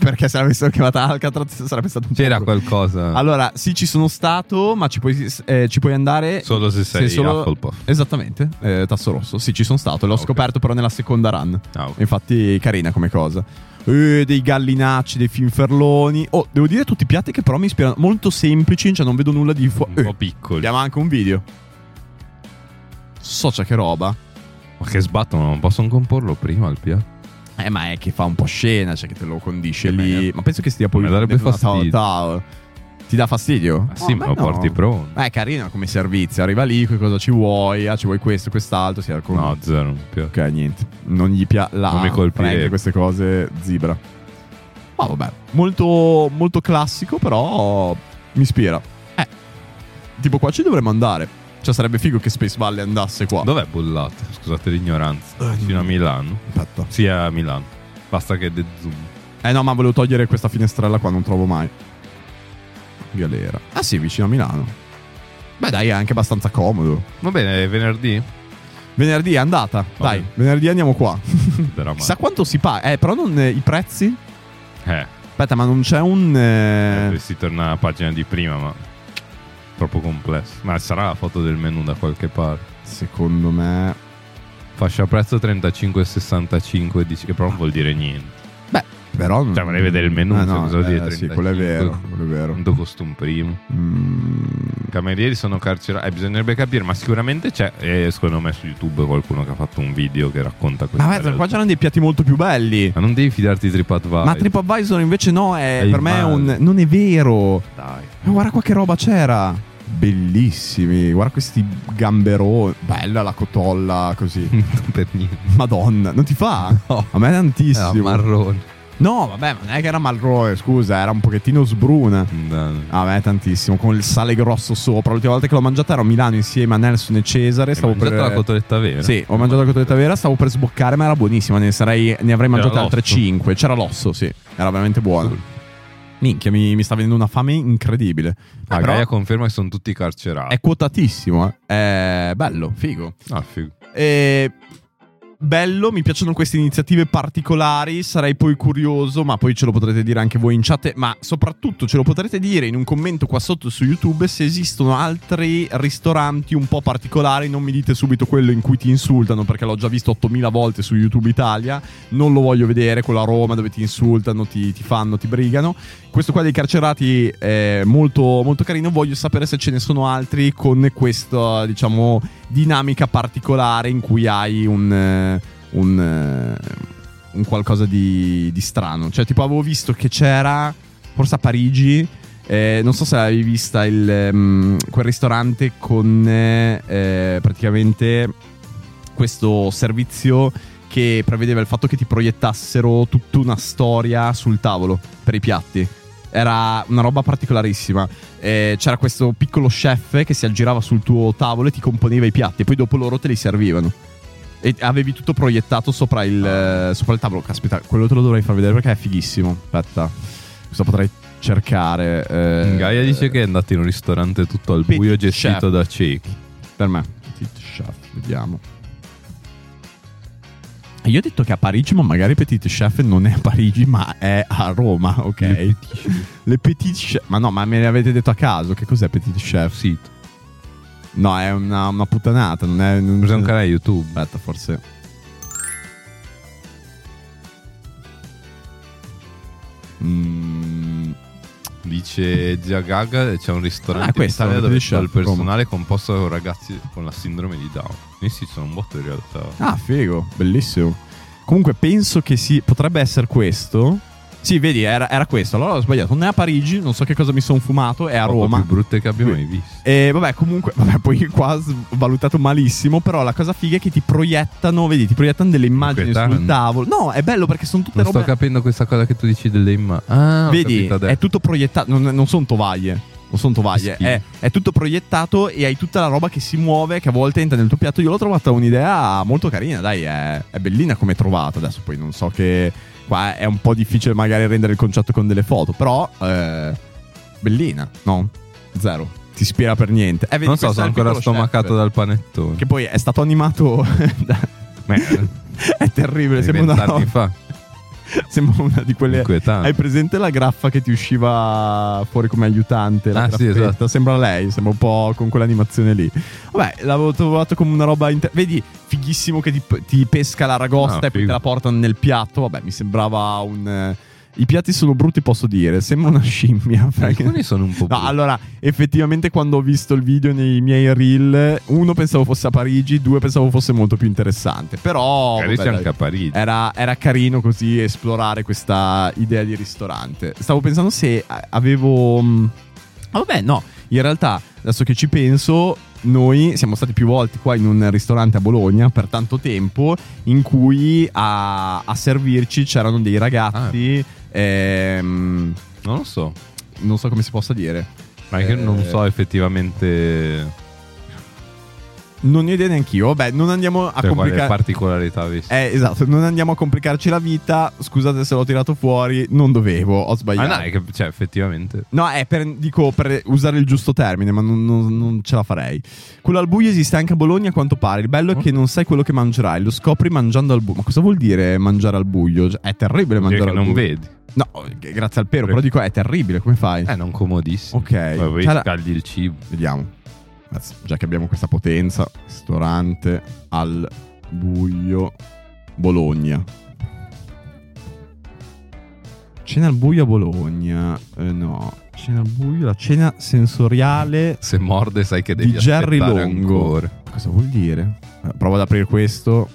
Perché se l'avessero chiamata Alcatraz sarebbe stato un po'
C'era
brutto.
qualcosa.
Allora, sì, ci sono stato, ma ci puoi, eh, ci puoi andare.
Solo se sei Hufflepuff.
Esattamente, eh, tasso rosso. Sì, ci sono stato. L'ho
Ok.
scoperto però nella seconda run.
Ah, ok.
Infatti, carina come cosa. Eh, dei gallinacci, dei finferloni. Oh, devo dire tutti i piatti che però mi ispirano. Molto semplici, cioè non vedo nulla di fuori.
Un po' piccoli.
abbiamo anche un video. Socia, che roba.
Ma che sbattono, non possono comporlo prima il piatto.
Eh, ma è che fa un po' scena, cioè che te lo condisce
Eh,
lì.
beh,
Ma penso che stia poi.
mi darebbe
dentro una
fastidio.
tavola. Ti dà fastidio?
Ma Ah, sì,
Oh,
ma
a
lo
me no. Eh,
porti pronto.
Ma è carino come servizio. Arriva lì, che cosa ci vuoi? Ah, ci vuoi questo, quest'altro. Sì, alcun-
No, zero. non piace.
Ok, niente. Non gli piace. La
Non mi colpire.
Frank, queste cose zibra. Ma vabbè. Molto, molto classico, però mi ispira. Eh. Tipo qua ci dovremmo andare. Cioè sarebbe figo che Space Valley andasse qua.
Dov'è Bollate? Scusate l'ignoranza.
Eh,
Fino a Milano.
Aspetta.
Sì, a Milano. Basta che de zoom.
Eh no, ma volevo togliere questa finestrella qua, non trovo mai. Galera. Ah sì, vicino a Milano. Beh dai, è anche abbastanza comodo.
Va bene, è venerdì?
Venerdì è andata. Dai,
bene.
venerdì andiamo qua.
Dramma.
Chissà quanto si paga. Eh, però non eh, i prezzi?
Eh,
Aspetta, ma non c'è un... eh,
dovresti tornare alla pagina di prima, ma... Troppo complesso. Ma sarà la foto del menu da qualche parte.
Secondo me...
Fascia prezzo 35,65, dici che però non vuol dire niente.
Beh, però... non-
Cioè, vorrei vedere il menu,
Eh,
se
no,
cosa
eh,
dire,
Sì, quello è
35.
vero, quello è vero.
Quanto costa un primo?
Mm,
Camerieri sono carcerati, eh, bisognerebbe capire, ma sicuramente c'è, eh, secondo me su YouTube qualcuno che ha fatto un video che racconta
Ma
questo.
guarda, qua c'erano dei piatti molto più belli.
Ma non devi fidarti di TripAdvisor.
Ma TripAdvisor invece no, è,
Ah, È
per me è un...
immagine.
Non è vero.
Dai.
Ma Eh, guarda qua che roba c'era. Bellissimi, guarda questi gamberoni. Bella la cotolla così.
non per niente.
Madonna, non ti fa?
No. Eh,
A me tantissimo.
Era marrone.
no, vabbè, ma non è che era marrone, scusa, era un pochettino sbruna.
No, no.
A me tantissimo, con il sale grosso sopra. L'ultima volta che l'ho mangiata ero a Milano insieme a Nelson e Cesare.
Hai
Stavo
mangiato
per...
la cotoletta vera? Ah,
Sì, ho mangiato la cotoletta vera, stavo per sboccare, ma era buonissima. Ne, sarei- ne avrei mangiato altre
l'osso.
5. C'era l'osso, sì. Era veramente buona.
Cool.
Minchia, mi, mi sta venendo una fame incredibile.
Ah,
Però
Gaia conferma che sono tutti carcerati.
è quotatissimo, eh. È bello, figo.
Ah, figo.
E... Bello, mi piacciono queste iniziative particolari, sarei poi curioso, ma poi ce lo potrete dire anche voi in chat, ma soprattutto ce lo potrete dire in un commento qua sotto su YouTube se esistono altri ristoranti un po' particolari, non mi dite subito quello in cui ti insultano perché l'ho già visto 8000 volte su YouTube Italia, non lo voglio vedere, quello a Roma dove ti insultano, ti, ti fanno, ti brigano. Questo qua dei carcerati è molto, molto carino, voglio sapere se ce ne sono altri con questa, diciamo, dinamica particolare in cui hai un, eh, un, eh, un qualcosa di, di strano. Cioè, tipo, avevo visto che c'era, forse a Parigi, eh, non so se avevi vista il, ehm, quel ristorante con eh, eh, praticamente questo servizio che prevedeva il fatto che ti proiettassero tutta una storia sul tavolo per i piatti. Era una roba particolarissima. Eh, c'era questo piccolo chef che si aggirava sul tuo tavolo e ti componeva i piatti, e poi dopo loro te li servivano. E avevi tutto proiettato sopra il,
Ah.
eh, sopra il tavolo. Caspita, quello te lo dovrei far vedere perché è fighissimo. Aspetta, questo potrei cercare. eh,
Gaia dice che è andato in un ristorante tutto al
Petit
buio gestito
chef.
da ciechi.
Per me. Petit chef, vediamo. Io ho detto che è a Parigi, ma magari Petit Chef non è a Parigi, ma è a Roma, ok? Le Petit Chef. Ma no, ma me ne avete detto a caso. Che cos'è Petit Chef? Sì. No, è una, una puttanata, non è... Non
Usa un canale YouTube.
Aspetta, forse... Mm,
Dice Zia Gaga eh, c'è un
Ah,
ristorante in
questo,
Italia
Petit
dove
Chef,
il personale è composto da ragazzi con la sindrome di Down. Eh sì, sono un botto in realtà.
Ah, figo, bellissimo. Comunque penso che sì, potrebbe essere questo. Sì, vedi, era, era questo. Allora ho sbagliato. Non è a Parigi, non so che cosa mi sono fumato, è a
Poco
Roma.
più brutte che abbiamo mai visto.
E vabbè, comunque, vabbè, poi qua s- valutato malissimo. Però la cosa figa è che ti proiettano, vedi, ti proiettano delle immagini sul
Inquietante.
tavolo. No, è bello perché sono tutte
Non sto
robe.
capendo questa cosa che tu dici delle immagini. Ah, ho
Vedi,
capito
è
adesso.
tutto proiettato, non, non sono tovaglie. Non sono tovaglie,
Schifo.
è, è tutto proiettato e hai tutta la roba che si muove, che a volte entra nel tuo piatto. Io l'ho trovata un'idea molto carina, dai, è, è bellina come trovata. Adesso poi non so che qua è un po' difficile magari rendere il concetto con delle foto, però eh, bellina, no? Zero. Ti ispira per niente. Eh, vedi,
Non so,
questo
sono
è il
ancora
piccolo
stomacato
chef,
dal panettone.
Che poi è stato animato... da- è terribile, sembra una,
vent'anni
roba-
fa.
sembra una di quelle...
Inquietante.
Hai presente la graffa che ti usciva fuori come aiutante? La
Ah, sì,
graffetta?
esatto.
Sembra lei, sembra un po' con quell'animazione lì. Vabbè, l'avevo trovato come una roba. inter- Vedi, fighissimo che ti, ti pesca la ragosta
Ah,
e poi
figo.
te la portano nel piatto. Vabbè, mi sembrava un. eh, I piatti sono brutti, posso dire. Sembra una scimmia. Frank.
Eh, Alcuni sono un po'
No,
brutti.
allora, effettivamente quando ho visto il video nei miei reel, uno pensavo fosse a Parigi, due pensavo fosse molto più interessante. Però...
Magari
vabbè,
c'è
dai. Eh.
anche a Parigi.
Era, era carino così esplorare questa idea di ristorante. Stavo pensando se a- avevo. mh, ah, Vabbè, no, in realtà, adesso che ci penso, noi siamo stati più volte qua in un ristorante a Bologna per tanto tempo in cui a, a servirci c'erano dei ragazzi.
Ah.
ehm,
Non lo so.
non so come si possa dire.
Ma è che non
Eh.
so effettivamente
Non ne ho idea neanch'io. Vabbè, non andiamo a
cioè, quale
complicare.
particolarità avessi.
Eh, esatto, non andiamo a complicarci la vita. Scusate se l'ho tirato fuori, non dovevo, ho
Ah,
sbagliato.
no, è che, cioè, effettivamente.
No, è per, dico, per usare il giusto termine, ma non, non- non ce la farei. Quello al buio esiste anche a Bologna, a quanto pare. Il bello è
Mm.
che non sai quello che mangerai, lo scopri mangiando al buio. Ma cosa vuol dire mangiare al buio? Cioè, È terribile
Vuol dire
mangiare
che
al
non
buio.
vedi.
No, g- grazie al pero, però dico, è terribile, come fai?
Eh, non comodissimo.
Ok.
Poi voi
C'è la-
scagli il cibo.
Vediamo. Mazza, Già che abbiamo questa potenza, ristorante al buio Bologna. Cena al buio a Bologna. Eh, no, cena al buio, la cena sensoriale
Se morde sai che devi
di Jerry
aspettare
Longo.
ancora.
Cosa vuol dire? Eh, Provo ad aprire questo.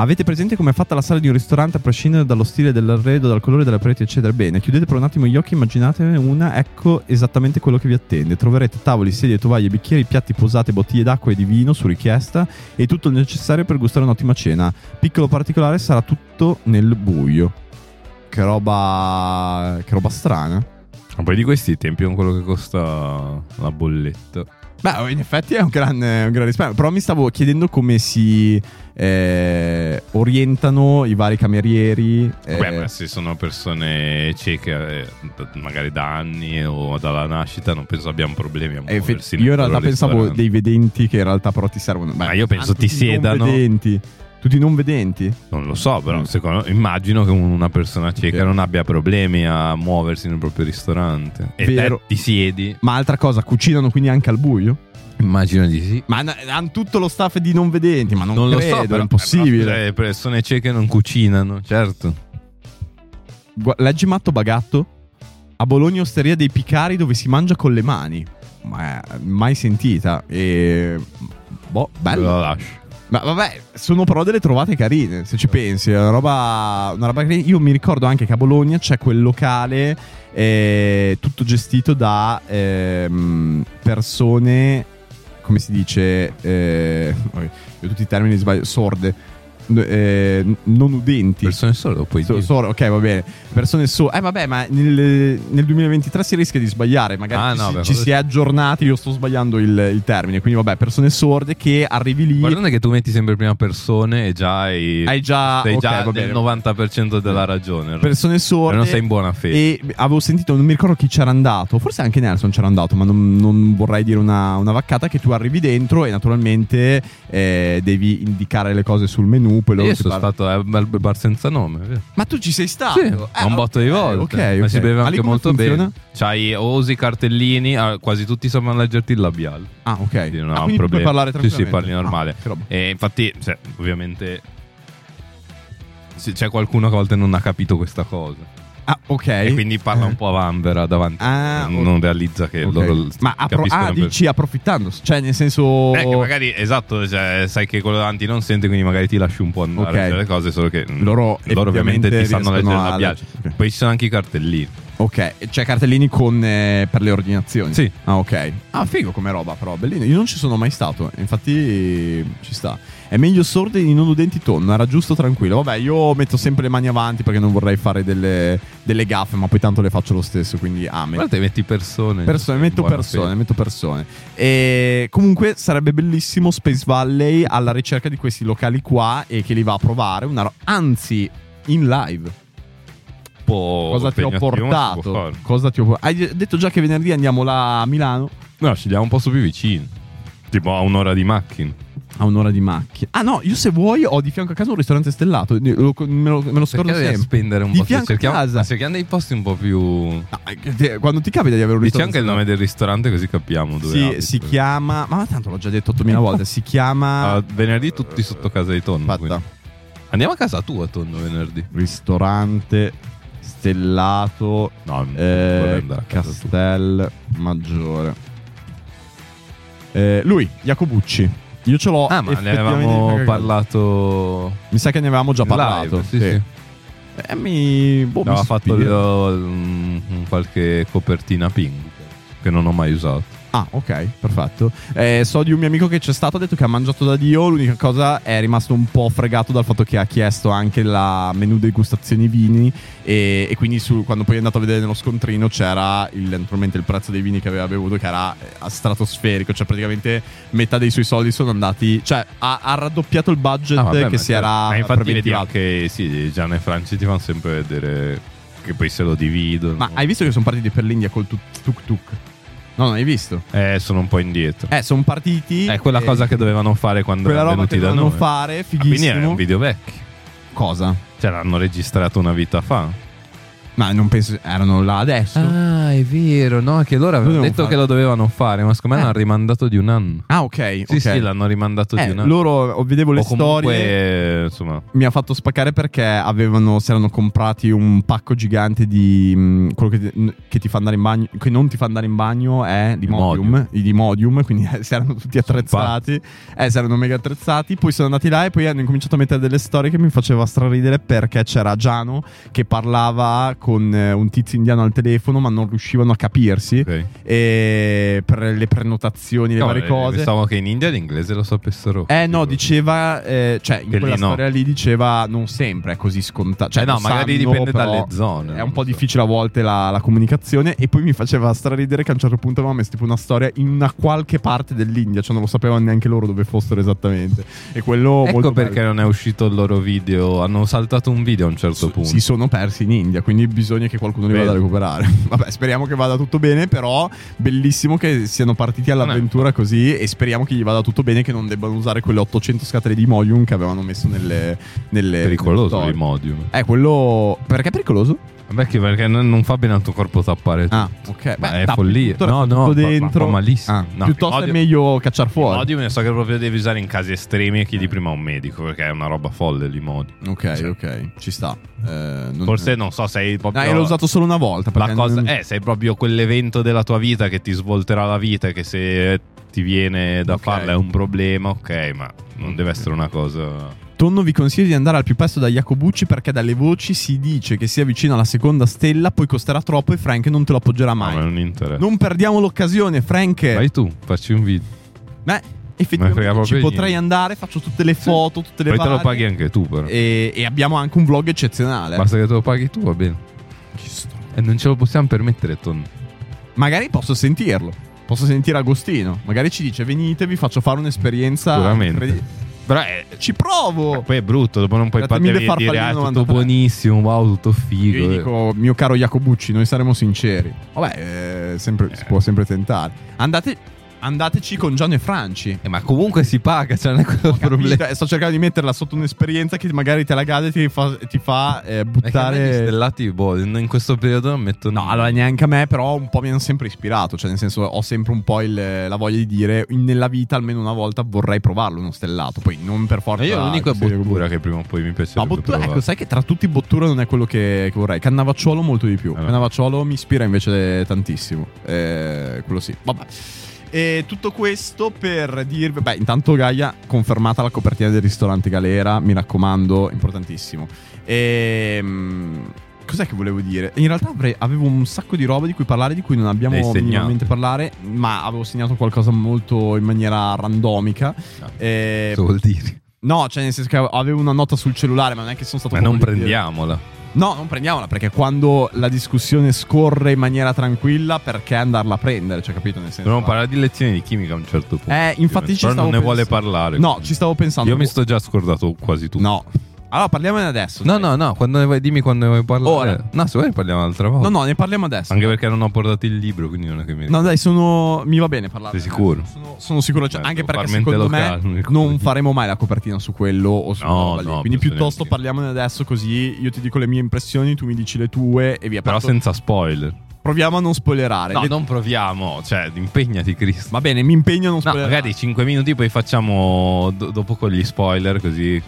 Avete presente come è fatta la sala di un ristorante a prescindere dallo stile dell'arredo, dal colore della parete, eccetera? Bene, chiudete per un attimo gli occhi, immaginatene una, ecco esattamente quello che vi attende. Troverete tavoli, sedie, tovaglie, bicchieri, piatti posate, bottiglie d'acqua e di vino su richiesta e tutto il necessario per gustare un'ottima cena. Piccolo particolare sarà tutto nel buio. Che roba che roba strana.
Ma poi di questi tempi con quello che costa la bolletta.
Beh, Ah, in effetti è un gran, un gran risparmio. Però mi stavo chiedendo come si eh, orientano i vari camerieri. eh,
Beh, ma se sono persone cieche, eh, d- magari da anni o dalla nascita, non penso abbiamo problemi a
e
muoversi.
effe-
nel
eh, io in realtà
loro
pensavo
ristorante.
dei vedenti che in realtà però ti servono. Beh,
Ma io penso
ah, tutti
ti siedano.
Non vedenti. Tutti non vedenti?
Non lo so, però
Mm.
secondo- immagino che una persona cieca
Vero.
non abbia problemi a muoversi nel proprio ristorante. E
Vero.
te ti siedi?
Ma altra cosa, cucinano quindi anche al buio?
Immagino di sì.
Ma n- hanno tutto lo staff di non vedenti, ma non,
Non lo
credo,
so, però
è impossibile.
eh, Le persone cieche non cucinano, certo.
Gua- leggi Matto Bagatto. A Bologna Osteria dei Picari dove si mangia con le mani. Ma eh, mai sentita. E... Boh, bello.
Lo lascio.
Ma vabbè, sono però delle trovate carine, se ci pensi. È una roba, una roba carina. Io mi ricordo anche che a Bologna c'è quel locale eh, tutto gestito da ehm, persone, come si dice, eh, ok, io tutti i termini sbaglio, sorde, n- eh, n- non udenti.
Persone solo, poi
So-
dire.
solo- ok, va bene. Persone su. Eh, vabbè, ma nel, nel 2023 si rischia di sbagliare. Magari
Ah,
ci,
no,
si-
beh,
ci si è aggiornati. Io sto sbagliando il, il termine. Quindi, vabbè, persone sorde che arrivi lì.
Guardando che tu metti sempre prima persone e già hai,
Hai già,
sei
ok,
già
va
del
bene. Eh.
90% della ragione.
persone
Però
sorde.
non sei in buona fede.
E avevo sentito, non mi ricordo chi c'era andato, forse anche Nelson c'era andato, ma non, non vorrei dire una, una vaccata. Che tu arrivi dentro e naturalmente eh, devi indicare le cose sul menu. Poi loro
Io
ti
sono
parlano-
stato al al bar senza nome. vero?
Ma tu ci sei stato?
Sì,
Eh,
un botto di
ok,
volte.
ok, ok.
Ma si beve
Ma lì
anche
come
molto
funziona?
bene. C'hai o usi i cartellini, ah, quasi tutti sanno leggerti il labiale.
Ah, ok.
Quindi non
Ah,
ha un
quindi tu puoi
problema.
parlare
Sì, sì,
tranquillamente.
parli
Ah,
normale.
che roba.
E infatti, cioè, ovviamente, se c'è qualcuno che a volte non ha capito questa cosa.
Ah, ok.
E quindi parla un po' a vanvera davanti. eh,
Ah,
non
ok.
realizza che
Ok.
loro
Ma appro-
capiscono
ah,
per-
dici approfittando, cioè nel senso...
Eh, che magari esatto, cioè, sai che quello davanti non sente, quindi magari ti lasci un po' andare
Ok.
cioè, le cose, solo che mm,
Loro,
ovviamente ti
effettivamente
sanno leggere
riescono
la
a
piace.
leggere.
Poi ci sono anche i cartellini.
Ok, cioè cartellini con, eh, per le ordinazioni.
Sì.
Ah, ok. Ah, figo come roba, però, bellino. Io non ci sono mai stato, infatti mm, ci sta. È meglio sordi di non udenti tonno, era giusto tranquillo. Vabbè, io metto sempre le mani avanti perché non vorrei fare delle, delle gaffe, ma poi tanto le faccio lo stesso, quindi amen.
Guarda, te metti persone.
Persone,
in
metto
buona
persone,
fede.
metto persone. E comunque sarebbe bellissimo Space Valley alla ricerca di questi locali qua e che li va a provare, una ro- anzi in live.
Un po'
cosa ti ho
Oh, impegnativo, ma si può
portato?
fare.
Cosa ti ho por- Hai detto già che venerdì andiamo là a Milano
No, scegliamo un posto più vicino. Tipo a un'ora di macchina.
a un'ora di macchina. Ah no, io se vuoi ho di fianco a casa un ristorante stellato, ne- lo- me, lo, me lo scordo
Perché devi
sempre.
spendere un
Di
po' più?
fianco a
Cerchiamo,
casa.
cerchiamo dei posti un po' più.
No, eh, che te- quando ti capita di avere un
Dici
ristorante
anche il nome del ristorante, così capiamo dove
stellato?
abiti. eh.
Sì, si chiama, ma tanto l'ho già detto 8000 volte, si chiama
Ah, venerdì tutti sotto casa di Tonno.
Aspetta.
quindi. Andiamo a casa tua, Tonno, venerdì.
ristorante stellato
No, non vorrei
eh,
andare a casa tua.
Castel Maggiore. Eh, lui, Jacobucci. Io ce l'ho.
Ah, ma ne
effettivamente
avevamo
di-
parlato.
Mi sa che ne avevamo già
in live,
parlato.
sì, sì.
Eh, mi. Boh, mi
Aveva fatto
stupì.
io, mm, qualche copertina ping che non ho mai usato.
Ah, ok, perfetto. Eh, so di un mio amico che c'è stato, ha detto che ha mangiato da Dio. L'unica cosa è rimasto un po' fregato dal fatto che ha chiesto anche la menu degustazione vini. E, e quindi su- quando poi è andato a vedere nello scontrino c'era il- naturalmente il prezzo dei vini che aveva bevuto, che era eh, a stratosferico. Cioè, praticamente metà dei suoi soldi sono andati. Cioè, ha, ha raddoppiato il budget
Ah, vabbè,
eh, che
ma
si
certo.
era
Ma infatti vedi
preventivato.
anche sì, Gian e Franci ti fanno sempre vedere che poi se lo dividono.
Ma hai visto che sono partiti per l'India col tuk- tuk tuk? No, non hai visto?
Eh, sono un po' indietro.
Eh, sono partiti.
È quella
eh,
cosa che dovevano fare quando
Quella
erano
roba che
venuti da
dovevano
noi.
fare,
Ah, quindi
fighissimo.
era un video vecchio.
Cosa?
Cioè, l'hanno registrato una vita fa.
Ma non penso erano là adesso.
Ah, è vero, no? Che loro
avevano detto che lo
dovevano fare, ma secondo
me l'hanno
rimandato di un anno.
Ah, ok.
Eh. Sì,
ok.
sì, l'hanno rimandato
Eh,
di un anno.
loro oh, vedevo le
o comunque,
storie.
insomma,
Mi ha fatto spaccare perché avevano, si erano comprati un pacco gigante di mh, quello che ti, che ti fa andare in bagno, che non ti fa andare in bagno è di
Modium.
Modium, i di Modium, quindi eh, si erano tutti attrezzati, eh, si erano mega attrezzati, poi sono andati là e poi hanno incominciato a mettere delle storie che mi faceva straridere perché c'era Giano che parlava con eh, un tizio indiano al telefono, ma non riuscivano a capirsi.
ok.
E per le prenotazioni, le
No,
varie
eh,
cose.
Pensavo che in India l'inglese lo sapessero.
Eh no, diceva, eh, cioè in
Che
quella
lì no.
storia lì diceva non sempre è così scontato. Cioè,
Eh no,
lo
magari
sanno,
dipende
però
dalle zone,
È
non
un po'
so.
difficile a volte la, la comunicazione. E poi mi faceva straridere che a un certo punto avevamo messo tipo una storia in una qualche parte dell'India, cioè non lo sapevano neanche loro dove fossero esattamente. E quello molto
Ecco perché
bello.
non è uscito il loro video. Hanno saltato un video a un certo
S-
punto.
Si sono persi in India, quindi bisogna che qualcuno li vada a
Vero.
recuperare. Vabbè, speriamo che vada tutto bene, però bellissimo che siano partiti all'avventura così e speriamo che gli vada tutto bene, che non debbano usare quelle 800 scatole di Modium che avevano messo nelle... nelle
pericoloso
nelle storie.
l'imodium.
Eh, quello... Perché è pericoloso?
Vabbè, che perché non non fa bene al tuo corpo tappare tutto.
Ah, ok.
Ma
Beh,
è
tappi
follia.
tutto,
No,
resta
no,
tutto
fa- fa
dentro.
malissimo.
Ah,
No,
piuttosto è
Imodium-
meglio cacciar fuori.
L'imodium ne so che proprio devi usare in casi estremi e chiedi prima a un medico perché è una roba folle l'imodium.
Ok, ok, ci sta. Eh, non-
Forse non so, sei proprio.
Ah, io l'ho usato solo una volta.
La
perché
cosa,
non-
eh, sei proprio quell'evento della tua vita che ti svolterà la vita, che se ti viene da
Ok.
farla è un problema, ok, ma non deve essere una cosa...
Tonno vi consiglio di andare al più presto da Jacobucci perché dalle voci si dice che sia vicino alla seconda stella, poi costerà troppo e Frank non te lo appoggerà
Ma
mai.
non interessa.
Non perdiamo l'occasione, Frank.
Vai tu, facci un video.
Beh,
Ma frega
effettivamente ci
proprio
potrei
niente.
andare, faccio tutte le foto, tutte le
Poi te lo
varie.
paghi anche tu, però.
e, e abbiamo anche un vlog eccezionale.
Basta che te lo paghi tu, va bene.
Ci sto.
E non ce lo possiamo permettere, Ton.
Magari posso sentirlo. Posso sentire Agostino. Magari ci dice venite, vi faccio fare un'esperienza.
Sicuramente.
incredibile."
Però è...
Ci
Ma
provo.
poi è brutto, dopo non puoi
Date
partire
eh, mille
e dire ah,
farfallini
è tutto
93.
buonissimo, wow, tutto figo.
Io gli
eh.
dico, mio caro Jacobucci, noi saremo sinceri. Vabbè, eh, sempre- si può sempre tentare. Andate- andateci con Gian e Franci.
Eh, ma comunque si paga, cioè non è quello il problema.
Capito? Sto cercando di metterla sotto un'esperienza che magari te la cade e ti fa, ti fa, eh,
È che a me gli
buttare.
stellati, boh, in questo periodo non metto...
No, allora neanche a me, però un po' mi hanno sempre ispirato. Cioè, nel senso, ho sempre un po' il- la voglia di dire in- nella vita almeno una volta vorrei provarlo uno stellato. Poi non per forza.
Ma Io l'unico è
così,
Bottura che prima o poi mi
Ah, Ma
piacerebbe
Bottura,
provare.
ecco, sai che tra tutti Bottura non è quello che, che vorrei. Cannavacciuolo molto di più.
Allora.
Cannavacciuolo mi ispira invece tantissimo. Eh, quello sì. Vabbè. E tutto questo per dirvi, beh, intanto Gaia confermata la copertina del ristorante Galera, mi raccomando, importantissimo. Ehm, cos'è che volevo dire? In realtà avrei- avevo un sacco di roba di cui parlare, di cui non abbiamo
L'hai segnato.
minimamente parlare, ma avevo segnato qualcosa molto in maniera randomica.
No.
Eh,
Cosa vuol dire?
No, cioè nel senso che avevo una nota sul cellulare, ma non è che sono stato...
Ma
proprio
non
lì a dire-
prendiamola.
No, non prendiamola, perché quando la discussione scorre in maniera tranquilla, perché andarla a prendere? Cioè, capito? Nel senso...
Dobbiamo parlare di lezioni di chimica a un certo punto.
Eh, infatti ci
Però
stavo
non ne vuole
pensando.
parlare.
No, ci stavo pensando.
Io mi sto già scordato quasi tutto.
No. Allora, parliamone adesso.
No,
dai.
no, no, quando ne vuoi- dimmi quando ne vuoi parlare.
Ora.
No, se vuoi ne parliamo un'altra volta.
No, no, ne parliamo adesso.
Anche perché non ho portato il libro, quindi non è che mi
No, dai, sono... mi va bene parlare.
Sei sicuro?
Sono, sono sicuro. Cioè,
Eh,
anche
devo
perché
farmente
secondo
locale, non
me
ricordo
non
niente.
faremo mai la copertina su quello o su
No,
quella roba lì.
no,
Quindi
bisogna
piuttosto
dire.
parliamone adesso così io ti dico le mie impressioni, tu mi dici le tue e via.
Però
Tanto
senza spoiler.
Proviamo a non spoilerare.
No,
Le-
non proviamo. Cioè, impegnati, Cristo.
Va bene, mi impegno a non
No,
spoilerare.
magari 5 minuti, poi facciamo do- dopo con gli spoiler, così.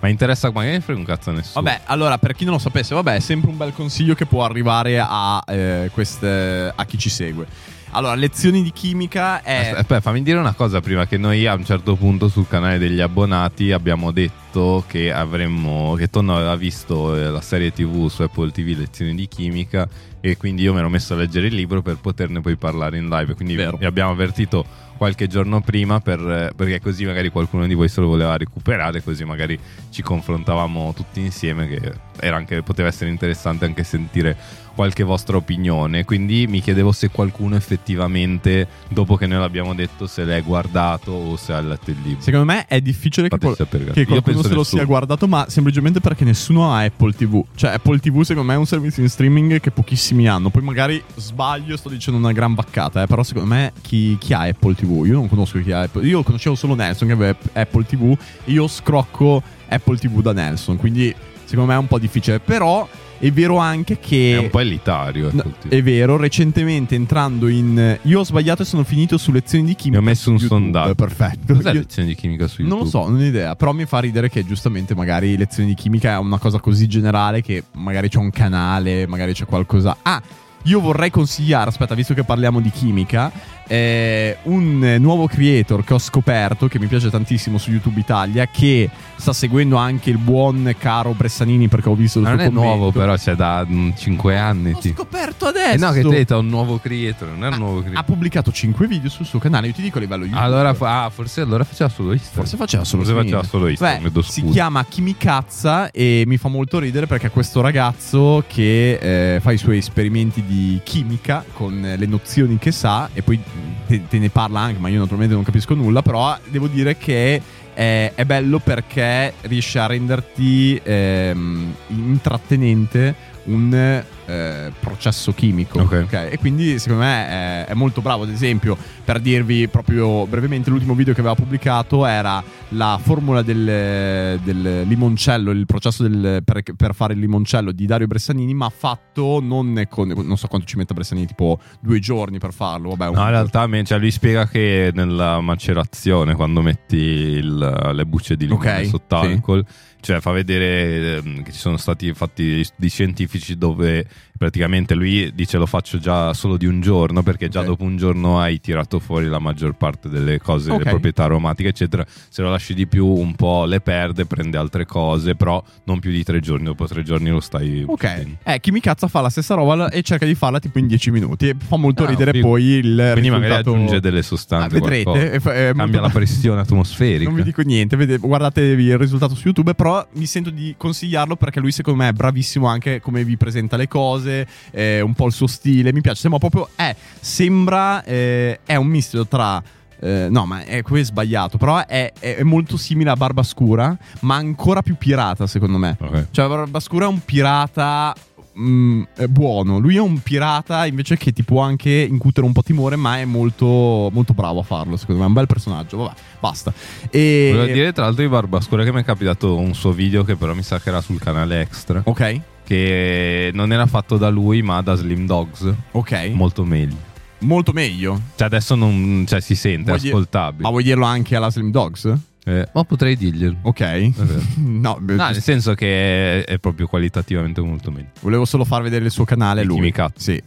Ma interessa, magari ne frega un cazzo a nessuno.
Mm. Vabbè, allora, per chi non lo sapesse, vabbè, è sempre un bel consiglio che può arrivare a, eh, queste- a chi ci segue. Allora, lezioni di chimica è...
Aspetta, aspetta, fammi dire una cosa prima che noi a un certo punto sul canale degli abbonati abbiamo detto che avremmo che Tonno aveva visto eh, la serie TV su Apple TV Lezioni di chimica e quindi io mi ero messo a leggere il libro per poterne poi parlare in live, quindi
Vero.
vi abbiamo avvertito qualche giorno prima per, eh, perché così magari qualcuno di voi se lo voleva recuperare, così magari ci confrontavamo tutti insieme che era anche- poteva essere interessante anche sentire qualche vostra opinione. Quindi mi chiedevo se qualcuno effettivamente, dopo che noi l'abbiamo detto, se l'è guardato o se ha letto il libro.
Secondo me è difficile che,
Fateci
qual-
sapere, ragazzi.
che
Io
qualcuno
penso
se lo
nessuno.
sia guardato, ma semplicemente perché nessuno ha Apple TV. Cioè, Apple TV secondo me è un servizio in streaming che pochissimi hanno. Poi magari sbaglio, sto dicendo una gran baccata, eh, però secondo me chi, chi ha Apple TV? Io non conosco chi ha Apple Io conoscevo solo Nelson che aveva App- Apple TV. Io scrocco Apple TV da Nelson, quindi secondo me è un po' difficile. Però è vero anche che...
È un po' elitario.
No,
ecco, tipo.
è vero, recentemente entrando in... Io ho sbagliato e sono finito su lezioni di
Mi
chimica.
ho messo un
su YouTube.
sondaggio.
Perfetto.
Cos'è
Io-
lezione di chimica su YouTube?
non lo so, non ho idea. Però mi fa ridere che giustamente magari lezioni di chimica è una cosa così generale che magari c'è un canale, magari c'è qualcosa. Ah, io vorrei consigliare, aspetta, visto che parliamo di chimica, eh, un eh, nuovo creator che ho scoperto, che mi piace tantissimo su YouTube Italia, che sta seguendo anche il buon caro Bressanini perché ho visto il
Ma
suo
non è
commento.
nuovo, però, c'è da 5 anni.
Ho
ti-
scoperto
Eh
adesso.
no, che te è un nuovo creator, non è un nuovo
ha
creator.
pubblicato 5 video sul suo canale, io ti dico a livello YouTube.
allora, fa- ah, forse allora faceva solo Instagram.
Forse faceva solo
Forse faceva
streaming.
solo Instagram,
Beh,
vedo
si
scusa.
chiama Chi mi cazza e mi fa molto ridere perché è questo ragazzo che eh, fa i suoi esperimenti di chimica con eh, le nozioni che sa e poi mm, te, te ne parla anche, ma io naturalmente non capisco nulla, però devo dire che eh, è bello perché riesce a renderti ehm, intrattenente un eh, processo chimico.
Ok.
ok? E quindi secondo me è, è molto bravo, ad esempio, per dirvi proprio brevemente, l'ultimo video che aveva pubblicato era la formula del, del limoncello, il processo del- per, per fare il limoncello di Dario Bressanini, ma fatto non con... non so quanto ci metta Bressanini, tipo due giorni per farlo, vabbè, un-
No, in realtà me- cioè, lui spiega che nella macerazione, quando metti il- le bucce di limone
Ok, sì.
sott'alcol, cioè fa vedere ehm, che ci sono stati fatti di scientifici dove praticamente lui dice lo faccio già solo di un giorno perché già
Ok.
dopo un giorno hai tirato fuori la maggior parte delle cose,
Ok.
le proprietà aromatiche, eccetera. Se lo lasci di più un po' le perde, prende altre cose, però non più di tre giorni, dopo tre giorni lo stai...
Ok, eh, chi mi cazza fa la stessa roba e cerca di farla tipo in 10 minuti. E fa molto
Ah,
ridere
sì.
poi il
Quindi magari
Eh, risultato-
aggiunge delle sostanze.
Ah, vedrete,
qualcosa.
e fa- è molto-
Cambia la pressione atmosferica.
Non vi dico niente, vede- guardatevi il risultato su YouTube, però mi sento di consigliarlo perché lui secondo me è bravissimo anche come vi presenta le cose, eh, un po' il suo stile, mi piace, sembra proprio, è, sembra, eh, è un misto tra... eh, no, ma è, qui è sbagliato, però è, è- è molto simile a Barbascura, ma ancora più pirata secondo me.
Ok.
Cioè Barbascura è un pirata... mm, è buono, lui è un pirata invece che ti può anche incutere un po' timore, ma è molto, molto bravo a farlo. Secondo me è un bel personaggio. Vabbè, basta. E...
Volevo dire tra l'altro di Barbascura che mi è capitato un suo video che però mi sa che era sul canale Extra,
Ok,
che non era fatto da lui ma da Slim Dogs,
ok.
molto meglio.
molto meglio.
Cioè adesso non cioè, si sente, è
Vuoi dire- Ma
ascoltabile.
vuoi dirlo anche alla Slim Dogs?
Eh, ma potrei dirglielo.
Ok.
vero.
no, beh,
No, nel senso che è, è proprio qualitativamente molto meglio.
volevo solo far vedere il suo canale.
Di
Lui.
Chimica.
Sì.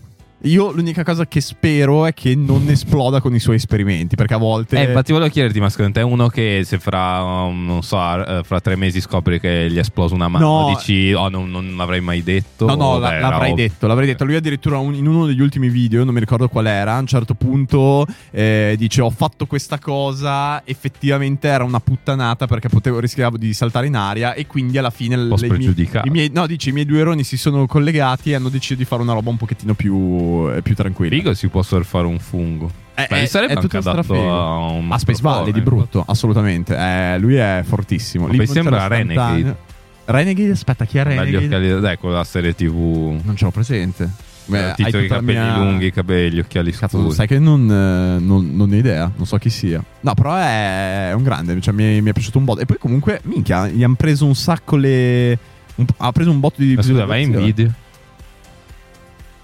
Io l'unica cosa che spero è che non esploda con i suoi esperimenti, perché a volte...
Eh, infatti volevo chiederti, ma secondo te è uno che se fra, um, non so, ar- eh, fra tre mesi scopri che gli è esploso una mano,
No.
dici, oh, non, non l'avrei mai detto?
No, no,
o,
la-
"Beh, era
l'avrei
ovvio".
detto, l'avrei detto. Lui addirittura un- in uno degli ultimi video, non mi ricordo qual era, a un certo punto eh, dice ho fatto questa cosa, effettivamente era una puttanata perché potevo, rischiavo di saltare in aria e quindi alla fine
po'
le- i miei-
spregiudicato.
i miei- no, dice, i miei due eroni si sono collegati e hanno deciso di fare una roba un pochettino più, eh, più tranquilla.
Figo si può surfare un fungo.
Eh,
Beh,
eh,
sarebbe
è
anche
tutto
adatto
strafigo.
a un
A Ah, Space Valley di
microfono, eh.
brutto, assolutamente. Eh, lui è fortissimo.
Ma mi sembra
Limoncello
Renegade.
istantaneo. Renegade, aspetta, chi è
Dagli
Renegade?
occhiali, dai, con la serie TV.
Non ce l'ho presente. Beh,
Eh,
hai
titolo i
tutta la
capelli
mia-
lunghi, i capelli, gli occhiali
Cazzo,
scuri.
sai che non, eh, non- non ne ho idea, non so chi sia. No, però è un grande, cioè mi, mi è piaciuto un botto. E poi comunque, minchia, gli hanno preso un sacco le... un- ha preso un botto di...
Ma scusa, vai in
visualizzazioni.
video.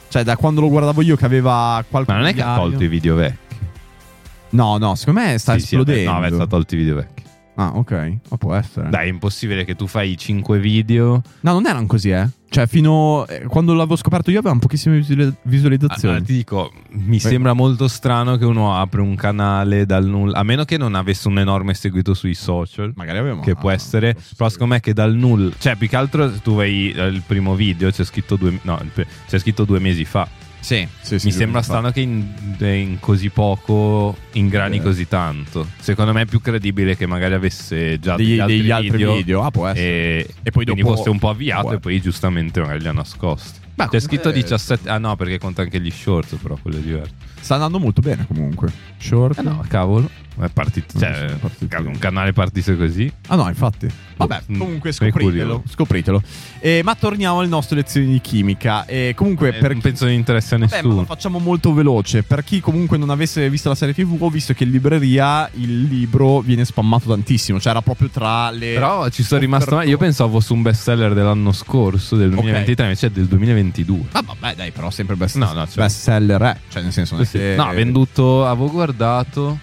Cioè, da quando lo guardavo io che aveva qualche...
Ma non è che ha
migliaio-
tolto i video vecchi.
No, no, secondo me sta
Sì, sì, vabbè,
esplodendo.
no, vabbè, ha tolto i video vecchi.
ah, ok, ma può essere.
Dai, è impossibile che tu fai 5 video.
No, non erano così, eh. Cioè, fino... eh, quando l'avevo scoperto io avevano pochissime visuali- visualizzazioni.
Allora, Ah, ti dico, mi sembra molto strano che uno apre un canale dal nulla, a meno che non avesse un enorme seguito sui social.
Magari avevamo...
che può essere, però secondo me che dal nulla, cioè più che altro se tu vai eh, il primo video c'è scritto due, no, il pre- c'è scritto due mesi fa,
Sì, sì, sì,
mi
sì,
sembra
sì, sì.
strano che in, in così poco ingrani
Eh.
così tanto, secondo me è più credibile che magari avesse già
Degli,
degli, altri,
degli altri video.
video,
Ah, può essere.
Eh, e,
E poi
quindi
dopo-
fosse un po' avviato
Guarda.
e poi giustamente magari li ha nascosti.
Ma
c'è scritto
comunque-
17, ah no perché conta anche gli short però quello è diverso.
Sta andando molto bene comunque. Short.
Eh no, cavolo, è partito,
Non
cioè,
sono partiti.
cavolo, un canale partisse così.
Ah no, infatti. Vabbè,
Mm,
comunque
sei
scopritelo.
curioso.
scopritelo. Eh, ma torniamo alle nostre lezioni di chimica. Eh, comunque,
Eh,
per
non
chi-
penso di interesse a
Vabbè, ma
nessuno.
lo facciamo molto veloce. Per chi comunque non avesse visto la serie TV, ho visto che in libreria il libro viene spammato tantissimo. Cioè, era proprio tra le.
Però ci sono rimasto male.
offertone.
Io pensavo fosse un best seller dell'anno scorso, del 2023, invece è del 2022.
Ah, vabbè, dai, però sempre best,
No, no, cioè-
best seller. eh. Cioè, nel senso, non è che-
No, ha venduto. Avevo guardato.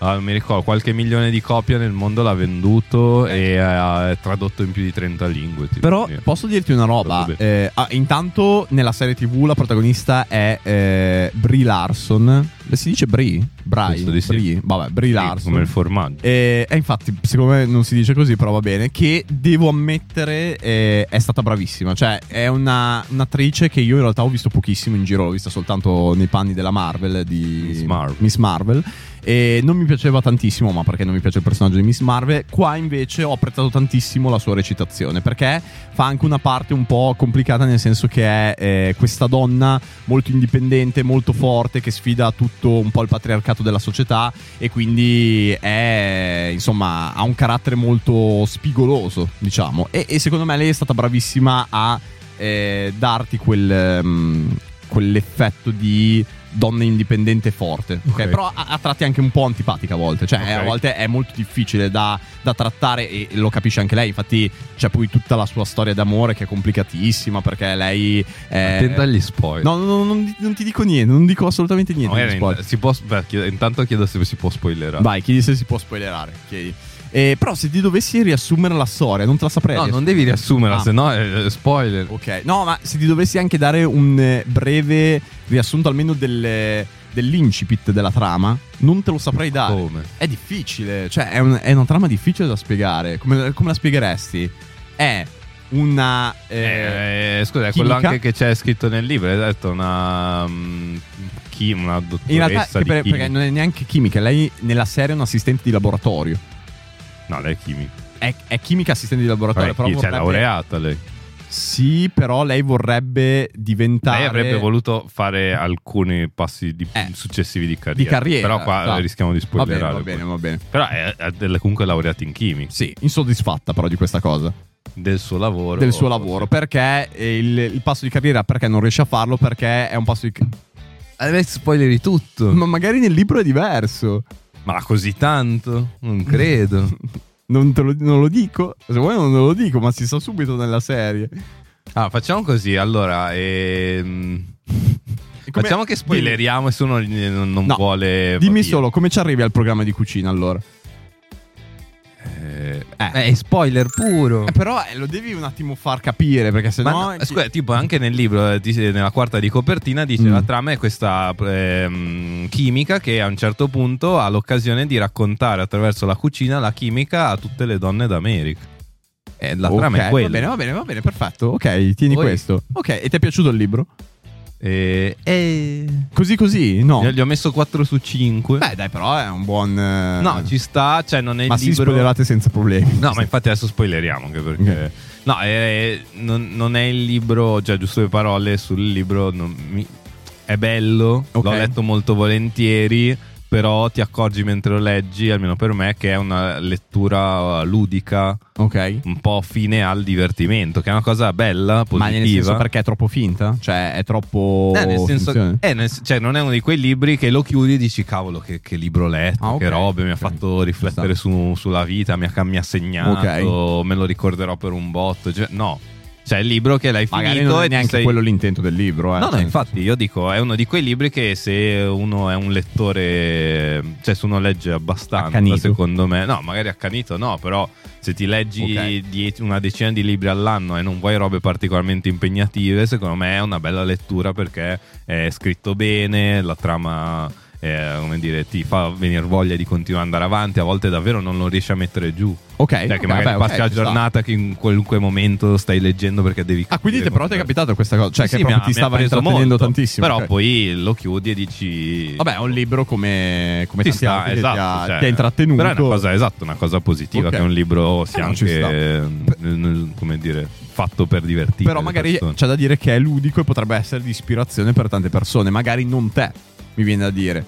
ah, non mi ricordo, qualche milione di copie nel mondo l'ha venduto e ha- è tradotto in più di 30 lingue. tipo,
Però
quindi-
posso dirti una roba.
Tutto
eh, ah, intanto nella serie TV la protagonista è eh, Brie Larson, Si dice Brie? Brie?
Penso di sì.
Brie? Vabbè, Brie Larson. Eh,
Come il formaggio.
E, e infatti, secondo me non si dice così, però va bene. Che devo ammettere, eh, è stata bravissima. Cioè, è una, un'attrice che io in realtà ho visto pochissimo in giro, l'ho vista soltanto nei panni della Marvel di
Miss Marvel.
Miss Marvel. E non mi piaceva tantissimo, ma perché non mi piace il personaggio di Miss Marvel. Qua invece ho apprezzato tantissimo la sua recitazione, perché fa anche una parte un po' complicata, nel senso che è eh, questa donna molto indipendente, molto forte, che sfida tutto un po' il patriarcato della società e quindi è insomma ha un carattere molto spigoloso diciamo e, e secondo me lei è stata bravissima a eh, darti quel, ehm, quell'effetto di donna indipendente forte ok?
Ok.
però a, a tratti anche un po' antipatica a volte cioè eh, a
Ok.
volte è molto difficile da, da trattare e lo capisce anche lei infatti c'è poi tutta la sua storia d'amore che è complicatissima perché lei è...
Attenta agli spoiler.
Eh, No, no, no, non, non ti dico niente, non dico assolutamente niente.
No,
di
era in-
spoiler.
si può, beh, chiedo- intanto chiedo se si può spoilerare.
Vai, chiedi se si può spoilerare. Chiedi. Eh, però se ti dovessi riassumere la storia, non te la saprei.
No,
riassumere.
non devi riassumerla,
Ah,
se no è spoiler.
Ok, no, ma se ti dovessi anche dare un eh, breve riassunto almeno del- dell'incipit della trama, non te lo saprei dare.
Come?
È difficile, cioè è, un- è una trama difficile da spiegare. Come, come la spiegheresti? È una... eh,
Eh, scusa, è
chimica?
quello anche che c'è scritto nel libro, hai detto una mm, chi, una dottoressa
in realtà che
di
per-
chimica.
perché non è neanche chimica, lei nella serie è un assistente di laboratorio.
No, lei è chimica.
È, è chimica assistente di laboratorio,
Vabbè,
però
chi- cioè, è
vorrebbe-
laureata lei.
Sì, però lei vorrebbe diventare.
Lei avrebbe voluto fare alcuni passi di-
Eh,
successivi di carriera.
di carriera.
Però qua
esatto.
rischiamo di
Va bene,
spoilerare.
va bene, va bene.
Però è, è del- comunque laureata in chimica.
Sì, insoddisfatta però di questa cosa,
Del suo lavoro.
del suo lavoro, perché il, il passo di carriera perché non riesce a farlo perché è un passo di ca-
Adesso spoileri tutto.
Ma magari nel libro è diverso.
Ma così tanto? Non credo.
Non, te lo, non lo dico, se vuoi non te lo dico, ma si sa subito nella serie.
Ah, facciamo così. Allora, ehm,
Come-
facciamo che spoileriamo e se uno non, non
No,
vuole. va
Dimmi
via.
solo, come ci arrivi al programma di cucina allora?
Eh,
Eh.
eh, spoiler puro.
Eh, però eh, lo devi un attimo far capire perché se
Ma
no...
no, scusa, tipo anche nel libro, eh, dice- nella quarta di copertina, dice
Mm.
la trama è questa ehm, chimica che a un certo punto ha l'occasione di raccontare attraverso la cucina la chimica a tutte le donne d'America. Eh, la trama è
Ok,
quella.
Va bene, va bene, va bene, perfetto. Ok, tieni
Poi-
questo. Ok, e ti è piaciuto il libro?
Eh, eh,
Così così? No.
Io Gli ho messo 4 su 5.
Beh, dai, però è un buon. eh,
no, ci sta, cioè non è
Ma
il
si
libro.
spoilerate senza problemi.
No, ma infatti adesso spoileriamo anche perché.
Ok.
No, eh, non, non è il libro, cioè giusto le parole sul libro. non mi- È bello,
Ok.
l'ho letto molto volentieri, però ti accorgi mentre lo leggi, almeno per me, che è una lettura uh, ludica,
Ok.
un po' fine al divertimento, che è una cosa bella, positiva.
Ma nel senso perché è troppo finta? Cioè, è troppo.
Eh, nel senso,
finzione?
eh, nel sen- cioè, non è uno di quei libri che lo chiudi e dici cavolo che, che libro ho letto,
Ah, ok,
che robe, mi ha
ok.
fatto riflettere su- sulla vita, mi ha, mi ha segnato, me lo ricorderò per un botto. cioè, no, cioè il libro che l'hai
Magari
finito
non
e
è
ti
neanche
sei-
quello l'intento del libro, eh.
No, no,
Cioè,
infatti io dico, è uno di quei libri che se uno è un lettore, cioè se uno legge abbastanza,
Accanito.
secondo me, no, magari accanito no, però se ti leggi
Ok.
die- una decina di libri all'anno e non vuoi robe particolarmente impegnative, secondo me è una bella lettura perché è scritto bene, la trama, eh, come dire, ti fa venire voglia di continuare ad andare avanti, a volte davvero non lo riesci a mettere giù.
Ok.
Cioè,
ok,
che magari
Eh, vabbè, ok,
passi la
ci sta.
giornata che in qualunque momento stai leggendo perché devi
Ah, quindi te,
capire
però ti è
come-
capitato questa cosa. Cioè,
sì,
che
mi
proprio
ha-
ti
mi ha
stava
preso
intrattenendo
molto.
tantissimo.
Però
ok.
poi lo chiudi e dici.
Vabbè, è un libro come. come
Ti
tanti
sta,
altri che
esatto,
ti, ha,
cioè,
ti ha intrattenuto.
Però è una cosa, esatto, una cosa positiva
Ok.
che un libro sia
Eh, no, ci
anche,
sta.
eh, come dire, fatto per divertire.
Però
le
magari
persone.
c'è da dire che è ludico e potrebbe essere di ispirazione per tante persone, magari non te, mi viene da dire.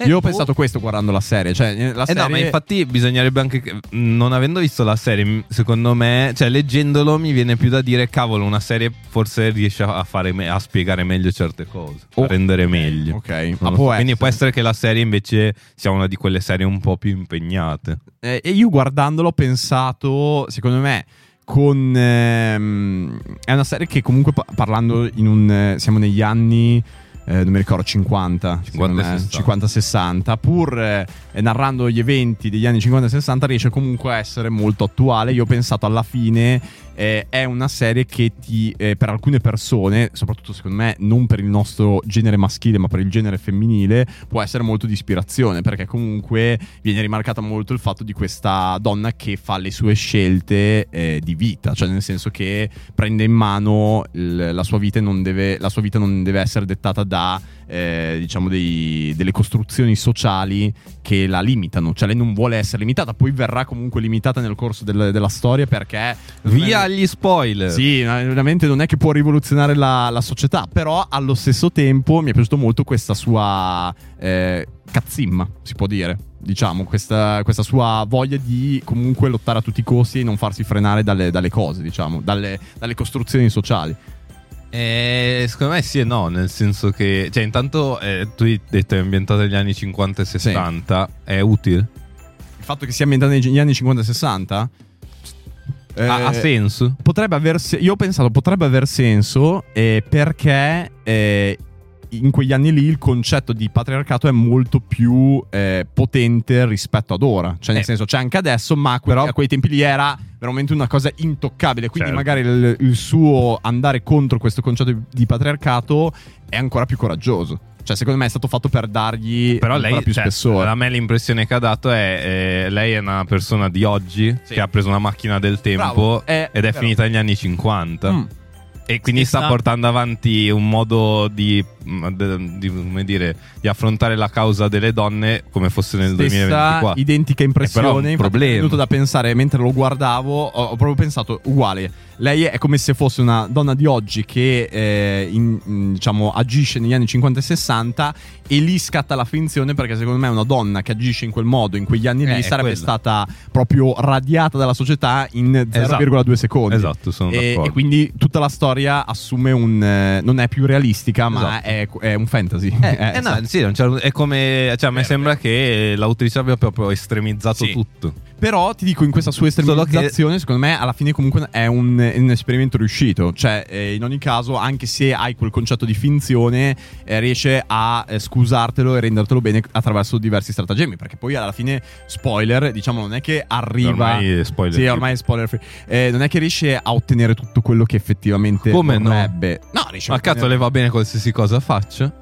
Io ho
boh.
pensato questo guardando la serie, cioè eh, la
Eh
serie
no, ma infatti bisognerebbe anche. che- Non avendo visto la serie, m- secondo me, cioè leggendolo mi viene più da dire: cavolo, una serie forse riesce a, fare me- a spiegare meglio certe cose,
Oh.
a rendere meglio.
Ok,
Non
ma può
lo so. Quindi
essere.
può essere che la serie invece sia una di quelle serie un po' più impegnate.
Eh, e io guardandolo ho pensato, secondo me, con... ehm, è una serie che comunque pa- parlando in un... eh, siamo negli anni... eh, non mi ricordo, 50,
50.
50-60, pur eh, narrando gli eventi degli anni 50 e 60 riesce comunque a essere molto attuale. Io ho pensato alla fine eh, è una serie che ti, eh, per alcune persone, soprattutto secondo me, non per il nostro genere maschile, ma per il genere femminile, può essere molto di ispirazione, perché comunque viene rimarcata molto il fatto di questa donna che fa le sue scelte eh, di vita, cioè nel senso che prende in mano il- la, sua vita e non deve, la sua vita non deve essere dettata da eh, diciamo dei- delle costruzioni sociali che la limitano, cioè lei non vuole essere limitata, poi verrà comunque limitata nel corso del- della storia perché...
Via gli spoiler.
Sì, no, veramente non è che può rivoluzionare la, la società, però allo stesso tempo mi è piaciuto molto questa sua eh, cazzimma, si può dire. Diciamo, questa, questa sua voglia di comunque lottare a tutti i costi e non farsi frenare dalle, dalle cose, diciamo, dalle, dalle costruzioni sociali.
Eh, secondo me sì e no, nel senso che, cioè, intanto eh, tu hai detto è ambientata negli anni 50 e 60, è utile?
Il fatto che sia ambientato negli anni 50 e 60 eh,
Ha, ha senso?
potrebbe aver se- io ho pensato potrebbe aver senso eh, perché eh, in quegli anni lì il concetto di patriarcato è molto più eh, potente rispetto ad ora. Cioè, nel
Eh.
senso, c'è anche adesso, ma a que- a quei tempi lì era veramente una cosa intoccabile. Quindi,
Certo.
magari il, il suo andare contro questo concetto di- di patriarcato è ancora più coraggioso. Cioè, secondo me è stato fatto per dargli
Però
ancora
lei,
più
cioè,
spessore.
a me l'impressione che ha dato è, eh, lei è una persona di oggi
Sì.
che ha preso una macchina del tempo
Bravo, eh,
ed è
però-
finita negli anni 50.
Mm.
E quindi
Stessa-
sta portando avanti un modo di, mh, de- di, come dire, di affrontare la causa delle donne come fosse nel
stessa
2024.
identica
È però un
impressione. Infatti, mi
problema.
è venuto da pensare mentre lo guardavo, ho, ho proprio pensato uguale. Lei è come se fosse una donna di oggi che eh, in- in- diciamo, agisce negli anni 50 e 60 e lì scatta la finzione perché secondo me una donna che agisce in quel modo in quegli anni
Eh,
lì
è
sarebbe
quello.
stata proprio radiata dalla società in 0,2 secondi.
Esatto, sono
E,
d'accordo.
e quindi tutta la storia assume un. eh, non è più realistica, ma
Esatto.
è, è un fantasy.
Eh, eh,
esatto.
no, sì, non c'è- è come. Cioè, a me sembra che l'autrice abbia proprio estremizzato
Sì.
tutto.
Però ti dico, in questa sua estremizzazione, secondo me, alla fine comunque è un, è un esperimento riuscito. Cioè, eh, in ogni caso, anche se hai quel concetto di finzione, eh, riesce a eh, scusartelo e rendertelo bene attraverso diversi stratagemmi. Perché poi alla fine, spoiler, diciamo, non è che arriva...
Ormai è spoiler.
Sì, ormai è spoiler free. Eh, non è che riesce a ottenere tutto quello che effettivamente
Come no?
vorrebbe. No, riesce a
Ma cazzo,
ottenere-
le va bene qualsiasi cosa faccia?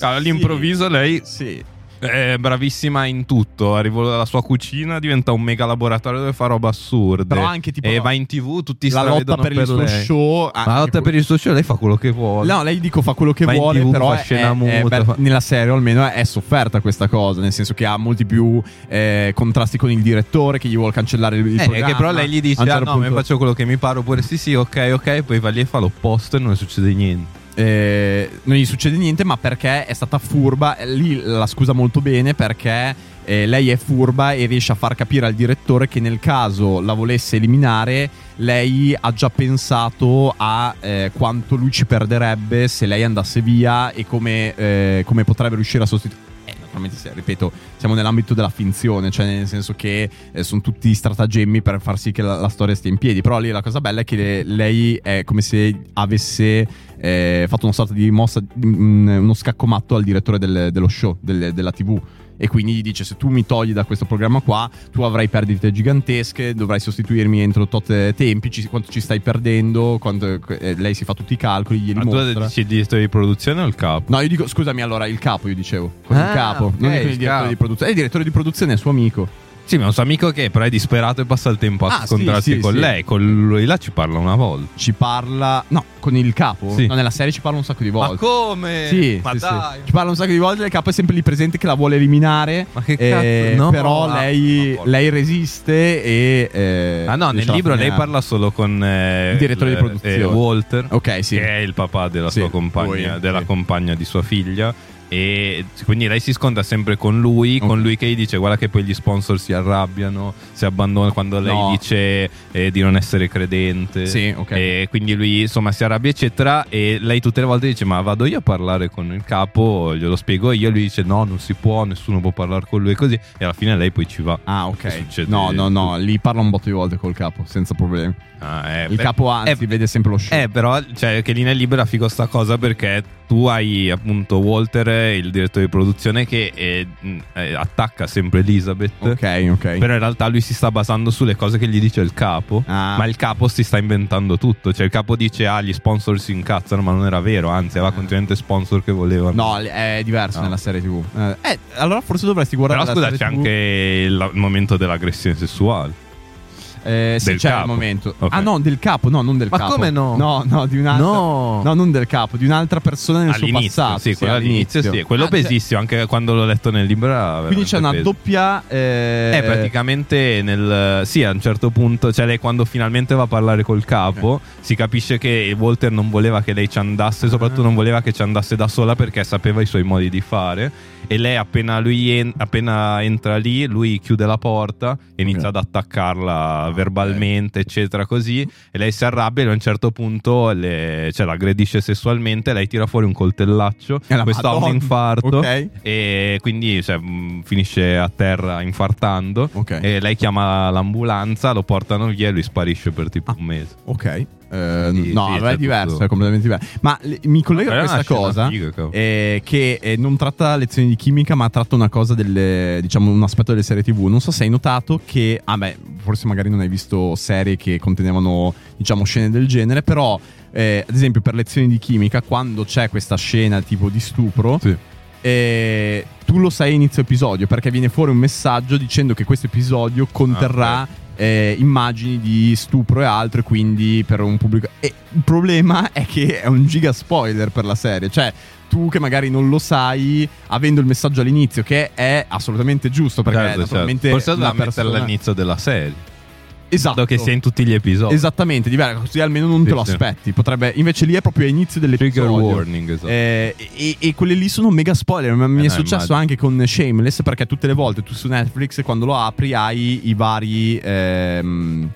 Eh, All'improvviso lei
Sì.
è bravissima in tutto. Arrivo dalla sua cucina, diventa un mega laboratorio dove fa roba assurda.
Però anche tipo...
e va in tv, tutti
la lotta
stravedono
per, il suo
lei.
show...
Ma la
anche
lotta per il suo show, lei fa quello che vuole.
No, lei dico fa quello che
Va in
vuole,
TV,
però
fa
è-
scena
è-
muta,
beh,
fa-
nella serie almeno è sofferta questa cosa, nel senso che ha molti più eh, contrasti con il direttore che gli vuole cancellare il, il
Eh,
programma.
che però lei gli dice:
A un
Ah,
certo
no, mi
punto-
faccio quello che mi pare. Oppure sì, sì, ok, ok. Poi va lì e fa l'opposto e non succede niente.
Eh, non gli succede niente, ma perché è stata furba, eh, lì la scusa molto bene perché eh, lei è furba e riesce a far capire al direttore che nel caso la volesse eliminare, lei ha già pensato a eh, quanto lui ci perderebbe se lei andasse via e come, eh, come potrebbe riuscire a sostituire. Eh, naturalmente, sì, ripeto, siamo nell'ambito della finzione, cioè nel senso che eh, sono tutti stratagemmi per far sì che la, la storia stia in piedi. Però lì la cosa bella è che le- lei è come se avesse eh, fatto una sorta di mossa, mm, uno scaccomatto al direttore del- dello show, del- della TV. E quindi gli dice: Se tu mi togli da questo programma qua, tu avrai perdite gigantesche, dovrai sostituirmi entro tot eh, tempi, ci- quanto ci stai perdendo. quanto- eh, lei si fa tutti i calcoli, glieli
Ma tu
mostra.
dici il direttore di produzione o il capo?
No, io dico, scusami, allora il capo, io dicevo. Con il
Ah,
capo,
ok,
non dico
il
il direttore
capo.
di produzione. Eh, il direttore di produzione è suo amico.
Sì, ma è un suo amico che però è disperato e passa il tempo a
Ah, sì,
scontrarsi
sì,
con
sì.
lei. Con lui là ci parla una volta.
Ci parla. No, con il capo?
Sì.
No, nella serie ci parla un sacco di volte.
Ma come?
Sì,
ma
sì, sì.
dai.
ci parla un sacco di volte. Il capo è sempre lì presente che la vuole eliminare.
Ma che
eh,
cazzo? No,
però
ah,
lei,
ma porca.
lei resiste e. eh,
Ah no, nel
riesce alla
libro
fine
lei
a-
parla solo con eh,
Il direttore di
eh,
produzione.
Walter,
Ok, sì.
che è il papà della
Sì,
sua compagna,
lui,
della
sì.
compagna di sua figlia. E quindi lei si scontra sempre con lui, con lui che gli dice guarda che poi gli sponsor si arrabbiano, si abbandonano quando lei
No.
dice eh, di non essere credente.
Sì, ok.
E quindi lui insomma si arrabbia eccetera e lei tutte le volte dice ma vado io a parlare con il capo, glielo spiego io, lui dice no non si può, nessuno può parlare con lui così e alla fine lei poi ci va.
Ah,
Che
ok.
succede?
No, no, no. Lì parla un botto di volte col capo, senza problemi.
Ah, eh,
Il
beh,
capo, anzi,
eh,
vede sempre lo show.
Eh, però, cioè, che linea libera figo sta cosa perché tu hai appunto Walter il direttore di produzione, che eh, mh, eh, attacca sempre Elizabeth.
Ok, ok.
Però in realtà lui si sta basando sulle cose che gli dice il capo.
Ah.
Ma il capo si sta inventando tutto. Cioè, il capo dice: Ah, gli sponsor si incazzano, ma non era vero. Anzi, aveva continuamente sponsor che volevano.
Ah. No, è diverso
No.
nella serie TV. Eh, eh, allora forse dovresti guardare
Però
la
scusa,
serie
c'è
TV.
anche il il momento dell'aggressione sessuale.
Eh, sì,
Del
c'è il
capo.
momento.
Ok.
Ah, no, del capo, no, non del
Ma
capo.
come no?
No, no, di un'altra.
No.
No, non del capo, di un'altra persona nel suo
All'inizio,
passato.
sì, quello all'inizio, sì. Quello
Ah, cioè-
pesissimo, anche quando l'ho letto nel libro. era
Quindi c'è
veramente
una
peso.
doppia. Eh,
Eh, praticamente nel. Sì, a un certo punto, cioè lei quando finalmente va a parlare col capo,
Eh.
si capisce che Walter non voleva che lei ci andasse,
Eh.
soprattutto non voleva che ci andasse da sola perché sapeva i suoi modi di fare. E lei, appena, lui en- appena entra lì, lui chiude la porta e inizia
Ok.
ad attaccarla verbalmente, eccetera, così. E lei si arrabbia e a un certo punto le- cioè, l'aggredisce sessualmente. Lei tira fuori un coltellaccio.
Eh, la
Questo ha un
Madonna.
infarto.
Ok.
E quindi cioè, mh, finisce a terra infartando.
Ok.
E lei chiama l'ambulanza, lo portano via e lui sparisce per
Ah.
tipo un mese.
Ok. Eh,
Sì,
no,
sì,
vabbè,
c'è
è diverso,
tutto.
è completamente diverso. Ma le- mi collego
Ma
a
è una
questa
scena
cosa
figa, cavolo.
eh, che eh, non tratta lezioni di chimica, ma tratta una cosa delle, diciamo, un aspetto delle serie TV. Non so se hai notato che, ah beh, forse magari non hai visto serie che contenevano, diciamo, scene del genere, però eh, ad esempio per lezioni di chimica, quando c'è questa scena tipo di stupro,
Sì.
eh, tu lo sai a inizio episodio perché viene fuori un messaggio dicendo che questo episodio conterrà eh, immagini di stupro e altro, e quindi per un pubblico. E il problema è che è un giga spoiler per la serie, cioè. Tu che magari non lo sai, avendo il messaggio all'inizio, che è assolutamente giusto, perché
Certo, certo.
naturalmente
Forse
cioè, una
doveva
persona-
metterla all'inizio della serie.
Esatto.
Dato che sia in tutti gli episodi.
Esattamente, diverso, così almeno non te
Sì,
lo
sì.
aspetti. Potrebbe, invece lì è proprio all'inizio dell'episodio.
Trigger warning, esatto.
Eh, e, e quelle lì sono mega spoiler. Ma mi
Eh
è
no,
successo
immagino.
anche con Shameless. Perché tutte le volte tu su Netflix, quando lo apri, hai i vari. ehm,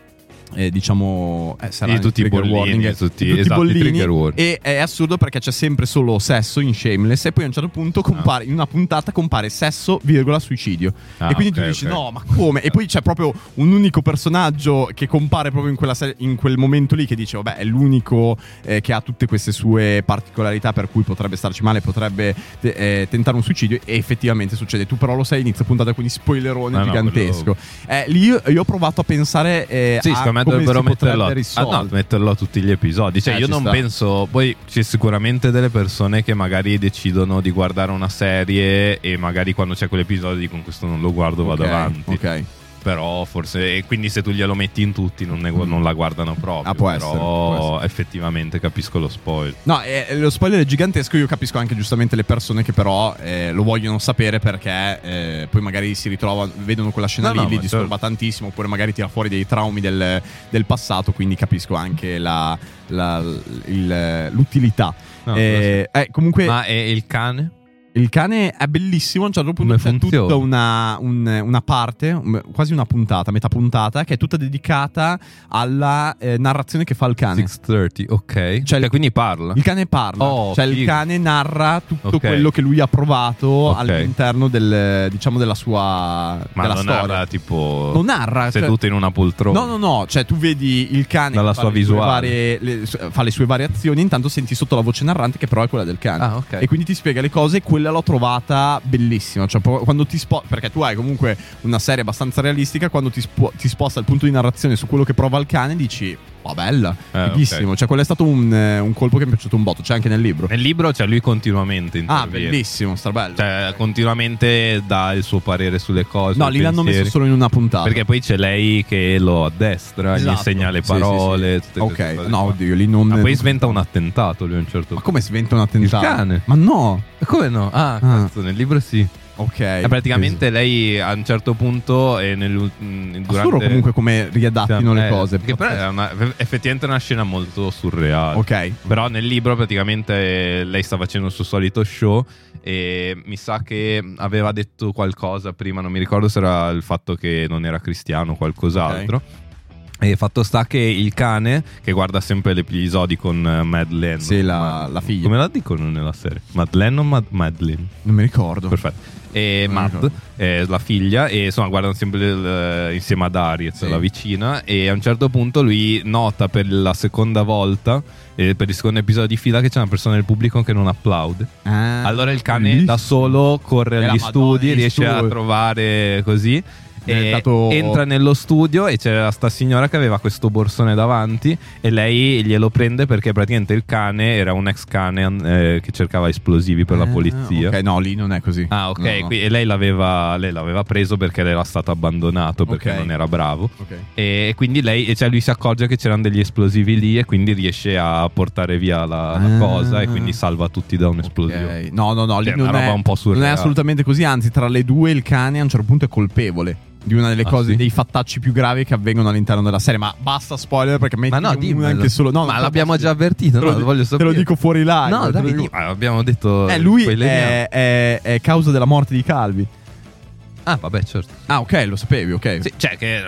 eh, diciamo eh, sarà
Sì,
il
tutti i
trigger
bollini,
warning,
tutti- esatto, i trigger warning.
e è assurdo perché c'è sempre solo sesso in Shameless e poi a un certo punto compare, in una puntata compare sesso virgola suicidio
Ah,
e quindi
ok,
tu dici
ok.
no ma come e poi c'è proprio un unico personaggio che compare proprio in, quella serie- in quel momento lì che dice vabbè è l'unico eh, che ha tutte queste sue particolarità per cui potrebbe starci male potrebbe te- eh, tentare un suicidio e effettivamente succede tu però lo sai inizio puntata quindi spoilerone
Ah, no,
gigantesco Eh, lì io, io ho provato a pensare eh,
Sì,
a
secondo me
come
dovrebbero
si potrebbe
metterlo, ah,
risolvere.
no, metterlo a tutti gli episodi. Cioè,
Eh,
io
ci
non
sta.
penso. Poi c'è sicuramente delle persone che magari decidono di guardare una serie e magari quando c'è quell'episodio dicono questo non lo guardo, vado
Ok,
avanti.
ok
Però forse. E quindi se tu glielo metti in tutti non, ne gu- non la guardano proprio.
Ah, può
però
essere, può
effettivamente capisco lo spoil.
No, eh, lo spoiler è gigantesco. Io capisco anche giustamente le persone che però eh, lo vogliono sapere perché eh, poi magari si ritrovano, vedono quella scena
No,
lì,
no,
li
ma
disturba
certo.
tantissimo, oppure magari tira fuori dei traumi del, del passato, quindi capisco anche la- la- il- l'utilità.
No,
Eh, eh, comunque
Ma è il cane?
il cane è bellissimo, a un certo punto
Come
c'è
funziona?
tutta una, un- una parte, un- quasi una puntata, metà puntata, che è tutta dedicata alla eh, narrazione che fa il cane.
630, ok.
Cioè,
Cioè, quindi parla.
Il cane parla,
Oh,
cioè il
figo.
cane narra tutto
Ok.
quello che lui ha provato
Ok.
all'interno del, diciamo, della sua
Ma
della
non
storia.
narra tipo.
non narra, cioè-
seduto in una poltrona.
No, no, no, cioè tu vedi il cane
Dalla
che fa
sua
le sue
visuale.
varie- le- fa le sue varie azioni, intanto senti sotto la voce narrante che però è quella del cane.
Ah, ok.
E quindi ti spiega le cose e quella l'ho trovata bellissima. Cioè, proprio quando ti spo- perché tu hai comunque una serie abbastanza realistica, quando ti, spo- ti sposta il punto di narrazione su quello che prova il cane, dici, oh bella,
Eh,
fighissimo.
ok.
Cioè, quello è stato un, eh, un colpo che mi è piaciuto un botto, c'è anche nel libro.
Nel libro c'è lui continuamente
Ah,
interviene.
bellissimo, strabello.
Cioè, continuamente dà il suo parere sulle cose.
no,
sui
lì l'hanno
pensieri.
messo solo in una puntata.
Perché poi c'è lei che lo addestra,
Esatto.
gli insegna le
Sì, sì, sì.
parole. tutte queste
Ok,
cose
no,
qua.
oddio, lì non.
Ma poi sventa un attentato lui a un certo
Ma
punto.
come sventa un attentato?
Il cane.
Ma no.
Come no? Ah,
cazzo,
nel libro sì.
Ok.
praticamente lei a un certo punto è nel, mm,
Assurdo
durante...
comunque come riadattino le
Eh,
cose.
Che però è una- effettivamente è una scena molto surreale.
Ok.
Però nel libro praticamente eh, lei sta facendo il suo solito show e mi sa che aveva detto qualcosa prima, non mi ricordo se era il fatto che non era cristiano o qualcos'altro. E fatto sta che il cane, che guarda sempre gli episodi con eh, Madeleine.
Sì, la-
Ma-
la figlia.
Come la dicono nella serie? Madeleine o Mad- Madeleine?
Non mi ricordo.
Perfetto. E
Non
Matt,
ricordo.
eh, la figlia, e insomma guardano sempre il- eh, insieme ad Ariez,
Sì.
la vicina, e a un certo punto lui nota per la seconda volta, eh, per il secondo episodio di fila, che c'è una persona nel pubblico che non applaude.
Ah,
Allora il cane
bellissimo.
da solo corre
Era
agli
Madonna,
studi,
gli
riesce a
studi.
trovare così.
È
E
stato-
Entra nello studio e c'era sta signora che aveva questo borsone davanti e lei glielo prende perché praticamente il cane era un ex cane eh, che cercava esplosivi per la
Ah,
polizia.
Ok, no, lì non è così.
Ah, ok.
No, no.
qui- e lei l'aveva, lei l'aveva preso perché era stato abbandonato perché
Ok.
non era bravo.
Ok.
E quindi lei, e cioè lui si accorge che c'erano degli esplosivi lì e quindi riesce a portare via la, la
Ah.
cosa e quindi salva tutti da un'esplosione.
Ok. No, no, no, lì
Cioè,
non,
una
è,
roba un po'
non
surreale.
è assolutamente così. Anzi, tra le due, il cane a un certo punto è colpevole di una delle
Ah,
cose,
sì?
dei fattacci più gravi che avvengono all'interno della serie. Ma basta spoiler perché metti
Ma no, dimmelo.
anche solo. No,
ma
non
l'abbiamo
posso
già
dire.
avvertito,
Te
no?
lo di-
voglio
Te lo
sapere.
dico fuori là.
No,
te lo
dai,
dico-
di- ah, abbiamo detto.
Eh, lui
poi legniamo.
è, è- è causa della morte di Calvi.
Ah, vabbè, certo.
Ah, ok, lo sapevi, ok.
Sì, cioè, che.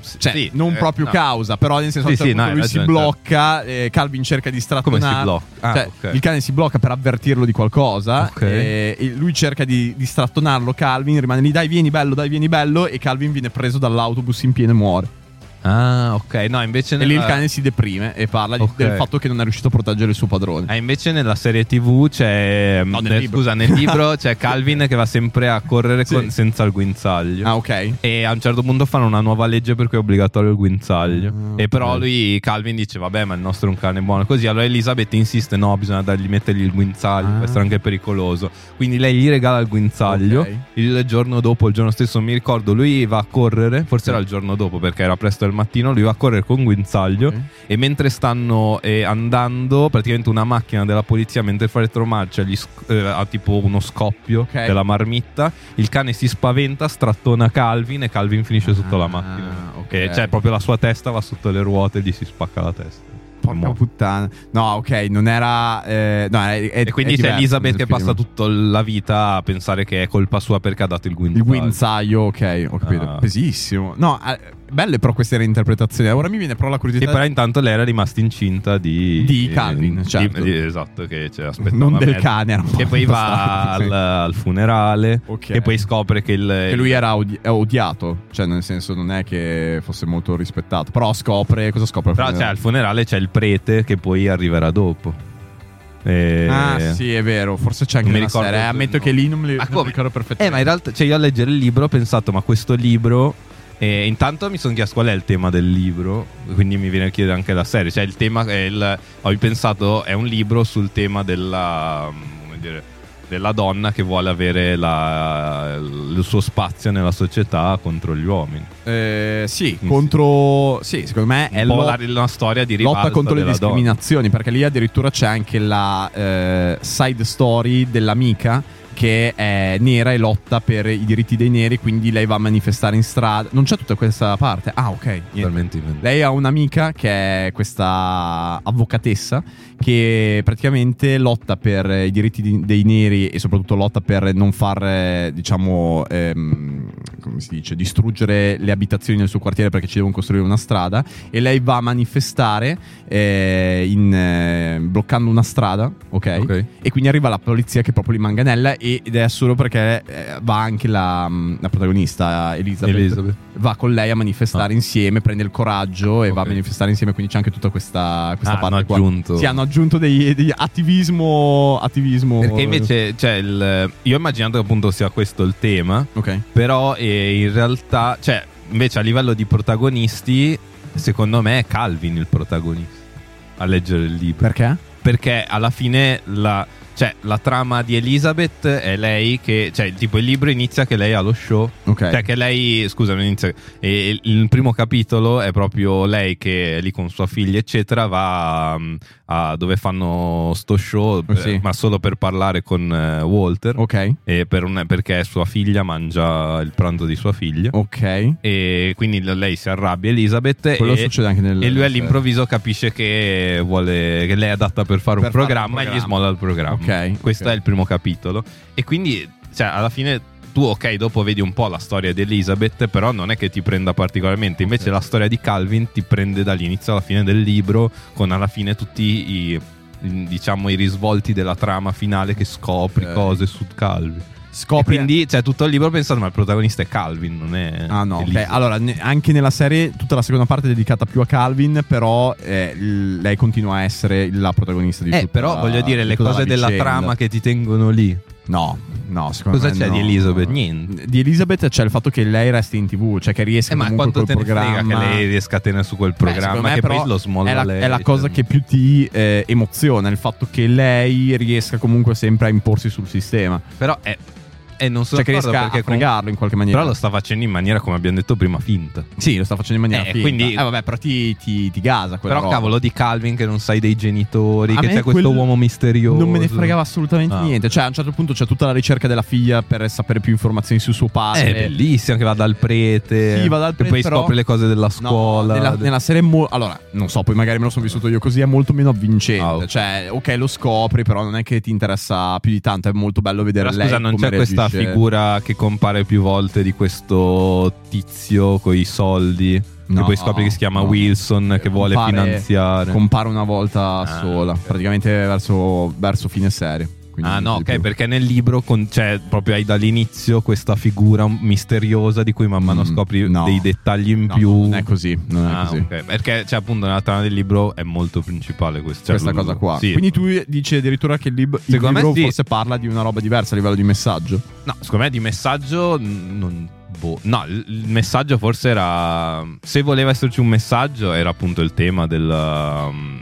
sì,
Cioè,
sì,
non
eh,
proprio
no.
causa, però nel senso
Sì,
a un certo
sì, no,
punto
hai
lui si
ragione, certo.
blocca, eh, Calvin cerca di
Come
strattonare.
si blocca? Ah,
Cioè,
ok.
Il cane si blocca per avvertirlo di qualcosa.
Ok.
eh, e lui cerca di, di strattonarlo. Calvin rimane lì, dai, vieni bello, dai, vieni bello. E Calvin viene preso dall'autobus in pieno e muore.
Ah, ok. No, invece.
E lì il
nella-
cane si deprime e parla di-
Ok.
del fatto che non è riuscito a proteggere il suo padrone.
Ah, invece nella serie TV c'è.
No, nel
eh,
libro.
scusa, nel libro c'è Calvin che va sempre a correre
Sì.
con- senza il guinzaglio.
Ah, ok.
E a un certo punto fanno una nuova legge per cui è obbligatorio il guinzaglio.
Ah,
E però
ok.
lui, Calvin, dice: Vabbè, ma il nostro è un cane buono. Così allora Elisabeth insiste: No, bisogna dargli, mettergli il guinzaglio.
Ah.
Questo è anche pericoloso. Quindi lei gli regala il guinzaglio.
Ok.
Il giorno dopo, il giorno stesso, mi ricordo, lui va a correre. Forse era il giorno dopo perché era presto al mattino. Lui va a correre con guinzaglio.
Ok.
E mentre stanno eh, andando, praticamente una macchina della polizia, mentre fa retromarcia, gli sc- eh, ha tipo uno scoppio
Ok.
della marmitta. Il cane si spaventa, strattona Calvin e Calvin finisce sotto la
Ah,
macchina.
ok.
E cioè, proprio la sua testa va sotto le ruote e gli si spacca la testa. E
Porca
muore.
puttana. No, ok, non era. eh, no, è, è-
e quindi
è
c'è
diverso
Elizabeth
nel
che
film.
passa tutta la vita a pensare che è colpa sua perché ha dato il
Il
guinzaglio.
guinzaglio, ok, ho capito.
Ah.
Pesissimo. No, eh, belle però queste reinterpretazioni. Ora mi viene però la
Che
curiosità.
però intanto lei era rimasta incinta di,
Di Calvin,
di-
certo.
di- esatto, che cioè, aspettava
Non del
mezzo.
cane, era un po'
Che poi va
bastardo,
al,
sì.
al funerale.
Ok.
E poi scopre che il.
Che lui era odi- è odiato, cioè nel senso non è che fosse molto rispettato, però scopre cosa scopre.
Però cioè, al funerale c'è il prete che poi arriverà dopo. E-
Ah sì, è vero, forse c'è anche
Non mi
una
ricordo
serie. Eh,
il
Ammetto
nome.
che lì non me li
Ma
non
come?
ricordo
Eh, ma
perfettamente.
in realtà, cioè, io a leggere il libro ho pensato, ma questo libro. eh, intanto mi sono chiesto qual è il tema del libro, quindi mi viene a chiedere anche la serie. Cioè, il tema. È il, ho pensato, è un libro sul tema della. mm, come dire, della donna che vuole avere la- il suo spazio nella società contro gli uomini.
Eh, sì, contro... Sì, secondo me è
un po'
lo-
la, una storia di ribalta
lotta contro le
della donna.
discriminazioni, perché lì addirittura c'è anche la eh, side story dell'amica che è nera e lotta per i diritti dei neri, quindi lei va a manifestare in strada. Non c'è tutta questa parte. Ah, ok. niente.
Totalmente inventato.
Lei ha un'amica che è questa avvocatessa che praticamente lotta per eh, i diritti di- dei neri e soprattutto lotta per non far, eh, diciamo, ehm, come si dice, distruggere le abitazioni nel suo quartiere perché ci devono costruire una strada e lei va a manifestare eh, in, eh, bloccando una strada, ok?
Ok.
E quindi arriva la polizia che proprio li manganella e- ed è solo perché eh, va anche la, mm, la protagonista Elizabeth,
Elizabeth.
va con lei a manifestare
Ah.
insieme, prende il coraggio e va a
Ok.
manifestare insieme, quindi c'è anche tutta questa, questa
Ah,
parte
hanno
qua.
aggiunto.
Sì, hanno aggiunto degli, degli attivismo, attivismo
Perché invece, cioè, il- io ho immaginato che appunto sia questo il tema,
Ok.
però eh, in realtà, cioè, invece a livello di protagonisti, secondo me è Calvin il protagonista a leggere il libro.
Perché?
perché alla fine la, cioè, la trama di Elizabeth è lei che, cioè, tipo il libro inizia che lei ha lo show.
Ok.
Cioè che lei, scusami, inizia- e il, il primo capitolo è proprio lei che è lì con sua figlia, eccetera, va mm, a, dove fanno sto show,
Eh sì.
eh, ma solo per parlare con eh, Walter,
Ok.
e per un- perché sua figlia mangia il pranzo di sua figlia.
Ok.
E quindi lei si arrabbia, Elizabeth.
Quello
e,
succede anche nel
e lui all'improvviso capisce che, vuole, che lei è adatta per fare
Per
un
fare un
programma e gli
programma.
smolla il programma.
Ok,
Questo
ok.
è il primo capitolo. E quindi, cioè, alla fine tu ok dopo vedi un po' la storia di Elizabeth però non è che ti prenda particolarmente invece la storia di Calvin ti prende dall'inizio alla fine del libro con alla fine tutti i diciamo i risvolti della trama finale che scopri
Ok.
cose su Calvin e
Scopri
quindi cioè tutto il libro pensando ma il protagonista è Calvin non è
Ah no, ok.
Elizabeth.
Allora, ne- anche nella serie tutta la seconda parte è dedicata più a Calvin, però eh, l- lei continua a essere la protagonista di
Eh,
tutta
però voglio dire,
di
le
tutta
cose
la
della
vicenda.
trama che ti tengono lì.
No, no, secondo
Cosa
me
c'è
no.
di Elizabeth? Niente.
Di Elizabeth c'è il fatto che lei resti in TV, cioè che riesca
Eh, ma
comunque
quanto
col
te ne frega che
programma
lei riscatena su quel
secondo
programma?
me
che
però
poi lo smolla
è la,
lei,
è la
cioè,
cosa che più ti eh, emoziona, il fatto che lei riesca comunque sempre a imporsi sul sistema.
Però è. E non so
Cioè che riesca a
perché con-
fregarlo in qualche maniera.
Però lo sta facendo in maniera, come abbiamo detto prima, finta.
Sì, lo sta facendo in maniera
Eh,
finta.
quindi-
Eh vabbè, però ti, ti, ti gasa quella
Però
roba.
cavolo di Calvin che non sai dei genitori,
A
che
me
c'è questo
quel-
uomo misterioso.
Non me ne fregava assolutamente
Ah.
niente. Cioè, a un certo punto c'è tutta la ricerca della figlia per sapere più informazioni su suo padre.
È Eh, bellissimo che va dal prete.
Sì, va dal
E poi
prete, però-
scopre le cose della
No,
scuola.
nella, nella serie è mo- allora, non so, poi magari me lo sono vissuto io così, è molto meno avvincente.
Ah, ok.
Cioè, ok, lo scopri, però non è che ti interessa più di tanto. È molto bello vedere
Però
lei
scusa, non
come
c'è questa
reagisce.
figura che compare più volte di questo tizio con i soldi.
No,
che poi scopri che si chiama
no.
Wilson, che vuole
Compare-
finanziare.
Compare una volta
Ah,
sola,
ok.
praticamente verso, verso fine serie. quindi
ah, no,
niente di più.
ok, perché nel libro con- cioè, proprio hai dall'inizio questa figura misteriosa di cui man mano
Mm,
scopri
no.
dei dettagli in
No,
più.
Non è così, non è
Ah,
così.
ok, Perché, cioè, appunto, nella trama del libro è molto principale questo, cioè,
questa
lo-
cosa qua.
sì.
Quindi tu dici addirittura che il, lib- il
Secondo me
libro
sì.
forse parla di una roba diversa a livello di messaggio.
No, secondo me di messaggio n- non- boh. No, il il messaggio forse era se voleva esserci un messaggio era appunto il tema del, um,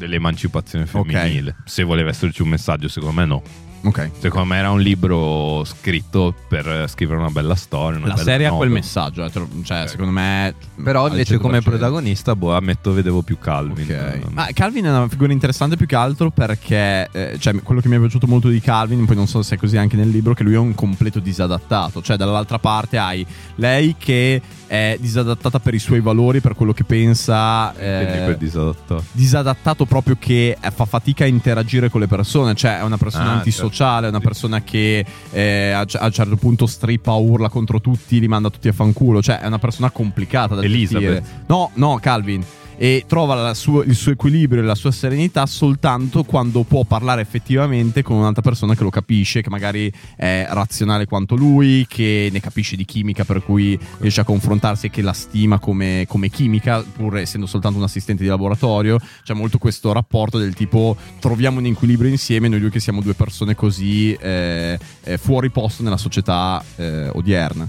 dell'emancipazione femminile. Se voleva esserci un messaggio, secondo me no.
Ok.
Secondo me era un libro scritto per eh, scrivere una bella storia, una
La
bella
serie ha quel
novella.
messaggio, eh, te lo- cioè secondo me...
Però
al
invece come
100%.
protagonista, boh, ammetto vedevo più Calvin.
Ok.
Eh,
Ma Calvin è una figura interessante più che altro perché, eh, cioè, quello che mi è piaciuto molto di Calvin, poi non so se è così anche nel libro, che lui è un completo disadattato. Cioè, dall'altra parte hai lei che è disadattata per i suoi valori, per quello che pensa.
quindi
eh,
quel disadattato.
disadattato proprio che eh, fa fatica a interagire con le persone, cioè è una persona
Ah,
antisociale,
certo.
è una
Sì.
persona che eh, a, a un certo punto strippa, urla contro tutti, li manda tutti a fanculo, cioè è una persona complicata da
Elizabeth.
gestire. No, no, Calvin. E trova la sua- il suo equilibrio e la sua serenità soltanto quando può parlare effettivamente con un'altra persona che lo capisce, che magari è razionale quanto lui, che ne capisce di chimica, per cui riesce a confrontarsi e che la stima come, come chimica, pur essendo soltanto un assistente di laboratorio. C'è molto questo rapporto del tipo troviamo un equilibrio insieme, noi due che siamo due persone così eh, eh, fuori posto nella società eh, odierna.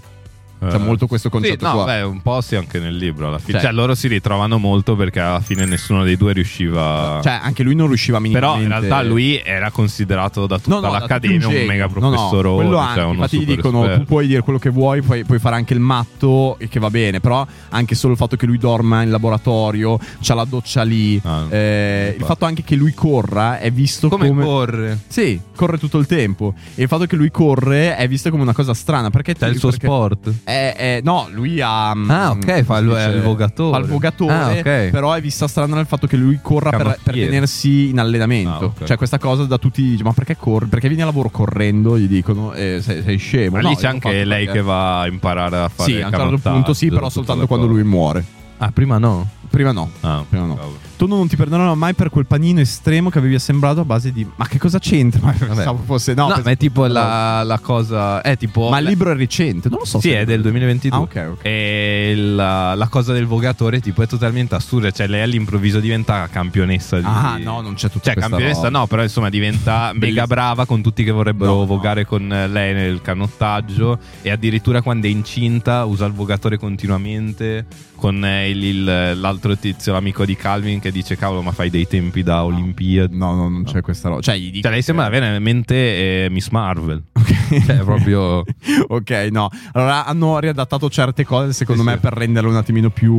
C'è
Eh,
molto questo concetto
sì, no,
qua.
beh, un po' sì anche nel libro alla fine.
Cioè-
Cioè, loro si ritrovano molto perché alla fine nessuno dei due riusciva...
Cioè, anche lui non riusciva
Ah. Però
minimamente
in realtà lui era considerato da tutta
No, no, da
l'accademia
tutti
un,
genio.
mega
No, no,
professorone.
quello
cioè
anche,
uno
infatti gli
super
dicono
esperto.
tu puoi dire quello che vuoi, puoi, puoi fare anche il matto e che va bene, però anche solo il fatto che lui dorma in laboratorio, c'ha la doccia lì,
Ah,
eh, il
infatti.
fatto anche che lui corra è visto
come,
come...
corre?
sì, corre tutto il tempo e il fatto che lui corre è visto come una cosa strana perché...
C'è il suo
perché-
sport.
Eh, eh, no, lui ha. mm,
Ah, ok, fa
si
il-
dice-
è il vogatore.
Fa il vogatore,
Ah, ok.
però è vista strana nel fatto che lui corra per, per
Canottiere.
tenersi in allenamento.
Ah, ok.
Cioè, questa cosa da tutti dice: Ma perché corri? Perché vieni a lavoro correndo? Gli dicono: eh, sei, sei scemo.
Ma
No,
lì c'è
l'ho
anche
fatto
lei
perché-
che va a imparare a fare
Sì, a un certo
canottaggio,
punto sì, però
tutta
soltanto
la
quando
cosa.
lui muore.
Ah, prima no.
Prima no.
Ah,
Prima no.
cavolo.
Tono non ti perdonerà mai per quel panino estremo che avevi assemblato a base di. Ma che cosa c'entra? Ma pensavo fosse. No,
No,
pensavo-
ma è tipo la, la cosa. È tipo.
Ma il libro è recente, non lo so.
Sì,
se-
è del 2022.
Ah, ok, ok.
E la, la cosa del vogatore, tipo, è totalmente assurda. Cioè, lei all'improvviso diventa campionessa di.
Ah, no, non c'è tutta
Cioè,
questa
campionessa
roba.
no, però insomma diventa
Bellissimo.
mega brava con tutti che vorrebbero
No, no.
vogare con lei nel canottaggio e addirittura quando è incinta usa il vogatore continuamente con eh, il- il- l'altro tizio, l'amico di Calvin che dice cavolo ma fai dei tempi da Olimpiadi.
No, no, non
No.
c'è questa roba. Cioè, gli dico-
Cioè lei sembra veramente eh, Miss Marvel.
Ok.
Cioè, è proprio...
ok, no. Allora hanno riadattato certe cose, secondo
Sì,
me,
sì.
per renderle un attimino più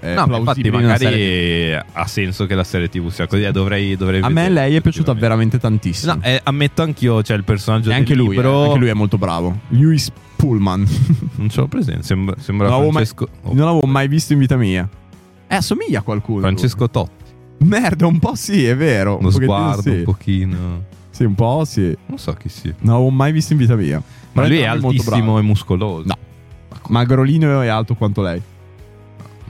eh,
No, ma infatti
plausibili nella serie.
magari ha senso che la serie TV sia così, eh, dovrei, dovrei
A me
vederla,
lei è piaciuta veramente
effettivamente.
tantissimo.
No, eh, ammetto anch'io, cioè il personaggio
e anche
del
lui, eh,
libro...
anche lui è molto bravo. Lewis Pullman.
Non ce l'ho presente, sembra, sembra
Non l'avevo, mai,
Francesco... oh,
non l'avevo mai visto in vita mia. Eh, assomiglia a qualcuno.
Francesco Totti.
Merda, un po' sì, è vero.
Uno
un pochettino
sguardo
sì.
un pochino.
Sì, un po' sì.
Non so chi sia.
Non l'avevo mai visto in vita mia.
Ma
Però
lui è
entrambi molto bravi.
altissimo e muscoloso.
No. Magrolino e alto quanto lei.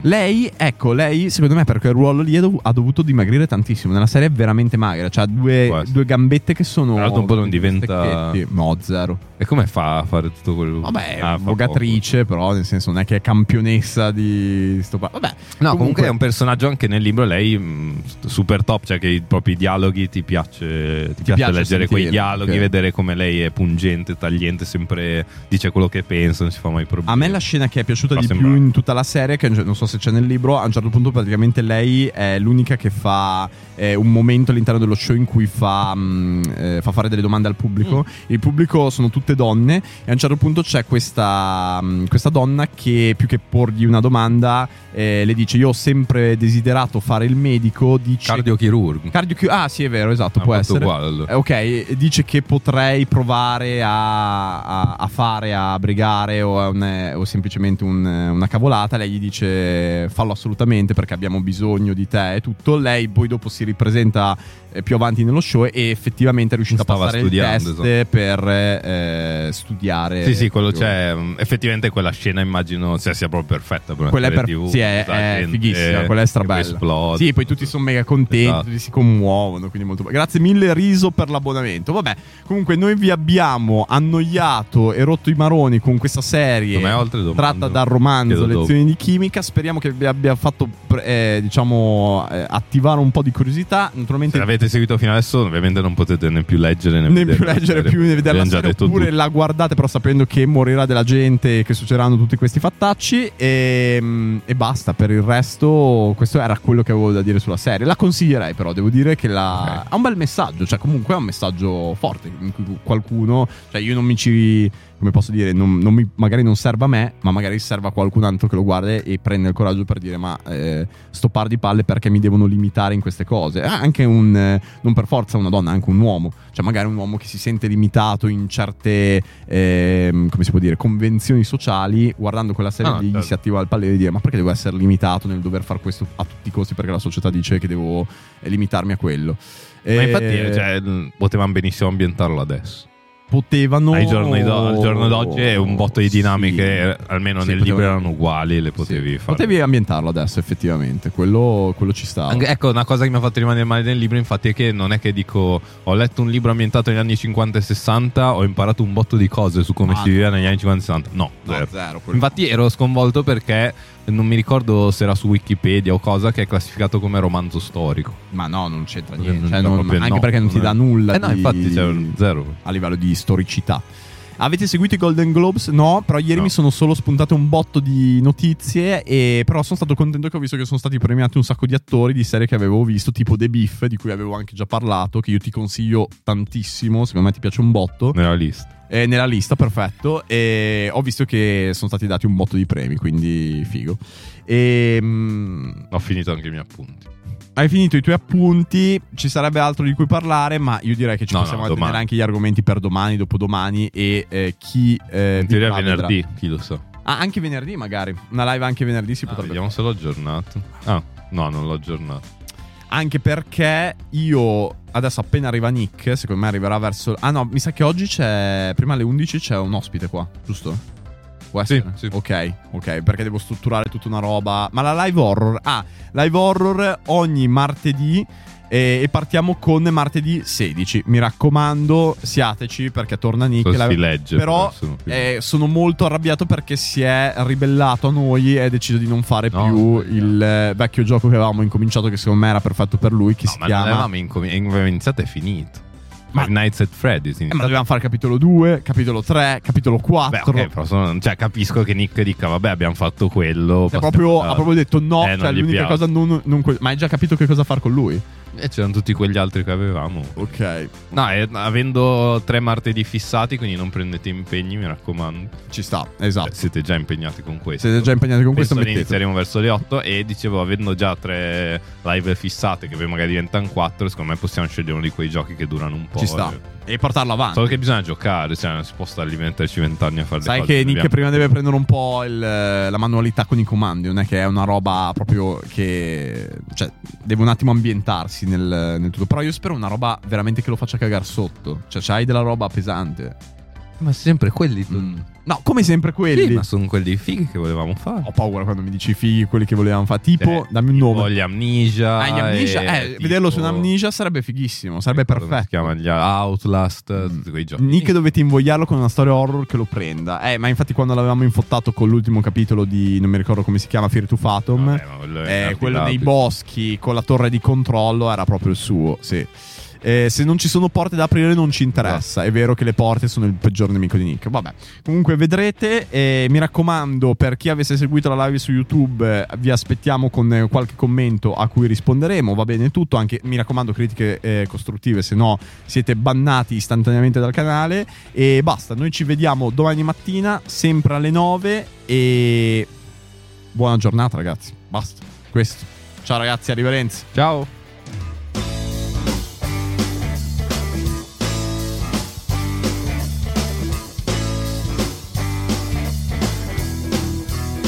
Lei, ecco, lei secondo me per quel ruolo lì ha dov- ha dovuto dimagrire tantissimo. Nella serie è veramente magra, cioè ha
Può
due,
essere.
due gambette che sono...
Tra l'altro un po' non diventa-
stecchetti. No, zero.
E come fa a fare tutto quello?
Vabbè,
Ah, fa
vogatrice, però nel senso non è che è campionessa di sto qua. Vabbè,
poco. No, Ah, comunque, è un personaggio anche nel libro. Lei mh, super top, cioè che i propri dialoghi ti piace, ti piace
piace
leggere
sentire,
quei dialoghi,
ok.
vedere come lei è pungente, tagliente, sempre dice quello che pensa, non si fa mai problemi.
A me la scena che è piaciuta
Fa
di
sembrare.
più in tutta la serie, che non so se c'è nel libro, a un certo punto praticamente lei è l'unica che fa eh, un momento all'interno dello show in cui fa, mm, eh, fa fare delle domande al pubblico. Il pubblico sono tutte donne e a un certo punto c'è questa, mm, questa donna che più che porgli una domanda eh, le dice io ho sempre desiderato fare il medico, dice...
cardiochirurgo.
Cardio... Ah sì è vero, esatto,
Ah,
può
fatto
essere.
uguale, allora.
Eh, Ok, dice che potrei provare a, a- a fare, a brigare o, a un- eh, o semplicemente un- eh, una cavolata. Lei gli dice fallo assolutamente perché abbiamo bisogno di te e tutto. Lei poi dopo si ripresenta eh, più avanti nello show e effettivamente è riuscita
Stava
a passare il test
studiando, esatto.
per eh, studiare.
Sì, sì, quello
proprio.
c'è. mh, Effettivamente quella scena immagino cioè, sia proprio perfetta. Per una
Quella è,
serie
per-
TV,
sì, è,
tutta
è
gente
fighissima, quella è strabella.
eh, che poi esplode.
Sì, poi tutti sono mega contenti,
Esatto.
tutti si commuovono, quindi molto Grazie mille Riso per l'abbonamento. Vabbè, comunque noi vi abbiamo annoiato e rotto i maroni con questa serie
Come oltre domande.
tratta dal romanzo
Chiedo dopo.
Lezioni di chimica. Speriamo che vi abbia fatto pre- eh, diciamo eh, attivare un po' di curiosità.
Se
Naturalmente
l'avete seguito fino adesso, ovviamente non potete né più leggere né,
né
vedere
più
la
leggere
serie.
più né vederla
Abbiamo già
serie,
detto
oppure
tutto.
la guardate però sapendo che morirà della gente e che succederanno tutti questi fattacci ehm, e, e basta per il resto questo era quello che avevo da dire sulla serie la consiglierei però devo dire che la-
Ok.
ha un bel messaggio cioè comunque ha un messaggio forte in cui qualcuno cioè io non mi ci come posso dire non- non mi- magari non serve a me ma magari serve a qualcun altro che lo guarda e prende il coraggio per dire ma eh, sto par di palle perché mi devono limitare in queste cose. Ah, anche un, eh, non per forza una donna, anche un uomo. Cioè magari un uomo che si sente limitato in certe, ehm, come si può dire, convenzioni sociali, guardando quella serie
Ah,
lì gli
certo.
si attiva il pallone di dire ma perché devo essere limitato nel dover fare questo a tutti i costi perché la società dice che devo eh, limitarmi a quello.
Ma
Eh,
infatti, cioè, mh, potevano benissimo ambientarlo adesso.
potevano...
Ai giorni d'o- al giorno d'oggi è un botto di
Sì.
dinamiche, eh, almeno
Sì,
nel
potevano-
libro erano uguali, le potevi
Sì.
fare.
Potevi ambientarlo adesso effettivamente, quello, quello ci sta.
Anche- ecco, una cosa che mi ha fatto rimanere male nel libro, infatti, è che non è che dico ho letto un libro ambientato negli anni 50 e 60, ho imparato un botto di cose su come
Ah,
si viveva negli anni 50 e 60. No, Eh, zero. Infatti ero sconvolto perché non mi ricordo se era su Wikipedia o cosa che è classificato come romanzo storico.
Ma no, non c'entra
Non
niente.
c'entra
cioè, non-
proprio,
anche
no,
perché non ti
non
dà
è-
nulla.
Eh no,
di-
infatti c'è zero.
A livello di storicità. Avete seguito i Golden Globes? No, però ieri
No.
mi sono solo spuntate un botto di notizie. E però sono stato contento che ho visto che sono stati premiati un sacco di attori di serie che avevo visto, tipo The Beef, di cui avevo anche già parlato, che io ti consiglio tantissimo. Secondo me ti piace un botto.
nella lista.
Eh, nella lista, perfetto. E ho visto che sono stati dati un botto di premi, quindi figo. E,
Ho finito anche i miei appunti.
hai finito i tuoi appunti, ci sarebbe altro di cui parlare, ma io direi che ci
No,
possiamo
no,
tenere
domani.
anche gli argomenti per domani, dopodomani e eh, chi... eh,
In teoria è
vivrà, vedrà.
venerdì, chi lo sa.
Ah, anche venerdì magari, una live anche venerdì si
Ah,
potrebbe
vediamo se l'ho aggiornato. Ah, no, non l'ho aggiornato.
Anche perché io adesso appena arriva Nick, secondo me arriverà verso... Ah no, mi sa che oggi c'è... prima alle 11 c'è un ospite qua, giusto? Può
Sì,
essere?
sì.
Ok, ok, perché devo strutturare tutta una roba. Ma la live horror... Ah, live horror ogni martedì e, e partiamo con martedì 16. Mi raccomando, siateci perché torna Nick.
So
La-
si legge.
Però
sono più-
eh, sono molto arrabbiato perché si è ribellato a noi e ha deciso di non fare
No,
più
no, no.
il eh, vecchio gioco che avevamo incominciato, che secondo me era perfetto per lui, che
no,
si
ma
chiama... Eh,
non avevamo incomi- avevamo iniziato e finito.
Ma-
Ma Nights at Freddy's.
Eh, ma dovevamo fare capitolo 2, capitolo 3, capitolo 4.
Beh, ok, però sono- cioè, capisco che Nick dica, vabbè, abbiamo fatto quello.
Cioè,
basta-
proprio- ha proprio detto no,
Eh, non
cioè
gli
l'unica
piace.
cosa non, non que- Ma hai già capito che cosa fare con lui?
E c'erano tutti quegli altri che avevamo.
Ok,
No, e avendo tre martedì fissati, quindi non prendete impegni, mi raccomando.
ci sta, esatto.
Cioè, siete già impegnati con questo.
Siete già impegnati con questo,
Penso ne
mettete.
inizieremo verso le 8 e dicevo, avendo già tre live fissate che poi magari diventano 4, secondo me possiamo scegliere uno di quei giochi che durano un po'.
Ci sta.
eh.
E portarlo avanti.
Solo che bisogna giocare, cioè non si può stare lì metterci vent'anni a fare le
Sai
cose
che Nick
dobbiamo-
prima deve prendere un po' il, eh, la manualità con i comandi, non è che è una roba proprio che... Cioè, deve un attimo ambientarsi nel, nel tutto. Però io spero una roba veramente che lo faccia cagare sotto. Cioè, c'hai della roba pesante.
Ma sempre quelli.
Mm. No, come sempre quelli.
Sì, ma sono quelli fighi che volevamo fare.
Ho paura quando mi dici fighi quelli che volevamo fare. Tipo,
Eh,
dammi un nome.
Voglio amnesia.
Ah, gli Amnesia, eh, vederlo su un Amnesia sarebbe fighissimo, sarebbe
Si
perfetto.
chiama gli Outlast.
Mm.
Eh, tutti Quei giochi.
Nick dovete invogliarlo con una storia horror che lo prenda. Eh, ma infatti quando l'avevamo infottato con l'ultimo capitolo di non mi ricordo come si chiama Fear to Fathom,
Vabbè, ma quello
eh,
è
quello dei
inarrivabile.
boschi con la torre di controllo era proprio il suo, sì. Eh, se non ci sono porte da aprire non ci
Esatto.
interessa, è vero che le porte sono il peggior nemico di Nick. Vabbè, comunque vedrete, eh, mi raccomando per chi avesse seguito la live su YouTube eh, vi aspettiamo con eh, qualche commento a cui risponderemo, va bene tutto, anche mi raccomando critiche eh, costruttive, se no siete bannati istantaneamente dal canale e basta, noi ci vediamo domani mattina sempre alle 9 e buona giornata ragazzi, basta, questo. Ciao ragazzi, arrivederci.
Ciao.